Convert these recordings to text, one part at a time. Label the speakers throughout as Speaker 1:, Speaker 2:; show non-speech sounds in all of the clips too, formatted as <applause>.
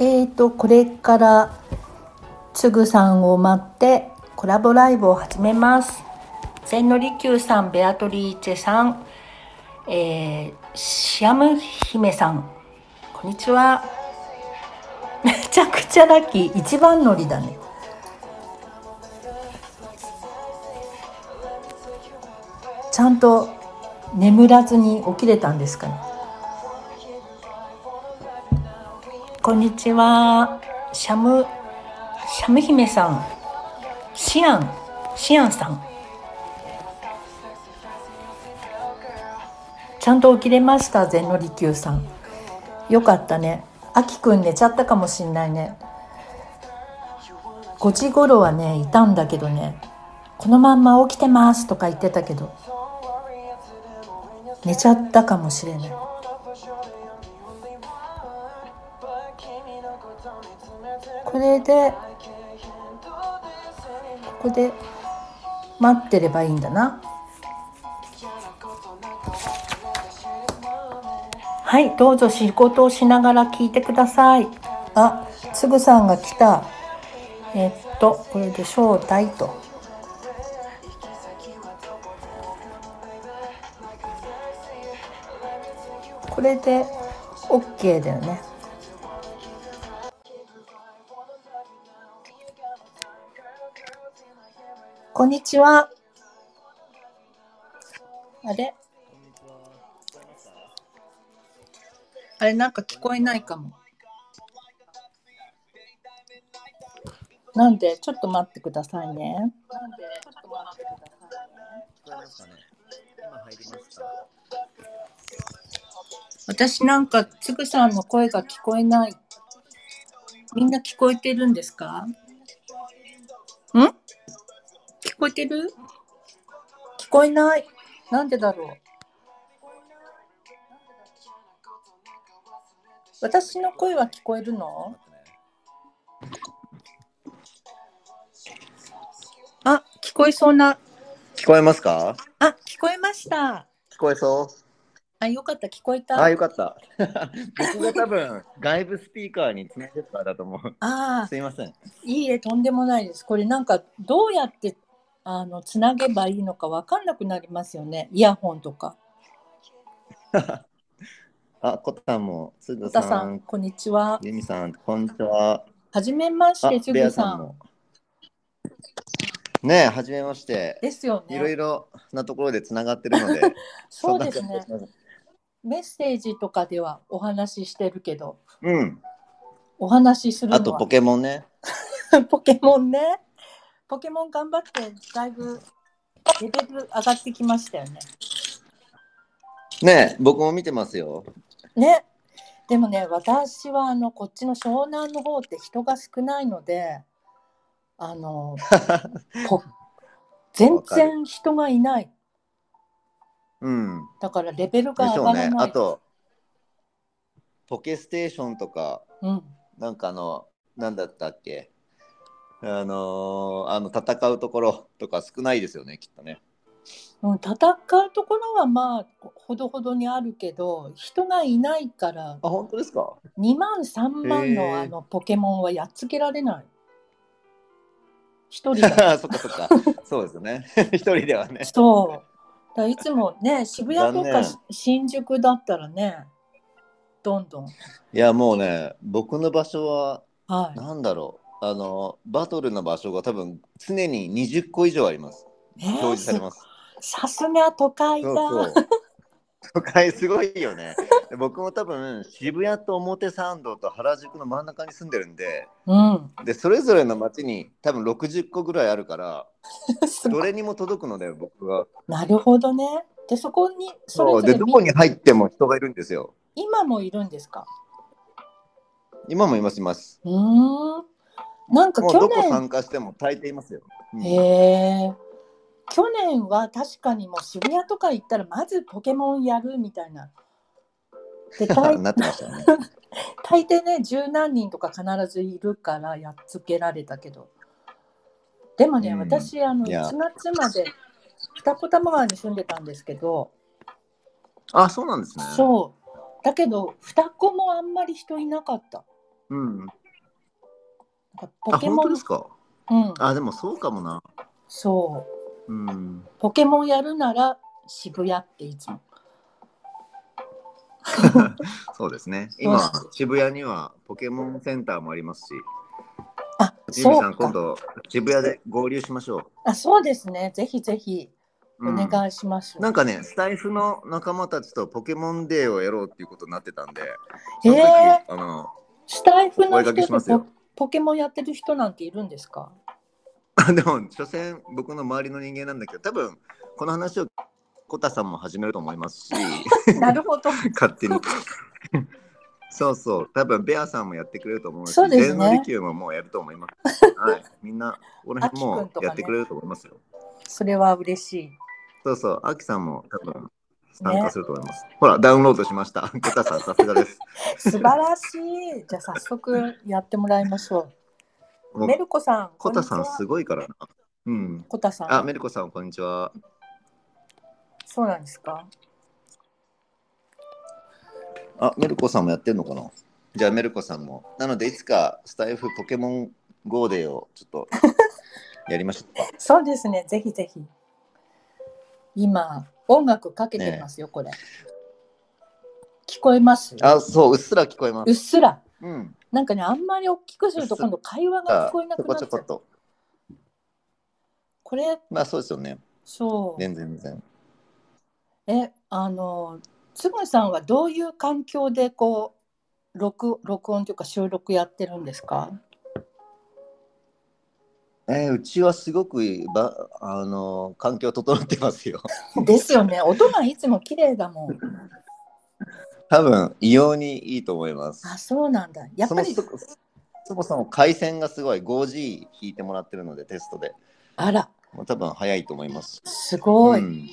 Speaker 1: えーとこれからつぐさんを待ってコラボライブを始めます千利休さんベアトリーチェさん、えーシアム姫さんこんにちはめちゃくちゃラッキー一番乗りだねちゃんと眠らずに起きれたんですかねこんにちは。シャム、シャム姫さん。シアン、シアンさん。ちゃんと起きれました、全の利休さん。よかったね。あきくん寝ちゃったかもしんないね。5時頃はね、いたんだけどね。このまんま起きてますとか言ってたけど。寝ちゃったかもしれない。これでここで待ってればいいんだなはいどうぞ仕事をしながら聞いてくださいあつぐさんが来たえっとこれで招待とこれで OK だよねこんにちは。あれあれ、なんか聞こえないかも。なんで、ちょっと待ってくださいね。
Speaker 2: 聞こえますかね今入りました。
Speaker 1: 私なんか、つぐさんの声が聞こえない。みんな聞こえてるんですかん聞こえてる聞こえない。なんでだろう私の声は聞こえるのあ、聞こえそうな。
Speaker 2: 聞こえますか
Speaker 1: あ、聞こえました。
Speaker 2: 聞こえそ
Speaker 1: あ、よかった、聞こえ
Speaker 2: う。
Speaker 1: た。
Speaker 2: ああ、よかった。 <laughs> 僕が多分外部スピーカーにつないでたからだと思う。
Speaker 1: ああ
Speaker 2: す、いません。
Speaker 1: いいえ、とんでもないです。これなんかどうやってあのつなげばいいのかわかんなくなりますよね。イヤホンとか。
Speaker 2: あ、コタさんも、す
Speaker 1: 小
Speaker 2: ず
Speaker 1: 田
Speaker 2: さ
Speaker 1: さん、
Speaker 2: ん、
Speaker 1: こんにちは。
Speaker 2: ユミさん、こんにちは。
Speaker 1: はじめまし
Speaker 2: あ
Speaker 1: て、、す
Speaker 2: レ
Speaker 1: ぐ
Speaker 2: ア
Speaker 1: さ
Speaker 2: さん
Speaker 1: ん。
Speaker 2: も。ねえ、はじめまして。
Speaker 1: ですよ
Speaker 2: いろい
Speaker 1: ね。
Speaker 2: ろなところでつながってるので、
Speaker 1: <laughs> そう
Speaker 2: な
Speaker 1: です
Speaker 2: 感
Speaker 1: ね
Speaker 2: じ。がします
Speaker 1: メッセージとかではお話ししてるけど、
Speaker 2: うん。
Speaker 1: お話しするのは
Speaker 2: あとポケモンね。
Speaker 1: <laughs> ポケモンね。ポケモン頑張って、だいぶレベル上がってきましたよね。
Speaker 2: ねえ、僕も見てますよ。
Speaker 1: ね。でもね、私はあのこっちの湘南の方って人が少ないので、あの
Speaker 2: <laughs>
Speaker 1: ポ全
Speaker 2: わか
Speaker 1: 然人がいない。
Speaker 2: うん。
Speaker 1: だからレベル
Speaker 2: で
Speaker 1: が
Speaker 2: し
Speaker 1: 上
Speaker 2: ょう
Speaker 1: がら
Speaker 2: ね。
Speaker 1: ない。
Speaker 2: あと、ポケステーションとか、
Speaker 1: うん、
Speaker 2: なんかあの、なんだったっけあのーあの戦うところとか少ないですよね、きっとね。
Speaker 1: うん、戦うところはまあほどほどにあるけど、人がいないから
Speaker 2: あ、本当ですか
Speaker 1: 2万3万
Speaker 2: へ
Speaker 1: の
Speaker 2: ー
Speaker 1: あのポケモンはやっつけられない。一人だ
Speaker 2: <laughs> <laughs> そっかそっか。そうですよね。 <laughs> 一人ではね。
Speaker 1: そう。だからいつもね、渋谷とか
Speaker 2: 残
Speaker 1: 新宿だったらね、どんどん。
Speaker 2: いや、もうね、僕の場所は、
Speaker 1: はい。
Speaker 2: なんだろう。あの、バトルの場所が多分、常に20個以上あります。
Speaker 1: え
Speaker 2: 表
Speaker 1: ー
Speaker 2: 示されますす。
Speaker 1: さすが都会だ。
Speaker 2: そうそう。都会すごいよね。で僕も多分、渋谷と表参道と原宿の真ん中に住んでるんで、
Speaker 1: うん。
Speaker 2: でそれぞれの町に多分60個ぐらいあるから
Speaker 1: す
Speaker 2: ど
Speaker 1: ごい
Speaker 2: れにも届くので僕は
Speaker 1: <laughs> なるほどね。で、そこに、そ
Speaker 2: そう
Speaker 1: れぞ
Speaker 2: で
Speaker 1: れ
Speaker 2: ど
Speaker 1: み
Speaker 2: こに入っても人がいるんですよ
Speaker 1: 今もいるんですか
Speaker 2: 今もいますいます
Speaker 1: うーん。なんか
Speaker 2: もうど
Speaker 1: 去
Speaker 2: こ
Speaker 1: 年、
Speaker 2: 参加しても大抵いますよ、うん
Speaker 1: へえ。去年は確かにもう渋谷とか行ったらまずポケモンやるみたいな。
Speaker 2: <laughs>
Speaker 1: で大
Speaker 2: なってましたね
Speaker 1: 大抵ね十何人とか必ずいるからやっつけられたけどでもね、
Speaker 2: うん
Speaker 1: 私あの
Speaker 2: いや
Speaker 1: 1月まで二子玉川に住んでたんですけど、
Speaker 2: <laughs> あそうなんですね
Speaker 1: そうだけど二子もあんまり人いなかった
Speaker 2: うん。
Speaker 1: なんか
Speaker 2: あ、
Speaker 1: ポケ
Speaker 2: 本
Speaker 1: モ
Speaker 2: 当
Speaker 1: ン
Speaker 2: ですか。
Speaker 1: うん、
Speaker 2: あ、でもそうかもな。
Speaker 1: そう <laughs>
Speaker 2: うん。
Speaker 1: ポケモンやるなら渋谷っていつも
Speaker 2: そうですね。今、渋谷にはポケモンセンターもありますし、
Speaker 1: あ
Speaker 2: ジミー
Speaker 1: そ
Speaker 2: さん、
Speaker 1: う
Speaker 2: 今
Speaker 1: か
Speaker 2: 度、渋谷で合流しましょ
Speaker 1: あそうですねぜひぜひ
Speaker 2: う。
Speaker 1: お
Speaker 2: うん
Speaker 1: 願いします、
Speaker 2: なんかね、スタイフの仲間たちとポケモンデーをやろうっていうことになってたんで、その時、
Speaker 1: え
Speaker 2: あの、
Speaker 1: スタイフ
Speaker 2: お
Speaker 1: の
Speaker 2: 声掛けし
Speaker 1: 人
Speaker 2: ま
Speaker 1: です
Speaker 2: よ
Speaker 1: ポポケモンやってる人なんているんですか
Speaker 2: あ <laughs> でも、所詮僕の周りの人間なんだけど、多分この話をコタさんも始めると思います
Speaker 1: <laughs>
Speaker 2: し、
Speaker 1: なるほど
Speaker 2: 勝手に。そうそう、多分ベアさんもやってくれると思うし、
Speaker 1: そうですね
Speaker 2: 全能力ももうやると思い
Speaker 1: <laughs>
Speaker 2: ます。はい、みんな、俺
Speaker 1: あきくんとかね
Speaker 2: もうやってくれると思いますよ。
Speaker 1: <laughs> それは嬉しい
Speaker 2: そうそう、アキさんも多分参加すると思います。ほら、ダウンロードしました。コタさん、さすがです。
Speaker 1: 素晴らしいじゃあ早速やってもらいましょう
Speaker 2: も
Speaker 1: <laughs>
Speaker 2: う
Speaker 1: メルコさん
Speaker 2: コタさ
Speaker 1: こ
Speaker 2: ん、
Speaker 1: にちは
Speaker 2: すごいからな。うん。
Speaker 1: コタさん
Speaker 2: あ、メルコさん、こんにちは。
Speaker 1: そうなんですか
Speaker 2: あ、メルコさんもやってんのかなじゃあ、メルコさんも。なので、いつかスタイフポケモン GO デーをち
Speaker 1: <laughs>
Speaker 2: ょっとやりましょうか。
Speaker 1: そうですねぜひぜひ今音楽かけてますよ、これ聞こえます
Speaker 2: あ、そう、うっすら聞こえま
Speaker 1: うっ
Speaker 2: す。
Speaker 1: すら
Speaker 2: うん。
Speaker 1: なんかねあんまり大きくすると
Speaker 2: うっすら
Speaker 1: 今度会話が
Speaker 2: あ
Speaker 1: 聞こえな
Speaker 2: ちょ
Speaker 1: くな
Speaker 2: こ
Speaker 1: っ
Speaker 2: ち
Speaker 1: ちゃ
Speaker 2: ょこ
Speaker 1: う
Speaker 2: っと。
Speaker 1: これ
Speaker 2: まあ、そうですよね。
Speaker 1: そう
Speaker 2: 全然全然。
Speaker 1: えあのつぐさんはどういう環境でこう録録音というか収録やってるんですか
Speaker 2: えーうちはすごくばあの環境整ってますよ。 <laughs>
Speaker 1: ですよね音がいつも綺麗だもん
Speaker 2: 多分異様にいいと思います。
Speaker 1: あそうなんだやっぱり
Speaker 2: そもそそもそも回線がすごい 5G 引いてもらってるのでテストで
Speaker 1: あら
Speaker 2: もう多分早いと思います。
Speaker 1: すごい、
Speaker 2: うん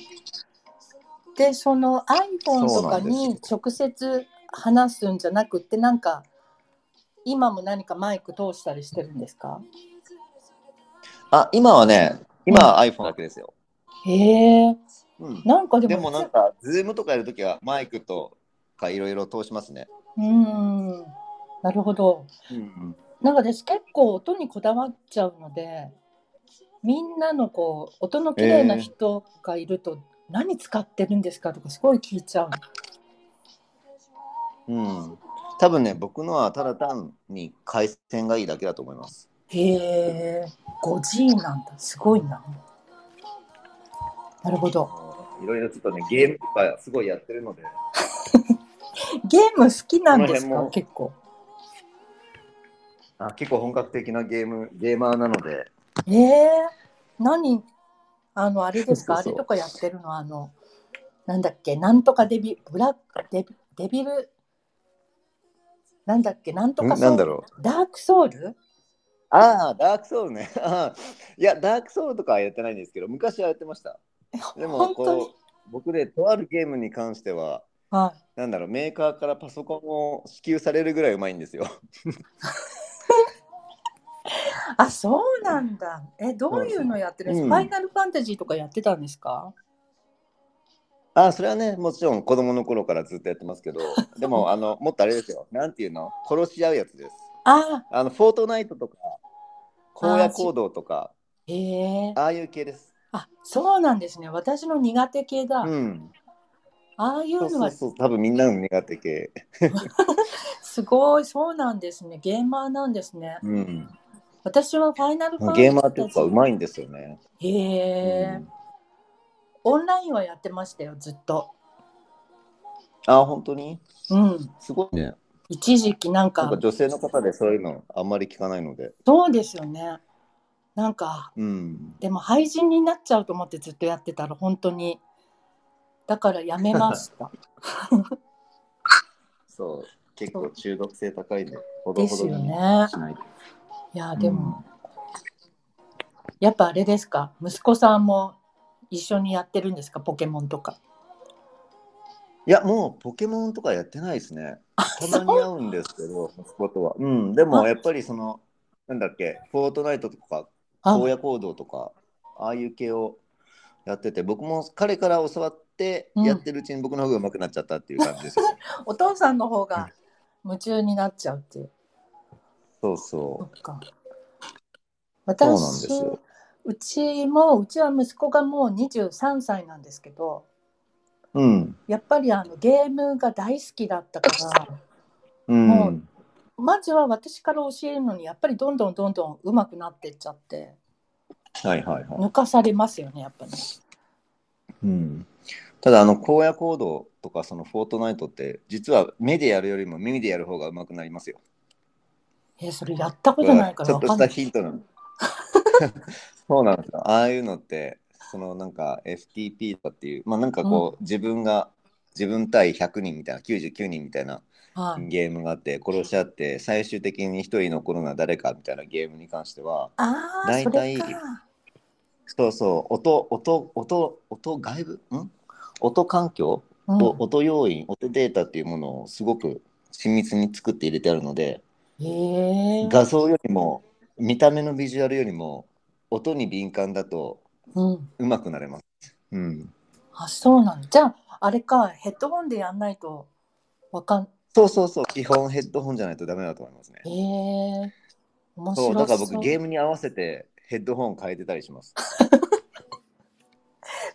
Speaker 1: でその iPhone とか
Speaker 2: そうなん
Speaker 1: に
Speaker 2: で
Speaker 1: 直接話すんじゃなくってなんか今も何かマイク通したりしてるんですか
Speaker 2: あ今はね今は iPhone だけですよ。
Speaker 1: へえ
Speaker 2: うん
Speaker 1: なんかでも
Speaker 2: でもなんか Zoom とかやるときはマイクとかいろいろ通しますね。
Speaker 1: うんなるほど
Speaker 2: うん
Speaker 1: なんか私結構音にこだわっちゃうのでみんなのこう音の綺麗な人がいると、何使ってるんですかとかすごい聞いちゃう
Speaker 2: うん、多分ね僕のはただ単に回線がいいだけだと思います。
Speaker 1: へえ 5G なんだすごいななるほど
Speaker 2: いろいろちょっとねゲームとかすごいやってるので。
Speaker 1: ゲーム好きなんです
Speaker 2: この辺
Speaker 1: か
Speaker 2: も
Speaker 1: 結構
Speaker 2: あ結構本格的なゲームゲーマーなので
Speaker 1: ええ何あのあれですか
Speaker 2: そうそう
Speaker 1: あれとかやってるのあのなんだっけなんとかデビブラックデビデビルなんだっけなんと
Speaker 2: ん
Speaker 1: か
Speaker 2: なんだ
Speaker 1: う
Speaker 2: ろう
Speaker 1: ダークソウル
Speaker 2: ああダークソウルね <laughs> あーいやダークソウルとかはやってないんですけど昔はやって
Speaker 1: <laughs>
Speaker 2: ましたでも
Speaker 1: 本当に
Speaker 2: こう僕でとあるゲームに関しては
Speaker 1: は
Speaker 2: なんだろうメーカーからパソコンを支給されるぐらいうまいんですよ
Speaker 1: い、あそうなんだえどういうのやってるんですか、
Speaker 2: う
Speaker 1: ファ
Speaker 2: ん
Speaker 1: イナルファンタジーとかやってたんですか
Speaker 2: あーそれはねもちろん子供の頃からずっとやってま
Speaker 1: <laughs>
Speaker 2: すけどでもあのもっとあれですよなんていうの殺し合うやつです
Speaker 1: あ
Speaker 2: あのフォートナイトとか荒野行動とか
Speaker 1: へえ
Speaker 2: ああいう系です
Speaker 1: あそうなんですね私の苦手系だ、
Speaker 2: うん
Speaker 1: ああい
Speaker 2: そう
Speaker 1: うの
Speaker 2: そう
Speaker 1: は
Speaker 2: そう多分みんなの苦手系
Speaker 1: すごいそうなんですねゲーマーなんですね
Speaker 2: うん
Speaker 1: 私はファイナルファンタジー
Speaker 2: ゲーマーってやっぱうまいんですよね。
Speaker 1: へえ、
Speaker 2: うん
Speaker 1: オンラインはやってましたよずっと
Speaker 2: あ、本当に
Speaker 1: うん
Speaker 2: すごいね。
Speaker 1: 一時期なん
Speaker 2: なん
Speaker 1: か
Speaker 2: か女性の方でそういうのあんまり聞かないので。
Speaker 1: そうですよねなんか
Speaker 2: うん。
Speaker 1: でも廃人になっちゃうと思ってずっとやってたら本当にだからやめました
Speaker 2: そう。結構中毒性高いんで、ほど
Speaker 1: で
Speaker 2: ほ
Speaker 1: す
Speaker 2: ど
Speaker 1: よ
Speaker 2: に
Speaker 1: ね。
Speaker 2: しないと。
Speaker 1: いやでも、やっぱあれですか息子さんも一緒にやってるんですかポケモンとか。
Speaker 2: いや、もうポケモンとかやってないですね。たまに会うんですけど、息子とは。うん。でもやっぱりその、なんだっけ、フォートナイトとか、
Speaker 1: あ
Speaker 2: 荒野行動とか、ああいう系をやってて、僕も彼から教わって、やってるうちに僕の方 <laughs> が上手くなっちゃったっていう感じですよね。
Speaker 1: お父さんの方が夢中になっちゃうっていう。
Speaker 2: そうそ
Speaker 1: そうっか。
Speaker 2: そう
Speaker 1: 私
Speaker 2: なんですよ
Speaker 1: うちもうちは息子がもう23歳なんですけど
Speaker 2: うん
Speaker 1: やっぱりあのゲームが大好きだったから
Speaker 2: うん
Speaker 1: もうまずは私から教えるのにやっぱりどんどんどんどん上手くなってっちゃって
Speaker 2: はいはいはい
Speaker 1: 抜かされますよねやっぱね。
Speaker 2: うんただあの荒野行動とかそのフォートナイトって実は目でやるよりも耳でやる方がうまくなりますよ。
Speaker 1: えそれやったことないから
Speaker 2: ちょ
Speaker 1: わ
Speaker 2: っと
Speaker 1: か
Speaker 2: し
Speaker 1: んな
Speaker 2: た
Speaker 1: い。
Speaker 2: ヒントなの。 <laughs> そうなんですよ。ああいうのってそのなんか FTP とかっていうまあなんかこう、自分が自分対100人みたいな99人みたいな
Speaker 1: はい、
Speaker 2: ゲームがあって殺し合って最終的に1人残るのは誰かみたいなゲームに関しては
Speaker 1: ああそ
Speaker 2: 大
Speaker 1: れ
Speaker 2: 体
Speaker 1: か。
Speaker 2: そうそう音音音音外部ん音環境
Speaker 1: うん
Speaker 2: 音音要因、音データっていうものをすごく親密に作って入れてあるので、
Speaker 1: へえ
Speaker 2: 画像よりも見た目のビジュアルよりも音に敏感だと
Speaker 1: うん、
Speaker 2: うまくなれます。うん、
Speaker 1: あそうなんだじゃああれかヘッドホンでやんないとわかん
Speaker 2: そうそうそう、基本ヘッドホンじゃないとダメだと思いますね
Speaker 1: へ。え面白
Speaker 2: そ、
Speaker 1: そうう
Speaker 2: だから僕ゲームに合わせてヘッドホン変えてたりします。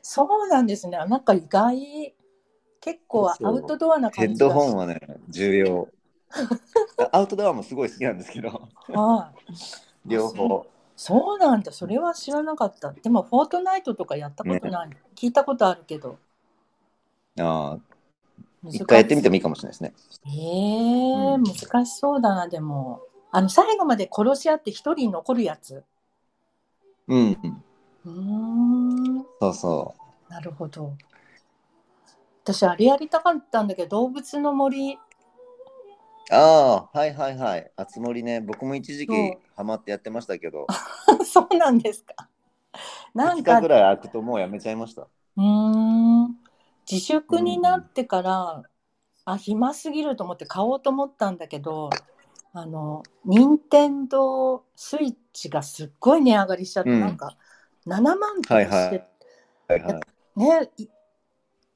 Speaker 1: そうなんですね。なんか意外。結構
Speaker 2: そう
Speaker 1: アウトドアな
Speaker 2: ヘ
Speaker 1: 感
Speaker 2: ッ
Speaker 1: じが
Speaker 2: ドホンはね、重要。アウトドアもすごい好きなんですけど、
Speaker 1: はい
Speaker 2: 両方。
Speaker 1: そうなんだ。それは知らなかった。でも、フォートナイトとかやったことない。聞いたことあるけど。
Speaker 2: ああ、
Speaker 1: 難し
Speaker 2: 一回やってみてもいいかもしれないですね。
Speaker 1: えー
Speaker 2: うん
Speaker 1: 難しそうだな、でも。あの、最後まで殺し合って一人残るやつ。
Speaker 2: うん、
Speaker 1: うーん。
Speaker 2: そうそ
Speaker 1: なるほど。私、あれやりたかったんだけど、動物の森。 <laughs>
Speaker 2: う。ああ、はいはいはい。あつ森ね、僕も一時期
Speaker 1: そう
Speaker 2: ハマってやってましたけど、
Speaker 1: そうなんですか。な
Speaker 2: 2
Speaker 1: ん
Speaker 2: 日
Speaker 1: か
Speaker 2: ぐらい空くともうやめちゃいました。
Speaker 1: うーん自粛になってから、あ暇すぎると思って買おうと思ったんだけどあの任天堂スイッチがすっごい値上がりしちゃって、
Speaker 2: うん
Speaker 1: なんか7万とか
Speaker 2: はい
Speaker 1: して、
Speaker 2: はいはいはい。
Speaker 1: ねい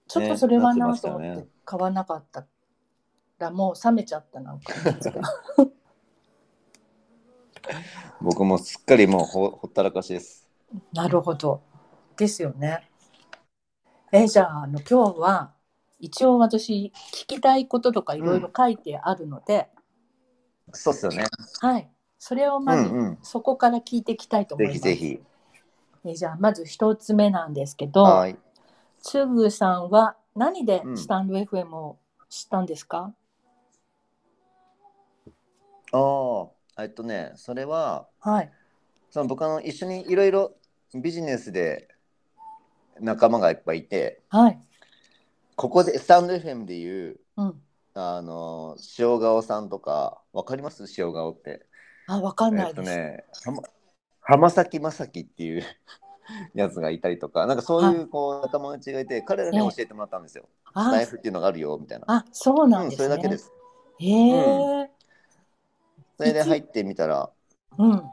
Speaker 1: ちょっとそれは
Speaker 2: ね
Speaker 1: な
Speaker 2: なってまし
Speaker 1: と
Speaker 2: たよね
Speaker 1: 思って買わなかったら、もう冷めちゃったなんか
Speaker 2: 僕もすっかりもうほほったらかしです。
Speaker 1: なるほどですよねえじゃああの今日は一応私聞きたいこととかいろいろ書いてあるので、
Speaker 2: そうっすよね。
Speaker 1: はい。それを
Speaker 2: う
Speaker 1: まず、
Speaker 2: んうん。
Speaker 1: そこから聞いていきたいと思い
Speaker 2: ぜ
Speaker 1: ます。
Speaker 2: ひぜひ。
Speaker 1: えーじゃあ、まず一つ目なんですけ
Speaker 2: は
Speaker 1: ど、
Speaker 2: ーい。
Speaker 1: つぐさんは何でスタンド FM を知ったんですか、
Speaker 2: ああ、えっとね、それは、
Speaker 1: はい。
Speaker 2: その僕あの一緒にいろいろビジネスで仲間がいっぱいいて、
Speaker 1: はい。
Speaker 2: ここでスタンド FM でいう、
Speaker 1: うん。
Speaker 2: あの、塩顔さんとか、わかります塩顔って。
Speaker 1: あ、わかんな
Speaker 2: え
Speaker 1: い
Speaker 2: っ
Speaker 1: で
Speaker 2: と
Speaker 1: す。
Speaker 2: ね、浜浜崎正樹っていう <laughs> やつがいたりとか、なんかそういうこう仲間内がいて、彼らに
Speaker 1: ええ
Speaker 2: 教えてもらったんですよ。スタ
Speaker 1: あ
Speaker 2: イ、フっていうのがあるよみたいな。
Speaker 1: あ、そうな
Speaker 2: うんん、
Speaker 1: で
Speaker 2: そ
Speaker 1: すね。
Speaker 2: れだけです。
Speaker 1: へえ。
Speaker 2: それで入ってみたら、
Speaker 1: うん。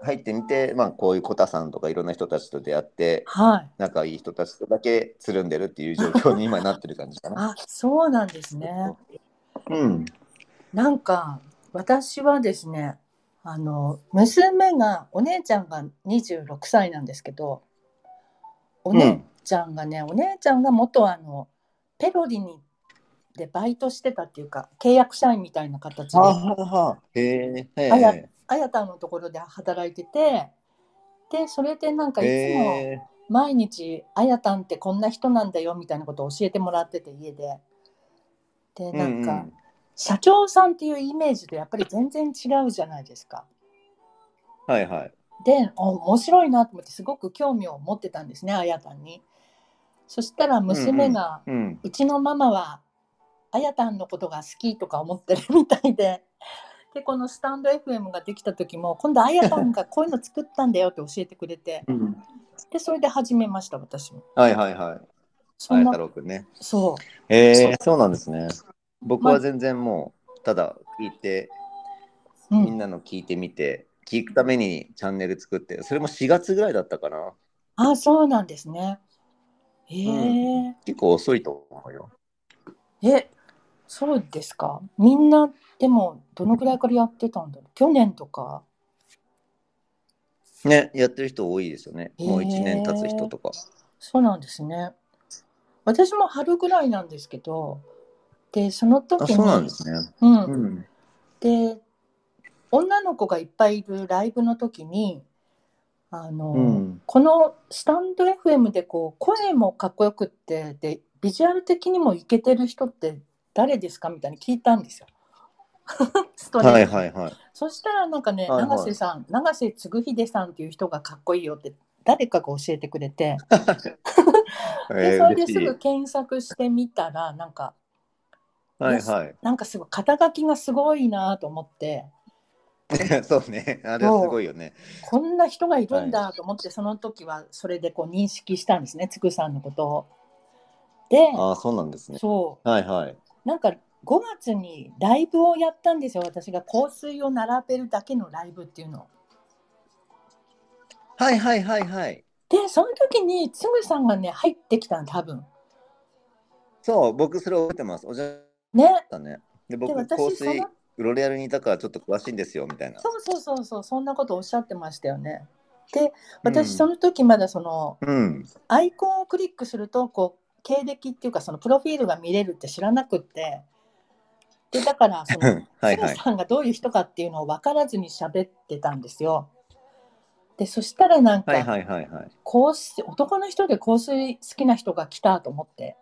Speaker 2: 入ってみて、まあ、こういうコタさんとかいろんな人たちと出会って、
Speaker 1: はい。
Speaker 2: 仲いい人たちとだけつるんでるっていう状況
Speaker 1: <laughs>
Speaker 2: に今なってる感じかな。
Speaker 1: あ、そうなんですね。
Speaker 2: うん。
Speaker 1: なんか私はですねあの娘がお姉ちゃんが26歳なんですけどお姉ちゃんがね、お姉ちゃんが元あのペロリにでバイトしてたっていうか契約社員みたいな形で
Speaker 2: はあはあはあ。へえ。へ
Speaker 1: あや
Speaker 2: え。
Speaker 1: あやたんのところで働いててでそれでなんかいつも
Speaker 2: へえ。
Speaker 1: 毎日あやたんってこんな人なんだよみたいなことを教えてもらってて家で。で
Speaker 2: う
Speaker 1: なん
Speaker 2: ん
Speaker 1: か、
Speaker 2: うん。
Speaker 1: 社長さんっていうイメージとやっぱり全然違うじゃないですか。
Speaker 2: はいはい。
Speaker 1: でお面白いなと思ってすごく興味を持ってたんですねあやたんに。そしたら娘が「う
Speaker 2: うん。
Speaker 1: ちのママはあやたんのことが好き」とか思ってるみたいで。でこのスタンド FM ができた時も今度あやたんがこういうの作ったんだよって教えてくれて
Speaker 2: うん。
Speaker 1: でそれで始めました私も
Speaker 2: はいはいはい。
Speaker 1: そ
Speaker 2: あ
Speaker 1: ん
Speaker 2: や
Speaker 1: な
Speaker 2: 太郎くんね。
Speaker 1: そう
Speaker 2: へえ。そうなんですね。僕は全然もう、ただ聞いて、
Speaker 1: うん
Speaker 2: みんなの聞いてみて、聞くためにチャンネル作って、それも4月ぐらいだったかな。
Speaker 1: あそうなんですねへえ、
Speaker 2: 結構遅いと思うよ。
Speaker 1: えそうですか。みんな、でも、どのくらいからやってたんだろう。去年とか。
Speaker 2: ね、やってる人多いですよね。
Speaker 1: へー
Speaker 2: もう1年経つ人とか。
Speaker 1: そうなんですね。私も春ぐらいなんですけど、で、その
Speaker 2: あ、
Speaker 1: 時に、
Speaker 2: そうなんですね。
Speaker 1: うん
Speaker 2: うん。
Speaker 1: で、女の子がいっぱいいるライブの時に、あの、
Speaker 2: うん。
Speaker 1: このスタンド FM でこう声もかっこよくってでビジュアル的にもイケてる人って誰ですかみたいに聞いたんですよ。 <laughs> ストレート
Speaker 2: は
Speaker 1: に
Speaker 2: いはいはい。
Speaker 1: そしたらなんかね、
Speaker 2: はいはい
Speaker 1: 永瀬さん永瀬嗣秀さんっていう人がかっこいいよって誰かが教えてくれて、で
Speaker 2: <laughs> え
Speaker 1: そ
Speaker 2: ー、
Speaker 1: れで
Speaker 2: 嬉し
Speaker 1: す
Speaker 2: い。
Speaker 1: ぐ検索してみたらなんか
Speaker 2: はいはい。
Speaker 1: なんかすごい肩書きがすごいなと思って
Speaker 2: <laughs> そうね。あれはすごいよね。
Speaker 1: こんな人がいるんだと思って、その時はそれでこう認識したんですね嗣さんのことを。で
Speaker 2: ああ、そうなんですね。
Speaker 1: そう
Speaker 2: はいはい。
Speaker 1: なんか5月にライブをやったんですよ、私が香水を並べるだけのライブっていうのを。
Speaker 2: はいはいはいはい。
Speaker 1: で、その時につぐさんがね、入ってきたの、多分
Speaker 2: そう、僕それ覚えてます。おじゃっ
Speaker 1: ね。
Speaker 2: たね。
Speaker 1: で、
Speaker 2: で、僕、香
Speaker 1: 私そ
Speaker 2: 水
Speaker 1: の、、
Speaker 2: ロレアルにいたからちょっと詳しいんですよ、みたいな。
Speaker 1: そうそうそうそう、そんなことおっしゃってましたよね。で、
Speaker 2: う
Speaker 1: 私、
Speaker 2: ん
Speaker 1: その時まだその、
Speaker 2: うん。 <laughs>
Speaker 1: アイコンをクリックすると、こう、経歴っていうか、そのプロフィールが見れるって知らなくって、で、だから、その、
Speaker 2: はい
Speaker 1: つぐ
Speaker 2: はい。
Speaker 1: さんがどういう人かっていうのを分からずに喋ってたんですよ。で、そしたらなんか、
Speaker 2: はいはいはいはい。
Speaker 1: 香水男の人で香水好きな人が来たと思って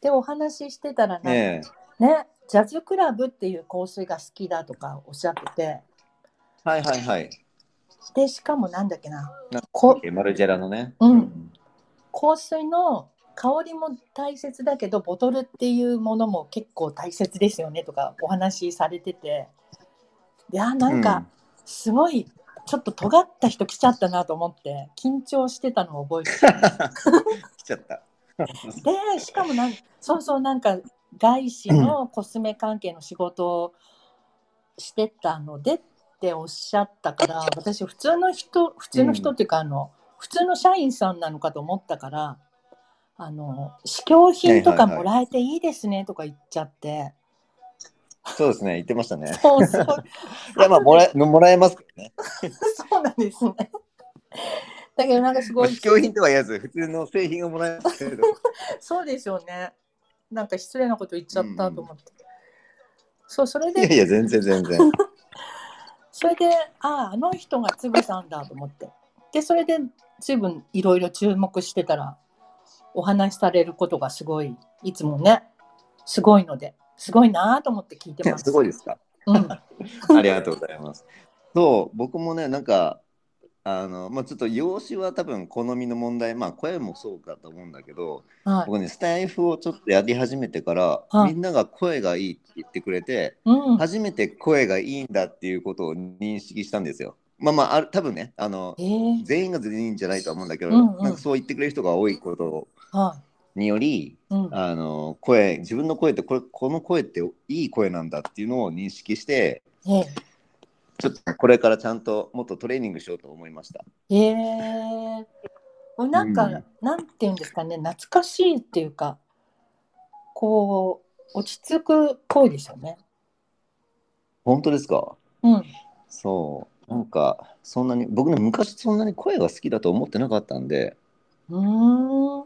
Speaker 1: でお話ししてたらなんかね
Speaker 2: ねえ。
Speaker 1: ジャズクラブっていう香水が好きだとかおっしゃってて
Speaker 2: はいはいはい。
Speaker 1: でしかもなんだっけな
Speaker 2: なんか
Speaker 1: こ
Speaker 2: マルジェラのね。
Speaker 1: うん。香水の香りも大切だけどボトルっていうものも結構大切ですよねとかお話しされててであなんかすごいちょっと尖った人来ちゃったなと思って緊張してたのを覚えてて
Speaker 2: うん。 <laughs> 来ちゃった。
Speaker 1: でしかもなんそうそうなんか外資のコスメ関係の仕事をしてたのでっておっしゃったから私普通の人普通の人っていうかあの、普通の社員さんなのかと思ったからあの試供品とかもらえていいですねとか言っちゃって、
Speaker 2: そうですね。言ってましたね。
Speaker 1: そうそう
Speaker 2: いや、まあ、もら
Speaker 1: <laughs>
Speaker 2: え、もらえますけどね。
Speaker 1: そうなんですね。だけどなんかすごい
Speaker 2: 試供品とは言わず、普通の製品をもらえますけど。
Speaker 1: <laughs> そうですよね。なんか失礼なこと言っちゃったと思って。そうそれ
Speaker 2: い
Speaker 1: で
Speaker 2: やいや、全然全然。 <laughs>
Speaker 1: それで、ああ、あの人がつぶさんだと思って。で、それで、随分いろいろ注目してたら、お話しされることがすごい、いつもね、すごいので、すごいなぁと思って聞いてます。
Speaker 2: <laughs> すごいですか。
Speaker 1: うん。
Speaker 2: ありがとうございます。そう、僕もね、なんか、あの、まあ、ちょっと容姿は多分好みの問題、まあ、声もそうかと思うんだけど、 <laughs>
Speaker 1: はい。
Speaker 2: 僕ね、スタイフをちょっとやり始めてから、
Speaker 1: はい
Speaker 2: みんなが声がいいって言ってくれて、
Speaker 1: うん。
Speaker 2: 初めて声がいいんだっていうことを認識したんですよ。まあまあ、ある多分ね、あの、
Speaker 1: えー、
Speaker 2: 全員が全員じゃないとは思うんだけど、
Speaker 1: うんうん
Speaker 2: なんかそう言ってくれる人が多いこと
Speaker 1: は
Speaker 2: により、
Speaker 1: い。うん。
Speaker 2: あの声自分の声ってこれこの声っていい声なんだっていうのを認識して
Speaker 1: え
Speaker 2: ちょっとこれからちゃんともっとトレーニングしようと思いました。
Speaker 1: ー、えー。もうなんか、
Speaker 2: うん
Speaker 1: なんていうんですかね、懐かしいっていうか、こう、落ち着く声ですよね。
Speaker 2: 本当ですか
Speaker 1: うん。
Speaker 2: そう。なんか、そんなに、僕ね、昔そんなに声が好きだと思ってなかったんで、
Speaker 1: うーん。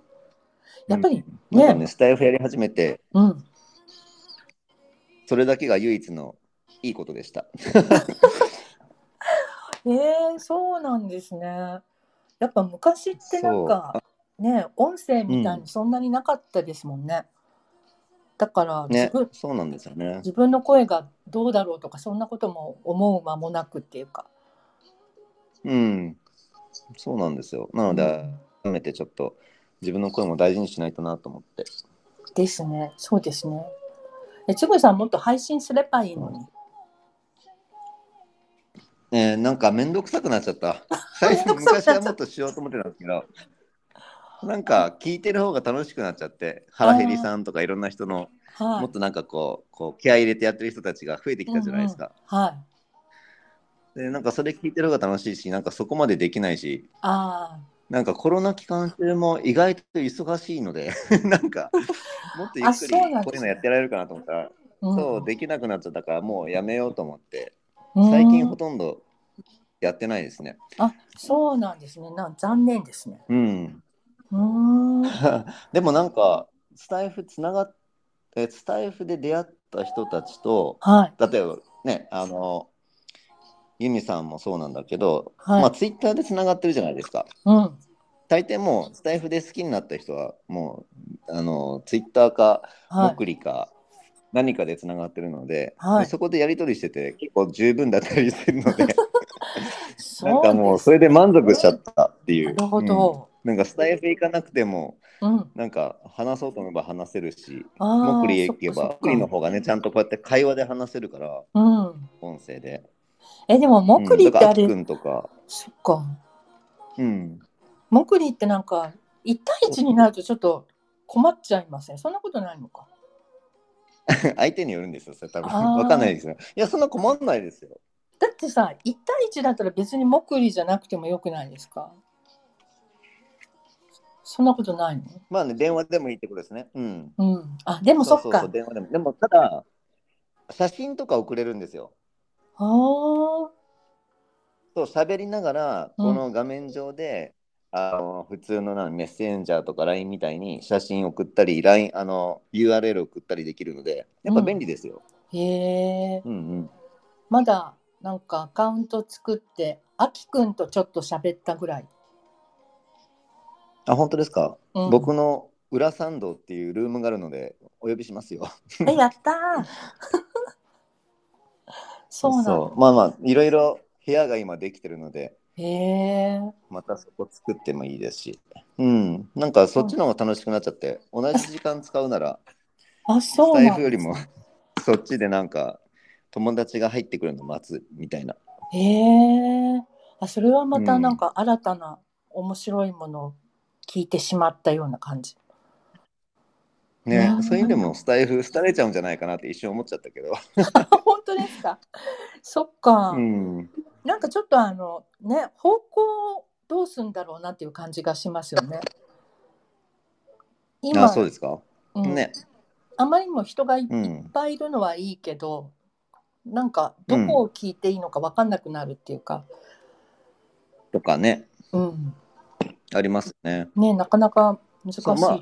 Speaker 1: やっぱり
Speaker 2: うんなんか
Speaker 1: ね
Speaker 2: ね、スタイフやり始めて、
Speaker 1: うん。
Speaker 2: それだけが唯一のいいことでした。
Speaker 1: へえそうなんですね。やっぱ昔ってなんかね音声みたいにそんなになかったですもんね。だから自
Speaker 2: ね
Speaker 1: 分,、、
Speaker 2: そうなんですよね。
Speaker 1: 自分の声がどうだろうとかそんなことも思う間もなくっていうか。
Speaker 2: うん。そうなんですよ。なので、改めてちょっと、自分の声も大事にしないとなと思って。
Speaker 1: ですねそうですね。えつぐさんもっと配信すればいいのに。
Speaker 2: ねえなんかめんどくさくなっちゃ
Speaker 1: <laughs>
Speaker 2: った。最初、
Speaker 1: めんどく
Speaker 2: 昔
Speaker 1: さくなっちゃった
Speaker 2: はもっとしようと思ってたんですけど、なんか聞いてる方が楽しくなっちゃって、原ヘリさんとかいろんな人の、
Speaker 1: は
Speaker 2: も
Speaker 1: い
Speaker 2: っとなんかこう、こう気合い入れてやってる人たちが増えてきたじゃないですか。
Speaker 1: はい。
Speaker 2: で、なんかそれ聞いてる方が楽しいし、なんかそこまでできないし、
Speaker 1: ああ
Speaker 2: なんかコロナ期間中も意外と忙しいので、なんかもっとゆっ <laughs>
Speaker 1: あ
Speaker 2: くり
Speaker 1: そうなんですね
Speaker 2: こういうのやってられるかなと思ったら、
Speaker 1: うん
Speaker 2: そうできなくなっちゃったからもうやめようと思って
Speaker 1: うん
Speaker 2: 最近ほとんどやってないですね
Speaker 1: あそうなんですねなん残念ですね
Speaker 2: うん
Speaker 1: うーん
Speaker 2: でもなんかスタイフつながっえスタイフで出会った人たちと
Speaker 1: はい
Speaker 2: 例えばねあのユミさんもそうなんだけど、
Speaker 1: はい
Speaker 2: まあツイッターでつながってるじゃないですか
Speaker 1: うん
Speaker 2: 大抵もうスタイフで好きになった人はもうあのツイッターか
Speaker 1: はい
Speaker 2: 目利か何かでつながってるので,で、
Speaker 1: はい
Speaker 2: そこでやり取りしてて結構十分だったりするので
Speaker 1: <laughs> そ
Speaker 2: なんかもう
Speaker 1: う
Speaker 2: それで満足しちゃったってい
Speaker 1: で
Speaker 2: う
Speaker 1: すなるほど、
Speaker 2: うんなんかスタイフ行かなくても
Speaker 1: うん
Speaker 2: なんか話そうと思えば話せるし
Speaker 1: ああ
Speaker 2: 目利へ行けば目利の
Speaker 1: の
Speaker 2: 方がねちゃんとこうやって会話で話せるから
Speaker 1: うん
Speaker 2: 音声で
Speaker 1: えでも目利っ
Speaker 2: うん、
Speaker 1: て
Speaker 2: だから
Speaker 1: あ
Speaker 2: あ
Speaker 1: れ、
Speaker 2: きくんとか、
Speaker 1: そっか
Speaker 2: うん、 <laughs>
Speaker 1: 目利ってなんか一対一になるとちょっと困っちゃいませんそんなことないのか
Speaker 2: 相手によるんですよそれ多分
Speaker 1: あー
Speaker 2: わかんないですよいやそんな困んないですよ
Speaker 1: だってさ一対一だったら別に目利じゃなくてもよくないですかそんなことないの
Speaker 2: まあね、電話でもいいってことですね。うん。
Speaker 1: うんあでもそっ
Speaker 2: う
Speaker 1: か
Speaker 2: うう電話でも。でも、ただ、写真とか送れるんですよ。
Speaker 1: あー
Speaker 2: そう、喋りながら、
Speaker 1: うん
Speaker 2: この画面上で、あの普通のなんメッセンジャーとか LINE みたいに写真送ったり、LINE、あの、URL 送ったりできるので、やっぱ便利ですよ。
Speaker 1: へえ
Speaker 2: うん、うん、
Speaker 1: まだなんかアカウント作ってあきくんとちょっと喋ったぐらい、
Speaker 2: あ、本当ですか。
Speaker 1: うん、
Speaker 2: 僕の裏参道っていうルームがあるので、お呼びしますよ。 <laughs>
Speaker 1: えやったー <laughs> そうなんだ
Speaker 2: そうまあまあ、いろいろ部屋が今できてるので、
Speaker 1: へえ
Speaker 2: またそこ作ってもいいですし、うん、なんかそっちの方が楽しくなっちゃって、同じ時間使うなら、
Speaker 1: あ
Speaker 2: ス
Speaker 1: <laughs> そう
Speaker 2: タイ
Speaker 1: なん
Speaker 2: フ
Speaker 1: だ
Speaker 2: よりも <laughs> そっちでなんか友達が入ってくるの待つみたいな。
Speaker 1: へえあそれはまたなんか新たな面白いものを聞いてしまったような感じ、 <laughs>
Speaker 2: ね
Speaker 1: う、ん
Speaker 2: そういう意味でもスタイフ廃れちゃうんじゃないかなって一瞬思っちゃったけど、
Speaker 1: 本当ですかそっか、
Speaker 2: うん、
Speaker 1: なんかちょっとあのね方向をどうすんだろうなっていう感じがしますよね今
Speaker 2: あそうですか、
Speaker 1: うん
Speaker 2: ね、
Speaker 1: あまりにも人がいっ
Speaker 2: うん、
Speaker 1: ぱいいるのはいいけど、なんかどこを聞いていいのか分かんなくなるっていうか、
Speaker 2: とかね
Speaker 1: うん
Speaker 2: ありますね。
Speaker 1: ねなかなか難しい。
Speaker 2: そうまあ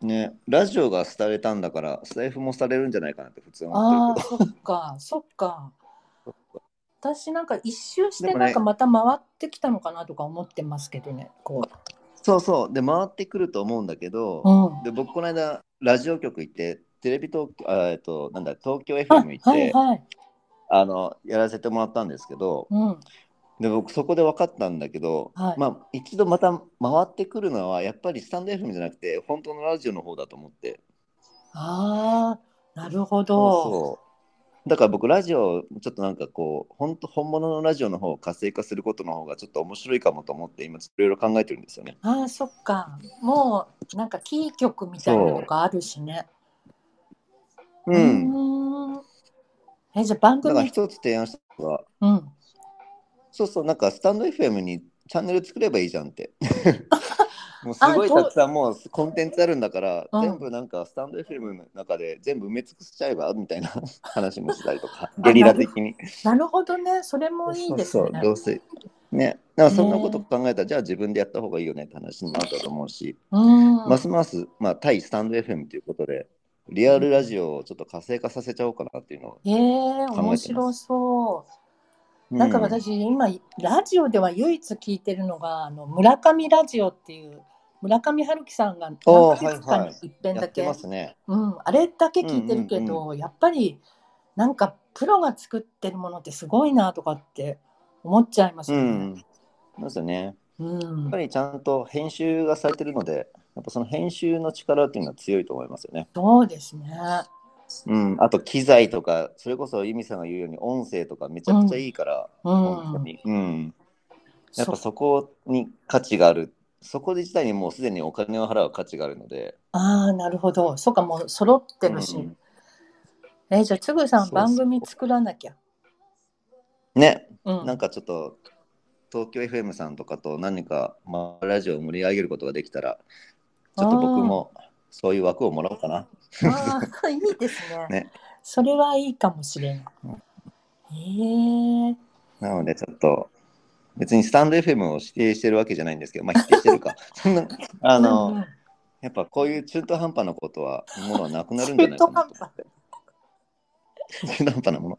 Speaker 2: ねラジオが廃れたんだからスタイフもされるんじゃないかなって普通思
Speaker 1: あ
Speaker 2: って
Speaker 1: あ、そっか、 <laughs> そっか。私なんか一周し
Speaker 2: で
Speaker 1: て
Speaker 2: もね
Speaker 1: なんかまた回ってきたのかなとか思ってますけどね。こ
Speaker 2: るそうそうで回ってくると思うんだけど、
Speaker 1: う。うん。
Speaker 2: で僕この間ラジオ局行ってテレビ東京あえっとなんだ東京 FM 行って
Speaker 1: あ
Speaker 2: あ、
Speaker 1: はいはい。
Speaker 2: のやらせてもらったんですけど
Speaker 1: うん。
Speaker 2: で僕そこで分かったんだけど、
Speaker 1: はい
Speaker 2: まあ一度また回ってくるのはやっぱりスタンド FM じゃなくて本当のラジオの方だと思って
Speaker 1: ああ、なるほ
Speaker 2: そう
Speaker 1: ど。
Speaker 2: そうだから僕ラジオちょっとなんかこう本当本物のラジオの方を活性化することの方がちょっと面白いかもと思って今いろいろ考えてるんですよね
Speaker 1: ああ、そっか。もうなんかキー局みたいなのがあるしね。
Speaker 2: う
Speaker 1: うんーん。え、じゃあ番
Speaker 2: だから
Speaker 1: 組。
Speaker 2: 一つ提案したのが
Speaker 1: うん。
Speaker 2: そうそう、なんかスタンド FM にチャンネル作ればいいじゃん
Speaker 1: <laughs>
Speaker 2: って。もうすごいたくさんもうコンテンツあるんだから、
Speaker 1: うん
Speaker 2: 全部なんかスタンド FM の中で全部埋め尽くしちゃえばみたいな <laughs> 話もしたりとか、ゲリラ的に。
Speaker 1: なるほどね。それもいいです
Speaker 2: そ
Speaker 1: ね
Speaker 2: うそう、。どうせ。ね、だからそんなこと考えたら、じゃあ自分でやった方がいいよねって話になったと思うし、
Speaker 1: うん。
Speaker 2: ますます、まあ、対スタンド FM ということで、リアルラジオをちょっと活性化させちゃおうかなっていうのを。
Speaker 1: ええ面白そう。
Speaker 2: う
Speaker 1: なんか、私今ラジオでは唯一聞いてるのがあの村上ラジオっていう村上春樹さんが何ヶ月
Speaker 2: はい
Speaker 1: か
Speaker 2: はい
Speaker 1: に一遍
Speaker 2: や
Speaker 1: だ
Speaker 2: っ
Speaker 1: け、
Speaker 2: てますね。
Speaker 1: うん、あれだけ聞いてるけど、やっぱりなんかプロが作ってるものってすごいなとかって思っちゃいます
Speaker 2: う
Speaker 1: よね。
Speaker 2: ん。そうですよね。
Speaker 1: うん
Speaker 2: やっぱりちゃんと編集がされてるので、やっぱその編集の力っていうのは強いと思いますよね。
Speaker 1: そうですね。
Speaker 2: うん、あと機材とか、それこそ由美さんが言うように音声とかめちゃくちゃいいから、
Speaker 1: う
Speaker 2: 本当
Speaker 1: ん、
Speaker 2: に、うん。やっ
Speaker 1: そ
Speaker 2: ぱそこに価値がある、そこ自体にもうすでにお金を払う価値があるので、
Speaker 1: ああなるほどそうかもう揃ってるし、
Speaker 2: うん
Speaker 1: えじゃあつぐさ
Speaker 2: そうんそう
Speaker 1: 番組作らなきゃ。
Speaker 2: ね、
Speaker 1: うん
Speaker 2: なんかちょっと東京 FM さんとかと何か、まあ、ラジオを盛り上げることができたら、ちょっと僕もそういう枠をもらおうかな。 <laughs>
Speaker 1: ああ、いいですね。
Speaker 2: ね
Speaker 1: それはいいかもしれない。へえ。
Speaker 2: なので、ちょっと、別にスタンド FM を否定してるわけじゃないんですけど、まあ、否定して
Speaker 1: <laughs>
Speaker 2: るか。そんな、あ
Speaker 1: うんうん
Speaker 2: の、やっぱこういう中途半端なことは、ものはなくなるんじゃないかなと思って。中途半端なもの。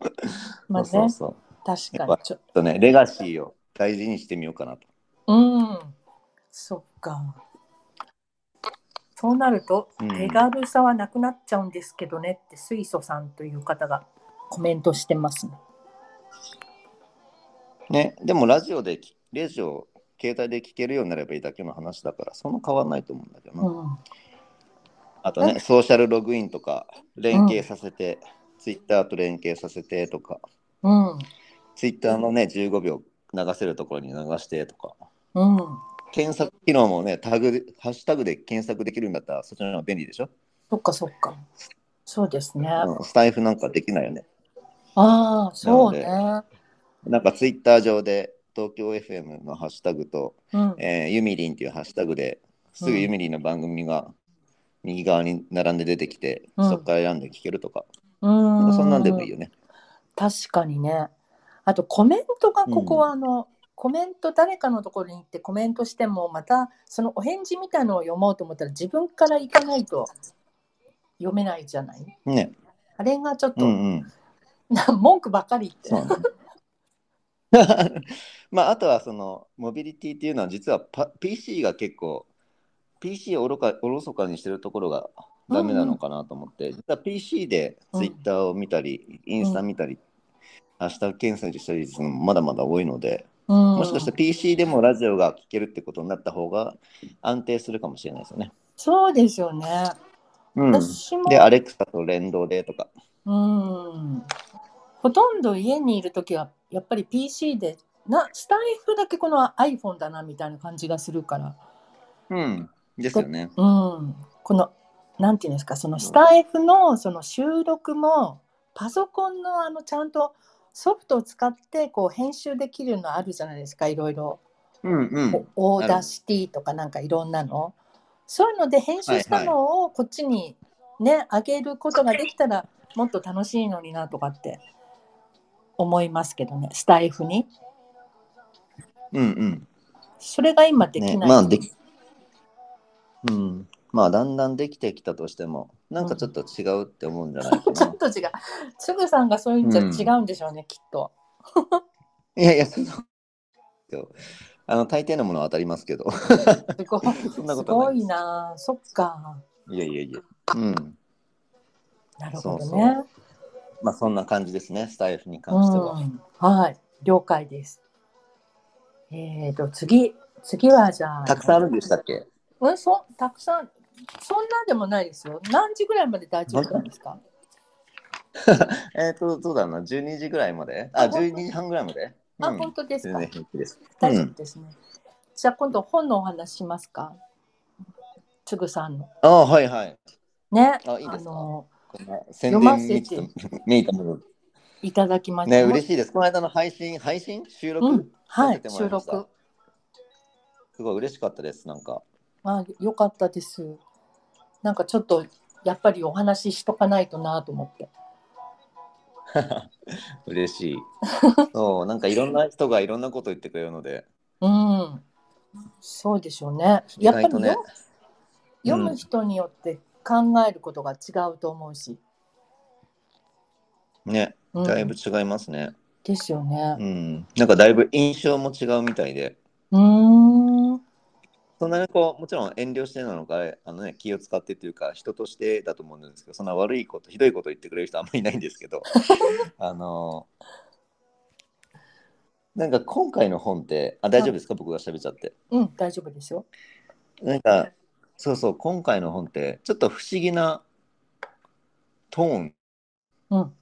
Speaker 1: まあね、
Speaker 2: そうそうそう。
Speaker 1: 確か
Speaker 2: やっ
Speaker 1: に
Speaker 2: ぱ
Speaker 1: ちょ。
Speaker 2: ちょっとね、レガシーを大事にしてみようかなと。
Speaker 1: うん。そっか。そうなると、
Speaker 2: うん
Speaker 1: 手軽さはなくなっちゃうんですけどねって、水素さんという方がコメントしてますね。
Speaker 2: ね、でもラジオでき、レジオ、携帯で聞けるようになればいいだけの話だから、そんな変わらないと思うんだけどな。
Speaker 1: うん。
Speaker 2: あとね、ソーシャルログインとか、連携させて、ツイッターと連携させてとか、
Speaker 1: うん。
Speaker 2: ツイッターのね、15秒流せるところに流してとか、
Speaker 1: うん。
Speaker 2: 検索機能もね、タグ、ハッシュタグで検索できるんだったら、そっちの方が便利でしょ、
Speaker 1: そっかそっか。そうですね。あ
Speaker 2: うん、スタイフなんかできないよね。
Speaker 1: あ、そうね。
Speaker 2: なんかツイッター上で、東京 FM のハッシュタグと、
Speaker 1: うん。
Speaker 2: えーユミリンっていうハッシュタグで、すぐ
Speaker 1: うん
Speaker 2: ユミリンの番組が右側に並んで出てきて、
Speaker 1: うん
Speaker 2: そこから選んで聞けるとか、
Speaker 1: う
Speaker 2: そんなんでもいいよね。
Speaker 1: 確かにね。あとコメントがここはあの、コメント誰かのところに行ってコメントしてもまたそのお返事みたいのを読もうと思ったら自分から行かないと読めないじゃない
Speaker 2: ね。
Speaker 1: あれがちょっ
Speaker 2: う
Speaker 1: と、
Speaker 2: んうん。
Speaker 1: な <laughs> 文句ばかり
Speaker 2: そ
Speaker 1: 言
Speaker 2: う
Speaker 1: って。
Speaker 2: ね <laughs> まあ、あとはそのモビリティっていうのは実はパ PC が結構 PC をおろかおろそかにしてるところがダメなのかなと思って、実は PC で Twitter を見たり、インスタ見たり、明日検索したりするのもまだまだ多いので、
Speaker 1: うん
Speaker 2: もしかして PC でもラジオが聴けるってことになった方が安定するかもしれないですよね。
Speaker 1: そうですよね。
Speaker 2: うん、
Speaker 1: 私も、
Speaker 2: で、アレクサと連動でとか。
Speaker 1: うん、ほとんど家にいるときはやっぱり PC でなスタイフだけこの iPhone だなみたいな感じがするから。
Speaker 2: うん、ですよね。
Speaker 1: うん、このなんていうんですかそのスタイフのその収録もパソコンのあのちゃんとソフトを使ってこう編集できるのあるじゃないですかいろいろ、
Speaker 2: うんうん。
Speaker 1: オーダーシティとかなんかいろんなのそういうので編集したのをこっちにねあ、げることができたらもっと楽しいのになとかって思いますけどねスタイフに
Speaker 2: うんうん。
Speaker 1: それが今できない、
Speaker 2: ね、まあでき、うん、まあだんだんできてきたとしてもなんかちょっと違うって思うんじゃないか
Speaker 1: ち
Speaker 2: な、
Speaker 1: ょっと違うつぐさんがそういうんじゃ違うんでしょうね、きっと。
Speaker 2: <laughs> いやいやそんなあの大抵のものは当たりますけ
Speaker 1: <laughs>
Speaker 2: ど
Speaker 1: すごい。
Speaker 2: そんな
Speaker 1: す
Speaker 2: こと
Speaker 1: ご
Speaker 2: ない
Speaker 1: いなあ。そっか。
Speaker 2: いやいやいやうん
Speaker 1: なるほどね。
Speaker 2: そうそうまあそんな感じですねスタイフに関しては、
Speaker 1: うんはい。了解です。えっ、と、次。次はじゃあ。
Speaker 2: たくさんあ
Speaker 1: ん。
Speaker 2: るんでしたっけ
Speaker 1: うん、そたくさん。そんなでもないですよ。何時ぐらいまで大丈夫なんですか。
Speaker 2: えっ、とどうだろうな12時ぐらいまであ12時半ぐらいまで、う
Speaker 1: あ、
Speaker 2: ん、
Speaker 1: 本当です
Speaker 2: 全
Speaker 1: か
Speaker 2: 然。平気です
Speaker 1: 大丈夫ですね。じゃあ、今度本のお話しますか。つぐさんの。
Speaker 2: ああはいはい
Speaker 1: ね。
Speaker 2: あいいですか
Speaker 1: の、
Speaker 2: こんな宣伝見て
Speaker 1: 読ま
Speaker 2: 見えたもの
Speaker 1: いただきました。
Speaker 2: ね嬉しいですこの間の配信配信収録、
Speaker 1: うん。は
Speaker 2: 見
Speaker 1: い。
Speaker 2: ても
Speaker 1: 収
Speaker 2: らいました
Speaker 1: 録。
Speaker 2: すごい嬉しかったです。なんか、
Speaker 1: あ、よかったです。なんかちょっとやっぱりお話ししとかないとなと思って。
Speaker 2: 嬉しい。そう、なんかいろんな人がいろんなこと言ってくれるので、
Speaker 1: うん。そうでしょうね。
Speaker 2: 意
Speaker 1: やっぱ
Speaker 2: 外
Speaker 1: り
Speaker 2: と
Speaker 1: 読,、
Speaker 2: ね。
Speaker 1: 読
Speaker 2: う
Speaker 1: む
Speaker 2: ん
Speaker 1: 人によって考えることが違うと思うし。
Speaker 2: ね、
Speaker 1: うん、
Speaker 2: だいぶ違いますね。
Speaker 1: ですよ
Speaker 2: う
Speaker 1: ね。
Speaker 2: ん。なんかだいぶ印象も違うみたいで、
Speaker 1: うーん。
Speaker 2: そんなにこう、もちろん遠慮してなのか、あのね、気を使ってというか、人としてだと思うんですけど、そんな悪いこと、ひどいこと言ってくれる人あんまりいないんですけど、あの、なんか今回の本って、あ、大丈夫ですか僕が喋っちゃって。
Speaker 1: うん、大丈夫ですよ。
Speaker 2: なんか、そうそう、今回の本って、ちょっと不思議なトーン、
Speaker 1: うん。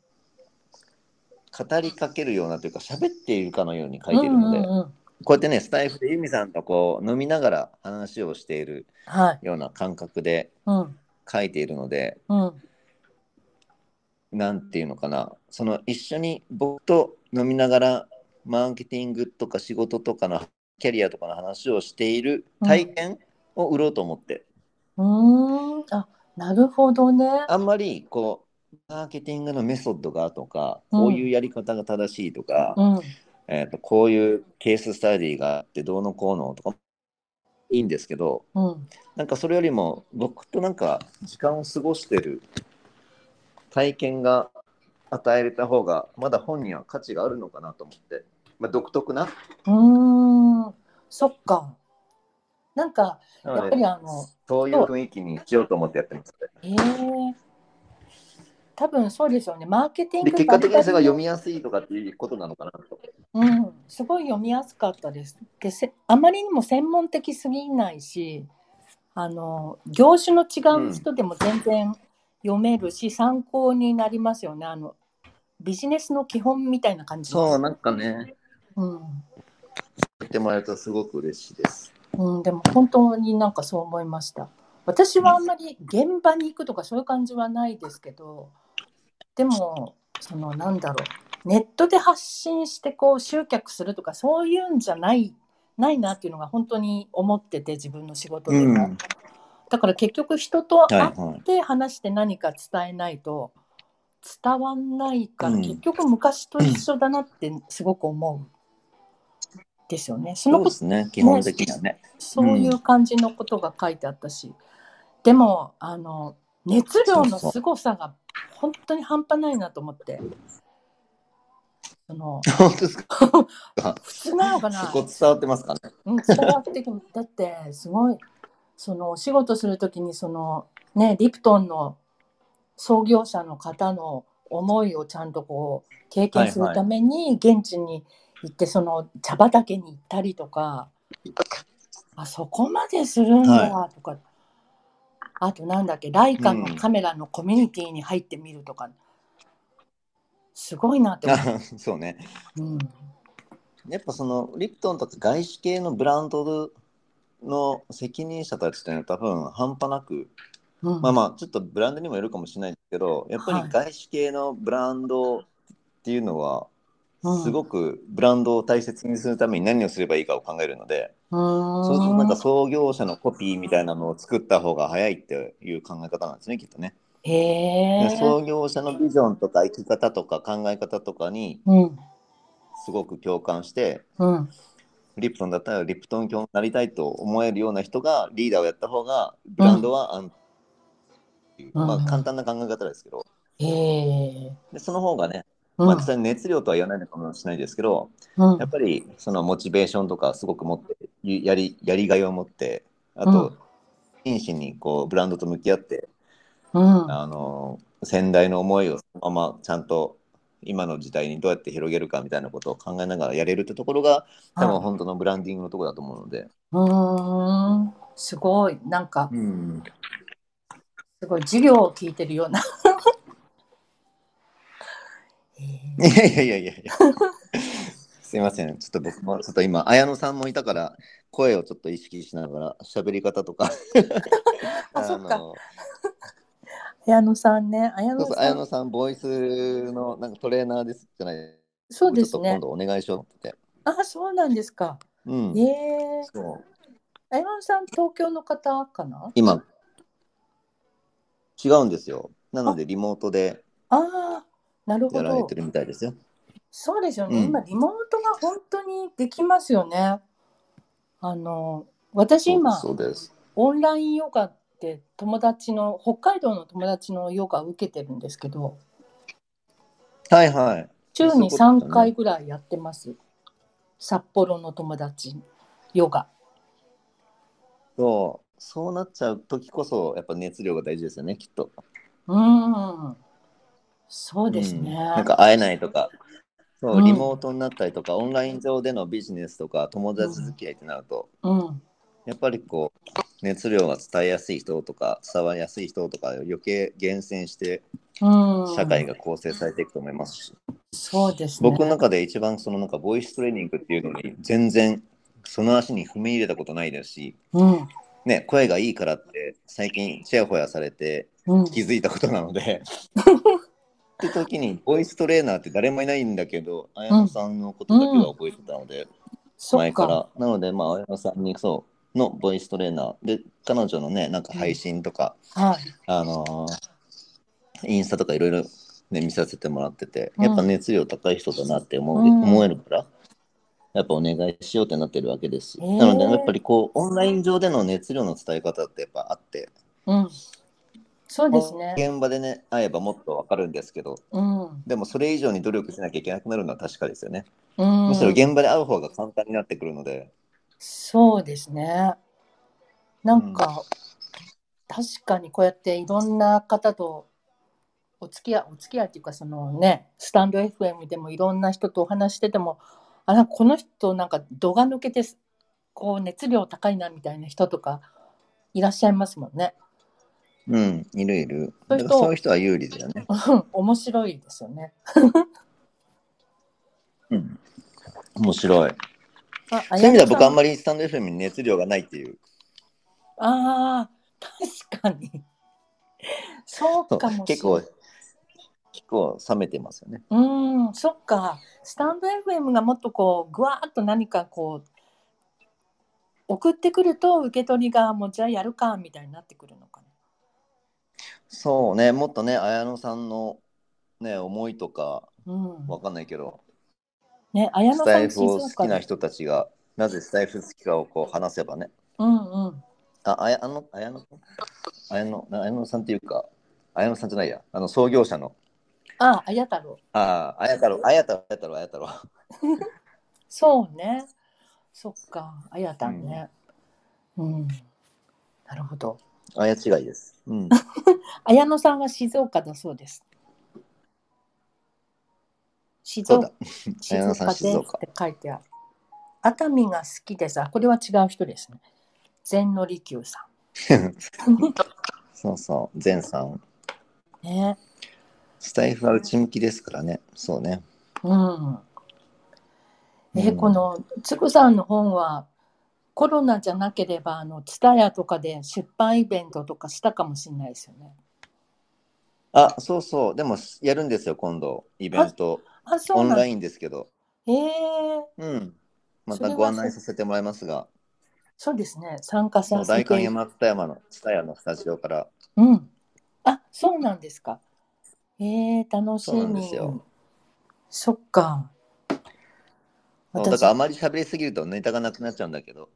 Speaker 2: 語りかけるようなというか、喋っているかのように書いているので、
Speaker 1: うんうんうん、
Speaker 2: こうやってね、スタイフでユミさんとこう飲みながら話をしている
Speaker 1: はい。
Speaker 2: ような感覚で
Speaker 1: うん。
Speaker 2: 書いているので、
Speaker 1: うん。
Speaker 2: なんていうのかな、その一緒に僕と飲みながら、マーケティングとか仕事とかのキャリアとかの話をしている体験を売ろうと思って、
Speaker 1: うーん。あ、なるほどね。
Speaker 2: あんまりこうマーケティングのメソッドがとか、
Speaker 1: うん
Speaker 2: こういうやり方が正しいとか、
Speaker 1: うん。
Speaker 2: えー、とこういうケーススタディがあってどうのこうのとかいいんですけど
Speaker 1: うん。
Speaker 2: なんかそれよりも僕となんか時間を過ごしてる体験が与えれた方がまだ本には価値があるのかなと思って、まあ、独特な
Speaker 1: うーん。そっか。なんか、
Speaker 2: な
Speaker 1: や
Speaker 2: の
Speaker 1: っ
Speaker 2: で
Speaker 1: ぱりあの、
Speaker 2: そういう雰囲気にしようと思ってやってます。
Speaker 1: ええ多分そうですよね。マーケティング
Speaker 2: で結果的にそれが読
Speaker 1: み、
Speaker 2: みやすいとかっていうことなのかなと。
Speaker 1: うん、すごい読みやすかったです。で、せあまりにも専門的すぎないし、あの業種の違う人でも全然読めるし、参考になりますよね。あのビジネスの基本みたいな感じ。
Speaker 2: そうなんかね
Speaker 1: うん。
Speaker 2: 言ってもらえるとすごく嬉しいです。
Speaker 1: うん、でも本当になんかそう思いました。私はあんまり現場に行くとかそういう感じはないですけど、でも、そのなんだろう、ネットで発信してこう集客するとかそういうんじゃない、ないなっていうのが本当に思ってて自分の仕事でも。
Speaker 2: うん
Speaker 1: だから結局人と
Speaker 2: はい
Speaker 1: 会っ
Speaker 2: はい。
Speaker 1: て話して何か伝えないと伝わんないから、
Speaker 2: うん
Speaker 1: 結局昔と一緒だなってすごく思う。ですよね。その
Speaker 2: そう
Speaker 1: こと
Speaker 2: ですね基本的にはね。
Speaker 1: そういう感じのことが書いてあったし、でもあの熱量の
Speaker 2: そうそう
Speaker 1: 凄さが本当に半端ないなと思って。その
Speaker 2: 本当 <laughs> ですか
Speaker 1: 普通なのかな
Speaker 2: そこ伝わってますかね。
Speaker 1: うん伝わってきてだってすごいそのお仕事するときにそのねリプトンの創業者の方の思いをちゃんとこう経験するために現地に行ってその茶畑に行ったりとかあそこまでするんだとか、あとなんだっけライカのカメラのコミュニティに入ってみるとか、すごいなって思う。
Speaker 2: <laughs> そうね。
Speaker 1: うん
Speaker 2: やっぱそのリプトンとか外資系のブランドの責任者たちっていうのは多分半端なく、
Speaker 1: うん
Speaker 2: まあまあちょっとブランドにもよるかもしれないけど、やっぱ
Speaker 1: はい
Speaker 2: り外資系のブランドっていうのは、
Speaker 1: うん
Speaker 2: すごくブランドを大切にするために何をすればいいかを考えるので、
Speaker 1: うーん
Speaker 2: そうするとなんか創業者のコピーみたいなのを作った方が早いっていう考え方なんですね、きっとね。
Speaker 1: へえ
Speaker 2: 創業者のビジョンとか生き方とか考え方とかに
Speaker 1: うん
Speaker 2: すごく共感して、
Speaker 1: うん
Speaker 2: リプトンだったらリプトン教になりたいと思えるような人がリーダーをやった方がブランドは安定っていう、
Speaker 1: うん
Speaker 2: まあ簡単な考え方ですけど
Speaker 1: へえ
Speaker 2: でその方がね、
Speaker 1: うん
Speaker 2: まあ、実際に熱量とは言わないのかもしれないですけど、
Speaker 1: うん
Speaker 2: やっぱりそのモチベーションとかすごく持ってやりやりがいを持ってあ
Speaker 1: う
Speaker 2: と真摯にこうブランドと向き合って、
Speaker 1: うん
Speaker 2: あの先代の思いをそのままちゃんと今の時代にどうやって広げるかみたいなことを考えながらやれるってところが多分本当のブランディングのところだと思うので。
Speaker 1: うーんすごいなんか
Speaker 2: うん
Speaker 1: すごい授業を聞いてるような <laughs> へえ
Speaker 2: いやいやいやいやいや。すいません。ちょっと僕も、ちょっと今、綾野さんもいたから、声をちょっと意識しながら、喋り方とか。
Speaker 1: <laughs> あそっか
Speaker 2: の
Speaker 1: 綾野さんね綾
Speaker 2: そう
Speaker 1: 野
Speaker 2: そう
Speaker 1: さ
Speaker 2: 綾
Speaker 1: ん
Speaker 2: 野さん、ボイスのなんかトレーナーですじゃない
Speaker 1: そうで
Speaker 2: ち
Speaker 1: す
Speaker 2: ょっと今
Speaker 1: ね
Speaker 2: 度お願いしようと思ってて。
Speaker 1: あそうなんですか
Speaker 2: うん
Speaker 1: へ。え
Speaker 2: そう
Speaker 1: 綾野さん東京の方かな
Speaker 2: 今、違うんですよ。なので、リモートで
Speaker 1: ああなる
Speaker 2: や
Speaker 1: ほ
Speaker 2: られ
Speaker 1: ど
Speaker 2: てるみたいですよ。
Speaker 1: そうですよね、
Speaker 2: うん
Speaker 1: 今リモートが本当にできますよねあの私今
Speaker 2: そうそうです。
Speaker 1: オンラインヨガって友達の北海道の友達のヨガを受けてるんですけど
Speaker 2: はいはい。
Speaker 1: 週に
Speaker 2: そういうことだね
Speaker 1: 3回ぐらいやってます札幌の友達ヨガ
Speaker 2: そう。そうなっちゃう時こそ、やっぱ熱量が大事ですよね、きっと。
Speaker 1: うんそうですね、
Speaker 2: うんなんか会えないとか、そうう、
Speaker 1: ん
Speaker 2: リモートになったりとか、オンライン上でのビジネスとか、友達付き合いってなると、
Speaker 1: うん
Speaker 2: やっぱりこう、熱量が伝えやすい人とか、伝わりやすい人とか、余計厳選して、
Speaker 1: うん、
Speaker 2: 社会が構成されていくと思いますし、
Speaker 1: そうですね
Speaker 2: 僕の中で一番、そのなんか、ボイストレーニングっていうのに、全然、その足に踏み入れたことないですし、
Speaker 1: うん
Speaker 2: ね、声がいいからって、最近、ちやほやされて、
Speaker 1: うん
Speaker 2: 気づいたことな
Speaker 1: <laughs>
Speaker 2: ので。って時にボイストレーナーって誰もいないんだけど、綾野さんのことだけは覚えてたので、
Speaker 1: そっ
Speaker 2: 前か。
Speaker 1: から
Speaker 2: なので、まあ、綾野さんにそのボイストレーナーで彼女のねなんか配信とか、
Speaker 1: はい。
Speaker 2: あのーインスタとかいろいろ、ね、見させてもらっててやっぱ熱量高い人だなって思う、
Speaker 1: うん
Speaker 2: 思えるからやっぱお願いしようってなってるわけですし、
Speaker 1: へー
Speaker 2: なのでやっぱりこうオンライン上での熱量の伝え方ってやっぱあって
Speaker 1: うん。そうですね。
Speaker 2: 現場でね会えばもっとわかるんですけど
Speaker 1: うん。
Speaker 2: でもそれ以上に努力しなきゃいけなくなるのは確かですよね、
Speaker 1: うん。
Speaker 2: むしろ現場で会う方が簡単になってくるので
Speaker 1: そうですね。なんか、確かにこうやっていろんな方とお付き合い、お付き合いっていうか、そのね、スタンド FM でもいろんな人とお話してても、あ、なんかこの人、なんか度が抜けて、こう熱量高いなみたいな人とかいらっしゃいますもんね。
Speaker 2: うんいるいる
Speaker 1: そう
Speaker 2: だ
Speaker 1: いう人
Speaker 2: からそういう人は有利だよね、
Speaker 1: うん面白いですよね。
Speaker 2: うん、面白い
Speaker 1: あ
Speaker 2: そういう意味では僕あん
Speaker 1: ま
Speaker 2: まりスタンド FM に熱量がないっていう
Speaker 1: あー確かに。そうかもしれない。
Speaker 2: 結構結構冷めてますよね。
Speaker 1: うん、そっか。スタンド FM がもっとこう、ぐわーっと何かこう、送ってくると受け取りが、もうじゃあやるか、みたいになってくるのか
Speaker 2: そうねもっとね綾野さんのね思いとか
Speaker 1: な。うん。
Speaker 2: わかんないけど
Speaker 1: ね、綾
Speaker 2: ス
Speaker 1: 野
Speaker 2: タ
Speaker 1: さ
Speaker 2: イ
Speaker 1: ん、
Speaker 2: フを好
Speaker 1: 静岡
Speaker 2: きな
Speaker 1: で。
Speaker 2: 人たちがなぜスタイフ好きかをこう話せばね
Speaker 1: うんうん。
Speaker 2: あ綾野綾野綾野綾野さんっていうか綾野さんじゃないやあの創業者の
Speaker 1: あ、綾太郎。
Speaker 2: ああ綾太郎綾太郎綾太郎綾太郎
Speaker 1: そうね。そっか、綾太ね。うん。なるほど。
Speaker 2: 綾違いです。うん、
Speaker 1: 綾野さんは静岡だそうです。静
Speaker 2: そう
Speaker 1: 岡
Speaker 2: だ。綾野さん静岡
Speaker 1: ですって書いてある。熱海が好きです。あ、これは違う人ですね。善則久さ
Speaker 2: そうそう善さん
Speaker 1: ん。ね。
Speaker 2: スタイフは内向きですからねそうね。
Speaker 1: うん。え、
Speaker 2: うん
Speaker 1: このつくさんの本はコロナじゃなければあのツタヤとかで出版イベントとかしたかもしれないですよね。
Speaker 2: あ、そうそう。でも、すやるんですよ、今度、イベント。
Speaker 1: あ、そ
Speaker 2: オ
Speaker 1: う
Speaker 2: ン
Speaker 1: なん
Speaker 2: ラ
Speaker 1: だ。
Speaker 2: インですけど。
Speaker 1: えー、
Speaker 2: うん。ま
Speaker 1: そ
Speaker 2: た
Speaker 1: れは
Speaker 2: ご案内させてもらいますが、
Speaker 1: そうですね。参加
Speaker 2: そ
Speaker 1: さ
Speaker 2: う
Speaker 1: せ
Speaker 2: 代官
Speaker 1: て。
Speaker 2: 山津山の津田屋のスタジオから。
Speaker 1: うん。あ、そうなんですか。えー、楽し
Speaker 2: そうなんで
Speaker 1: み
Speaker 2: す。よ。
Speaker 1: そっか。
Speaker 2: そうだから、あまり喋りすぎるとネタがなくなっちゃうんだけど。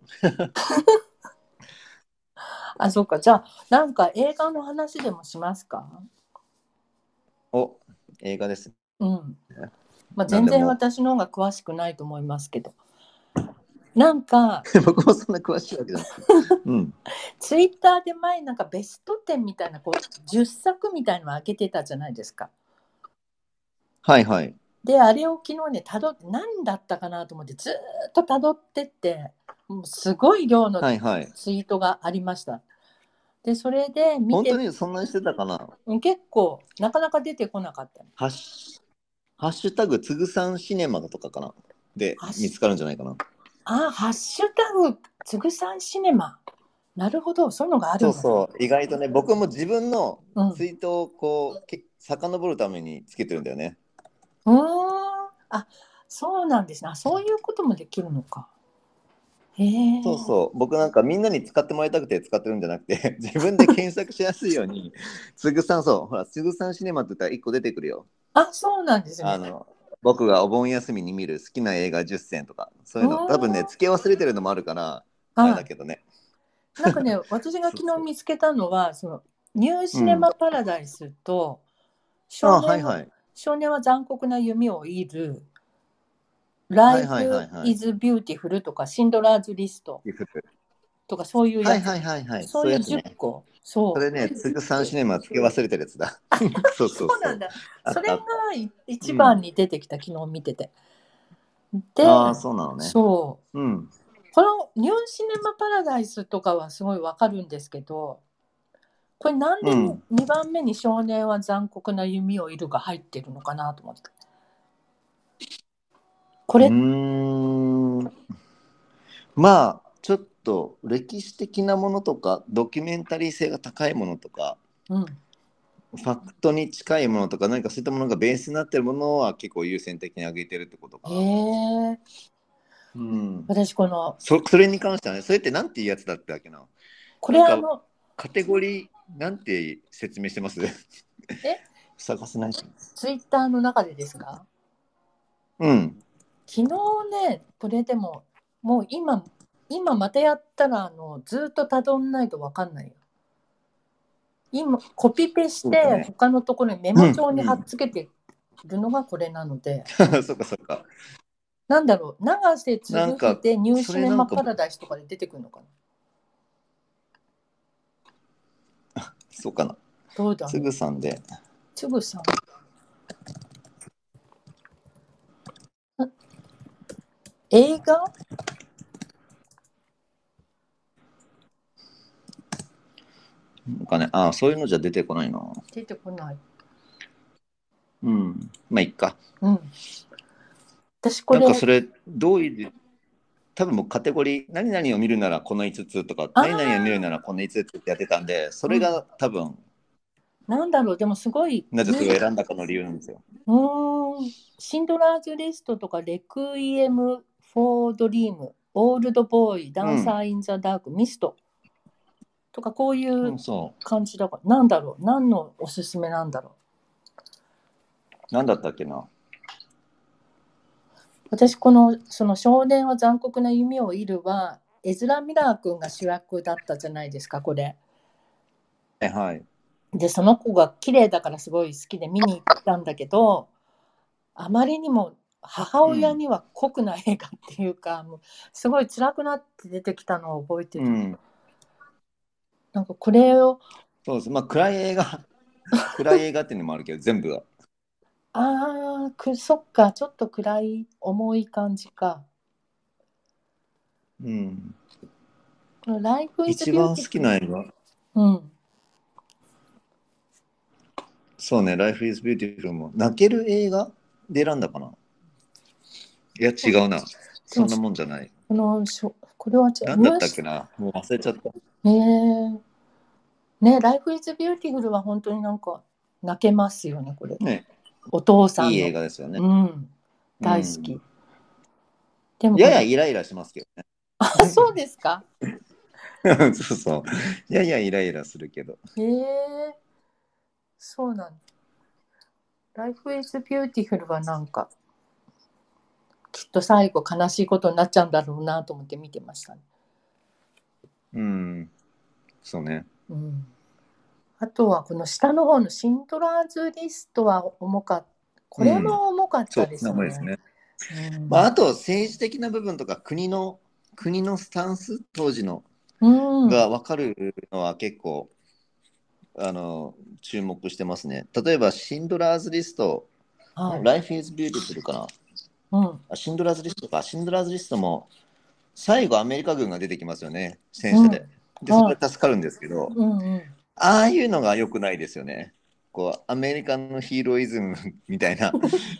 Speaker 1: あ、そうか。じゃあ、なんか映画の話でもしますか
Speaker 2: お、映画です。
Speaker 1: うん。まあ、
Speaker 2: なん
Speaker 1: 全
Speaker 2: でも
Speaker 1: 然私の方が詳しくないと思いますけど。なんか、
Speaker 2: <laughs> 僕もそんな詳しいわけじゃない。
Speaker 1: <laughs>
Speaker 2: うん。
Speaker 1: ツイッターで前、なんかベスト10みたいな、こう、10作みたいなの開けてたじゃないですか。
Speaker 2: はいはい。
Speaker 1: で、あれを昨日ね、たどって、何だったかなと思って、ずーっとたどってって、もうすごい量の
Speaker 2: はいはい。
Speaker 1: ツイートがありました。で、それで見
Speaker 2: 本
Speaker 1: て
Speaker 2: 当、にそんなにしてたかな
Speaker 1: うん結構、なかなか出てこなかったね。
Speaker 2: ハッシュ、ハッシュタグ、つぐさんシネマとかかなで
Speaker 1: ハッ、シュ
Speaker 2: 見つかるんじゃないかな。
Speaker 1: あ、ハッシュタグ、つぐさんシネマ。なるほど、そういうのがある
Speaker 2: そ
Speaker 1: ん
Speaker 2: う
Speaker 1: だ
Speaker 2: そう。意外とね、僕も自分の
Speaker 1: うん。う
Speaker 2: ツイートをこうけ遡るためにつけてるんだよね。
Speaker 1: ーん。あ、そうなんですね。あ、そういうこともできるのか。へえ。
Speaker 2: そうそう。僕なんかみんなに使ってもらいたくて使ってるんじゃな
Speaker 1: <laughs>
Speaker 2: くて、自分で検索しやすいように、つぐさんそう、ほら、つぐさんシネマって言ったら1個出てくるよ。
Speaker 1: あ、そうなんです
Speaker 2: あ
Speaker 1: ね。
Speaker 2: の、 <laughs> 僕がお盆休みに見る好きな映画10選とか、そういう
Speaker 1: あ
Speaker 2: の、
Speaker 1: ー
Speaker 2: 多分ね、付け忘れてるのもあるから、あれ
Speaker 1: は
Speaker 2: だ
Speaker 1: い。
Speaker 2: けどね。
Speaker 1: なんか
Speaker 2: <laughs>
Speaker 1: ね、私が昨日見つけたのは、その、ニューシネマパラダイスと、
Speaker 2: あ
Speaker 1: 少年
Speaker 2: はいはい。
Speaker 1: 少年は残酷な弓を射る、
Speaker 2: は
Speaker 1: Life
Speaker 2: いはいはいはい
Speaker 1: is Beautiful とか、シンドラーズリストとか、そういう
Speaker 2: は
Speaker 1: や
Speaker 2: い
Speaker 1: つ、
Speaker 2: はいはいはい。
Speaker 1: そ
Speaker 2: そう
Speaker 1: うい
Speaker 2: い
Speaker 1: うう
Speaker 2: やつね。
Speaker 1: 10個。そう
Speaker 2: それね、つぐさんシネマ付け忘れてるや
Speaker 1: <laughs>
Speaker 2: つだ。そうそ
Speaker 1: そ
Speaker 2: う
Speaker 1: う
Speaker 2: そ
Speaker 1: なん
Speaker 2: う。
Speaker 1: だ。
Speaker 2: あ
Speaker 1: それ
Speaker 2: あ
Speaker 1: が
Speaker 2: っ
Speaker 1: 一番に出てきた、昨日見てて。で、
Speaker 2: ああ、そうなのね。
Speaker 1: そ
Speaker 2: うん。
Speaker 1: う。このニューシネマパラダイスとかはすごいわかるんですけど、これなんで
Speaker 2: うん
Speaker 1: 2番目に少年は残酷な弓を射るが入ってるのかなと思って。こ
Speaker 2: う
Speaker 1: れ、
Speaker 2: ーんまあちょっと歴史的なものとかドキュメンタリー性が高いものとか
Speaker 1: うん、
Speaker 2: ファクトに近いものとか何かそういったものがベースになってるものは結構優先的に上げてるってことかな。
Speaker 1: へえ
Speaker 2: うん、
Speaker 1: 私この
Speaker 2: そそれに関してはね、それってなんていうやつだったっけな
Speaker 1: これ
Speaker 2: なんか
Speaker 1: あの
Speaker 2: カテゴリー、なんて説明してます <laughs> 探せないし。
Speaker 1: ツイッターの中でですか
Speaker 2: うん。 <laughs>
Speaker 1: 昨日ねそれでももう今今またやったらあのずっとたどんないと分かんないよ今コピペし
Speaker 2: そうだ
Speaker 1: て
Speaker 2: ね
Speaker 1: 他のところにメモ帳に貼っつけてるのがこれなので、
Speaker 2: そっかそっか。
Speaker 1: なんだろう永瀬つぶひでニューシネマ
Speaker 2: それなんか
Speaker 1: パラダイスとかで出てくるのかな
Speaker 2: そうかな。
Speaker 1: どうだ
Speaker 2: つぐさんで。
Speaker 1: つぶさんん映画
Speaker 2: なんかね、ああ、そういうのじゃ出てこないな。
Speaker 1: 出てこない
Speaker 2: うん。まあ、いっか。
Speaker 1: うん私こ
Speaker 2: なん
Speaker 1: れ
Speaker 2: かそれ、どういう、多分もうカテゴリー、何々を見るならこの5つとか、
Speaker 1: あ
Speaker 2: 何
Speaker 1: ー
Speaker 2: 々を見るならこの5つってやってたんで、それが多分、
Speaker 1: なんだろうでもすごい
Speaker 2: なぜそれを選んだかの理由なんですよ。、
Speaker 1: うーんシンドラーズリストとか、レクイエム・フォー・ドリーム、オールド・ボーイ、ダンサー・イン・ザ・ダーク、ミストとか、こういううん
Speaker 2: そ
Speaker 1: 感じだから、なんだろう、何のおすすめなんだろ
Speaker 2: う。なんだったっけな。
Speaker 1: う。私、この、その少年は残酷な弓を射るは、エズラ・ミラー君が主役だったじゃないですか、これ。
Speaker 2: えはい。
Speaker 1: でその子が綺麗だからすごい好きで見に行ったんだけどあまりにも母親には酷な映画っていうか、もうすごい辛くなって出てきたのを覚えてる、
Speaker 2: うん。
Speaker 1: なんかこれを
Speaker 2: そうです。まあ、暗い
Speaker 1: <laughs>
Speaker 2: 映画、暗い映画っていうのもあるけど、全部が。
Speaker 1: あーくそっかちょっと暗い重い感じか
Speaker 2: うん。
Speaker 1: この「ライフ・イズ・
Speaker 2: 一
Speaker 1: ビュー
Speaker 2: 番好
Speaker 1: ティ
Speaker 2: きな映画。
Speaker 1: うん
Speaker 2: そうね、Life is Beautiful も。泣ける映画で選んだかな。いや、違うな。そんなもんじゃない。
Speaker 1: このしょこれはちょ
Speaker 2: なんだったっけな。もう忘れちゃった。
Speaker 1: ねえねライフ・イズ・ビューティフル」は本当になんか泣けますよねこれ
Speaker 2: ね、
Speaker 1: お父さんの
Speaker 2: いい映画ですよね。
Speaker 1: うん大好き。
Speaker 2: うん
Speaker 1: でも
Speaker 2: ややイライラしますけ
Speaker 1: あそうですか。
Speaker 2: ど <laughs> ね。そうそう。ややイライラするけど。
Speaker 1: へえ、そうなんだ。Life is Beautiful はなんか、きっと最後悲しいことになっちゃうんだろうなと思って見てましたね。
Speaker 2: うん。そうね。
Speaker 1: うん、あとはこの下の方のシントラーズリストは重かった。これも重かっ
Speaker 2: そ
Speaker 1: た
Speaker 2: う
Speaker 1: で
Speaker 2: です
Speaker 1: ね。
Speaker 2: ね。ですね
Speaker 1: うん
Speaker 2: まあ、あと、政治的な部分とか、国の、国のスタンス、当時の
Speaker 1: うん、
Speaker 2: が分かるのは結構、あの、注目してますね。例えば、シンドラーズリスト、
Speaker 1: はい、
Speaker 2: Life is Beautiful かな。
Speaker 1: うん、
Speaker 2: あシンドラーズリストか。シンドラーズリストも、最後アメリカ軍が出てきますよね、戦車で。で、それで助かるんですけど、
Speaker 1: うん、うん。
Speaker 2: ああいうのが良くないですよね。こう、アメリカのヒーローイズム <laughs> みた
Speaker 1: <laughs>
Speaker 2: いな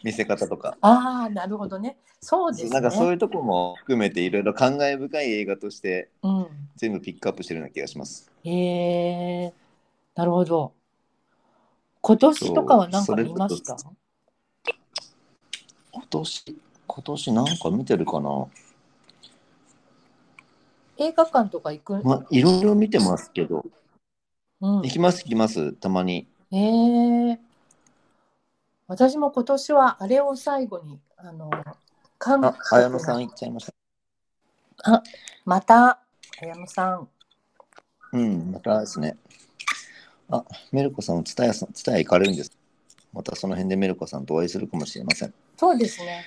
Speaker 2: 見せ方とか。
Speaker 1: ああ、なるほどね。そうですね。
Speaker 2: なんかそういうとこも含めていろいろ感慨深い映画として
Speaker 1: うん
Speaker 2: 全部ピックアップしてるような気がします。
Speaker 1: へえ、なるほど。今年とかはなんか見ました
Speaker 2: 今年、今年なんか見てるかな
Speaker 1: 映画館とか行く、
Speaker 2: まあ、いろいろ見てますけど、
Speaker 1: うん
Speaker 2: 行、きます行きます、たまに。
Speaker 1: へえ。私も今年はあれを最後に、あの、韓
Speaker 2: あ
Speaker 1: 国、
Speaker 2: 綾野さん行っちゃいました。
Speaker 1: また、綾野さん。
Speaker 2: うん、またですね。あ、メルコさんはツタヤさん、ツタヤ行かれるんです。またその辺でメルコさんとお会いするかもしれません。
Speaker 1: そうですね。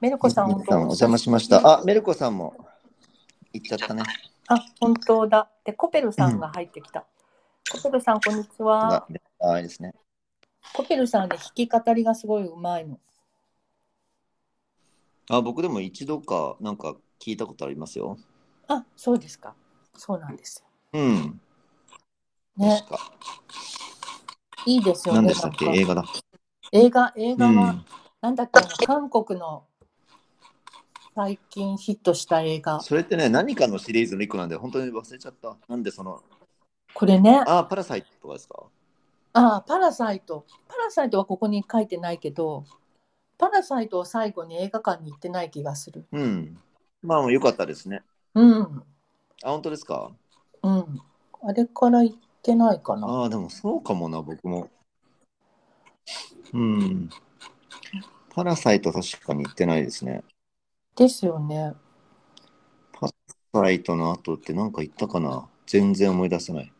Speaker 1: メルコさん、
Speaker 2: メ
Speaker 1: 本
Speaker 2: ルコさんお
Speaker 1: 当
Speaker 2: 邪魔しました。あ、メルコさんも行っちゃったね。
Speaker 1: あ、本当だ。で、コペルさんが入ってきた。コペルさん、こんにちは
Speaker 2: あ。、あれですね。
Speaker 1: コペルさんで弾き語りがすごいうまいの。
Speaker 2: あ、僕でも一度かなんか聞いたことありますよ。
Speaker 1: あ、そうですか。そうなんです
Speaker 2: う
Speaker 1: よ。
Speaker 2: ん。
Speaker 1: ね。
Speaker 2: 確か。
Speaker 1: いいですよね。
Speaker 2: 何でしたっけ
Speaker 1: なんか
Speaker 2: 映画だ。
Speaker 1: 映画、映
Speaker 2: う
Speaker 1: 画は、
Speaker 2: ん。
Speaker 1: なんだっけ、あの韓国の最近ヒットした映画。
Speaker 2: それってね、何かのシリーズの一個なんで、本当に忘れちゃった。なんでその、
Speaker 1: これね、あ
Speaker 2: あ、パラサイトとかですか
Speaker 1: あ、パラサイト。パラサイトはここに書いてないけど、パラサイトを最後に映画館に行ってない気がする。
Speaker 2: うん。まあ、よかったですね。
Speaker 1: うん。
Speaker 2: あ、本当ですか
Speaker 1: うん。あれから行ってないかな。
Speaker 2: ああ、でもそうかもな、僕も。うん。パラサイト確かに行ってないですね。
Speaker 1: ですよね。
Speaker 2: パラサイトの後ってなんか行ったかな全然思い出せない。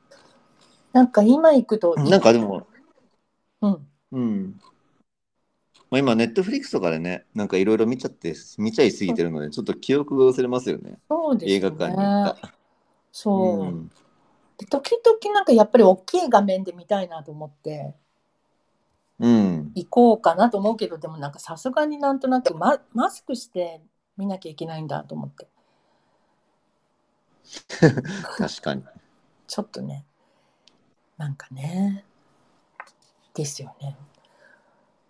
Speaker 1: なんか今行くと、
Speaker 2: なんかでも、
Speaker 1: うん。
Speaker 2: うん。まあ、今、ネットフリックスとかでね、なんかいろいろ見ちゃって、見ちゃいすぎてるので、ちょっと記憶が薄れますよね。
Speaker 1: そうですね。
Speaker 2: 映画館に行った。
Speaker 1: そう。
Speaker 2: うん
Speaker 1: で時々なんかやっぱり大きい画面で見たいなと思って
Speaker 2: うん。
Speaker 1: 行こうかなと思うけどでもなんかさすがになんとなくママスクして見なきゃいけないんだと思って
Speaker 2: 確かに。
Speaker 1: ちょっとねなんかねですよね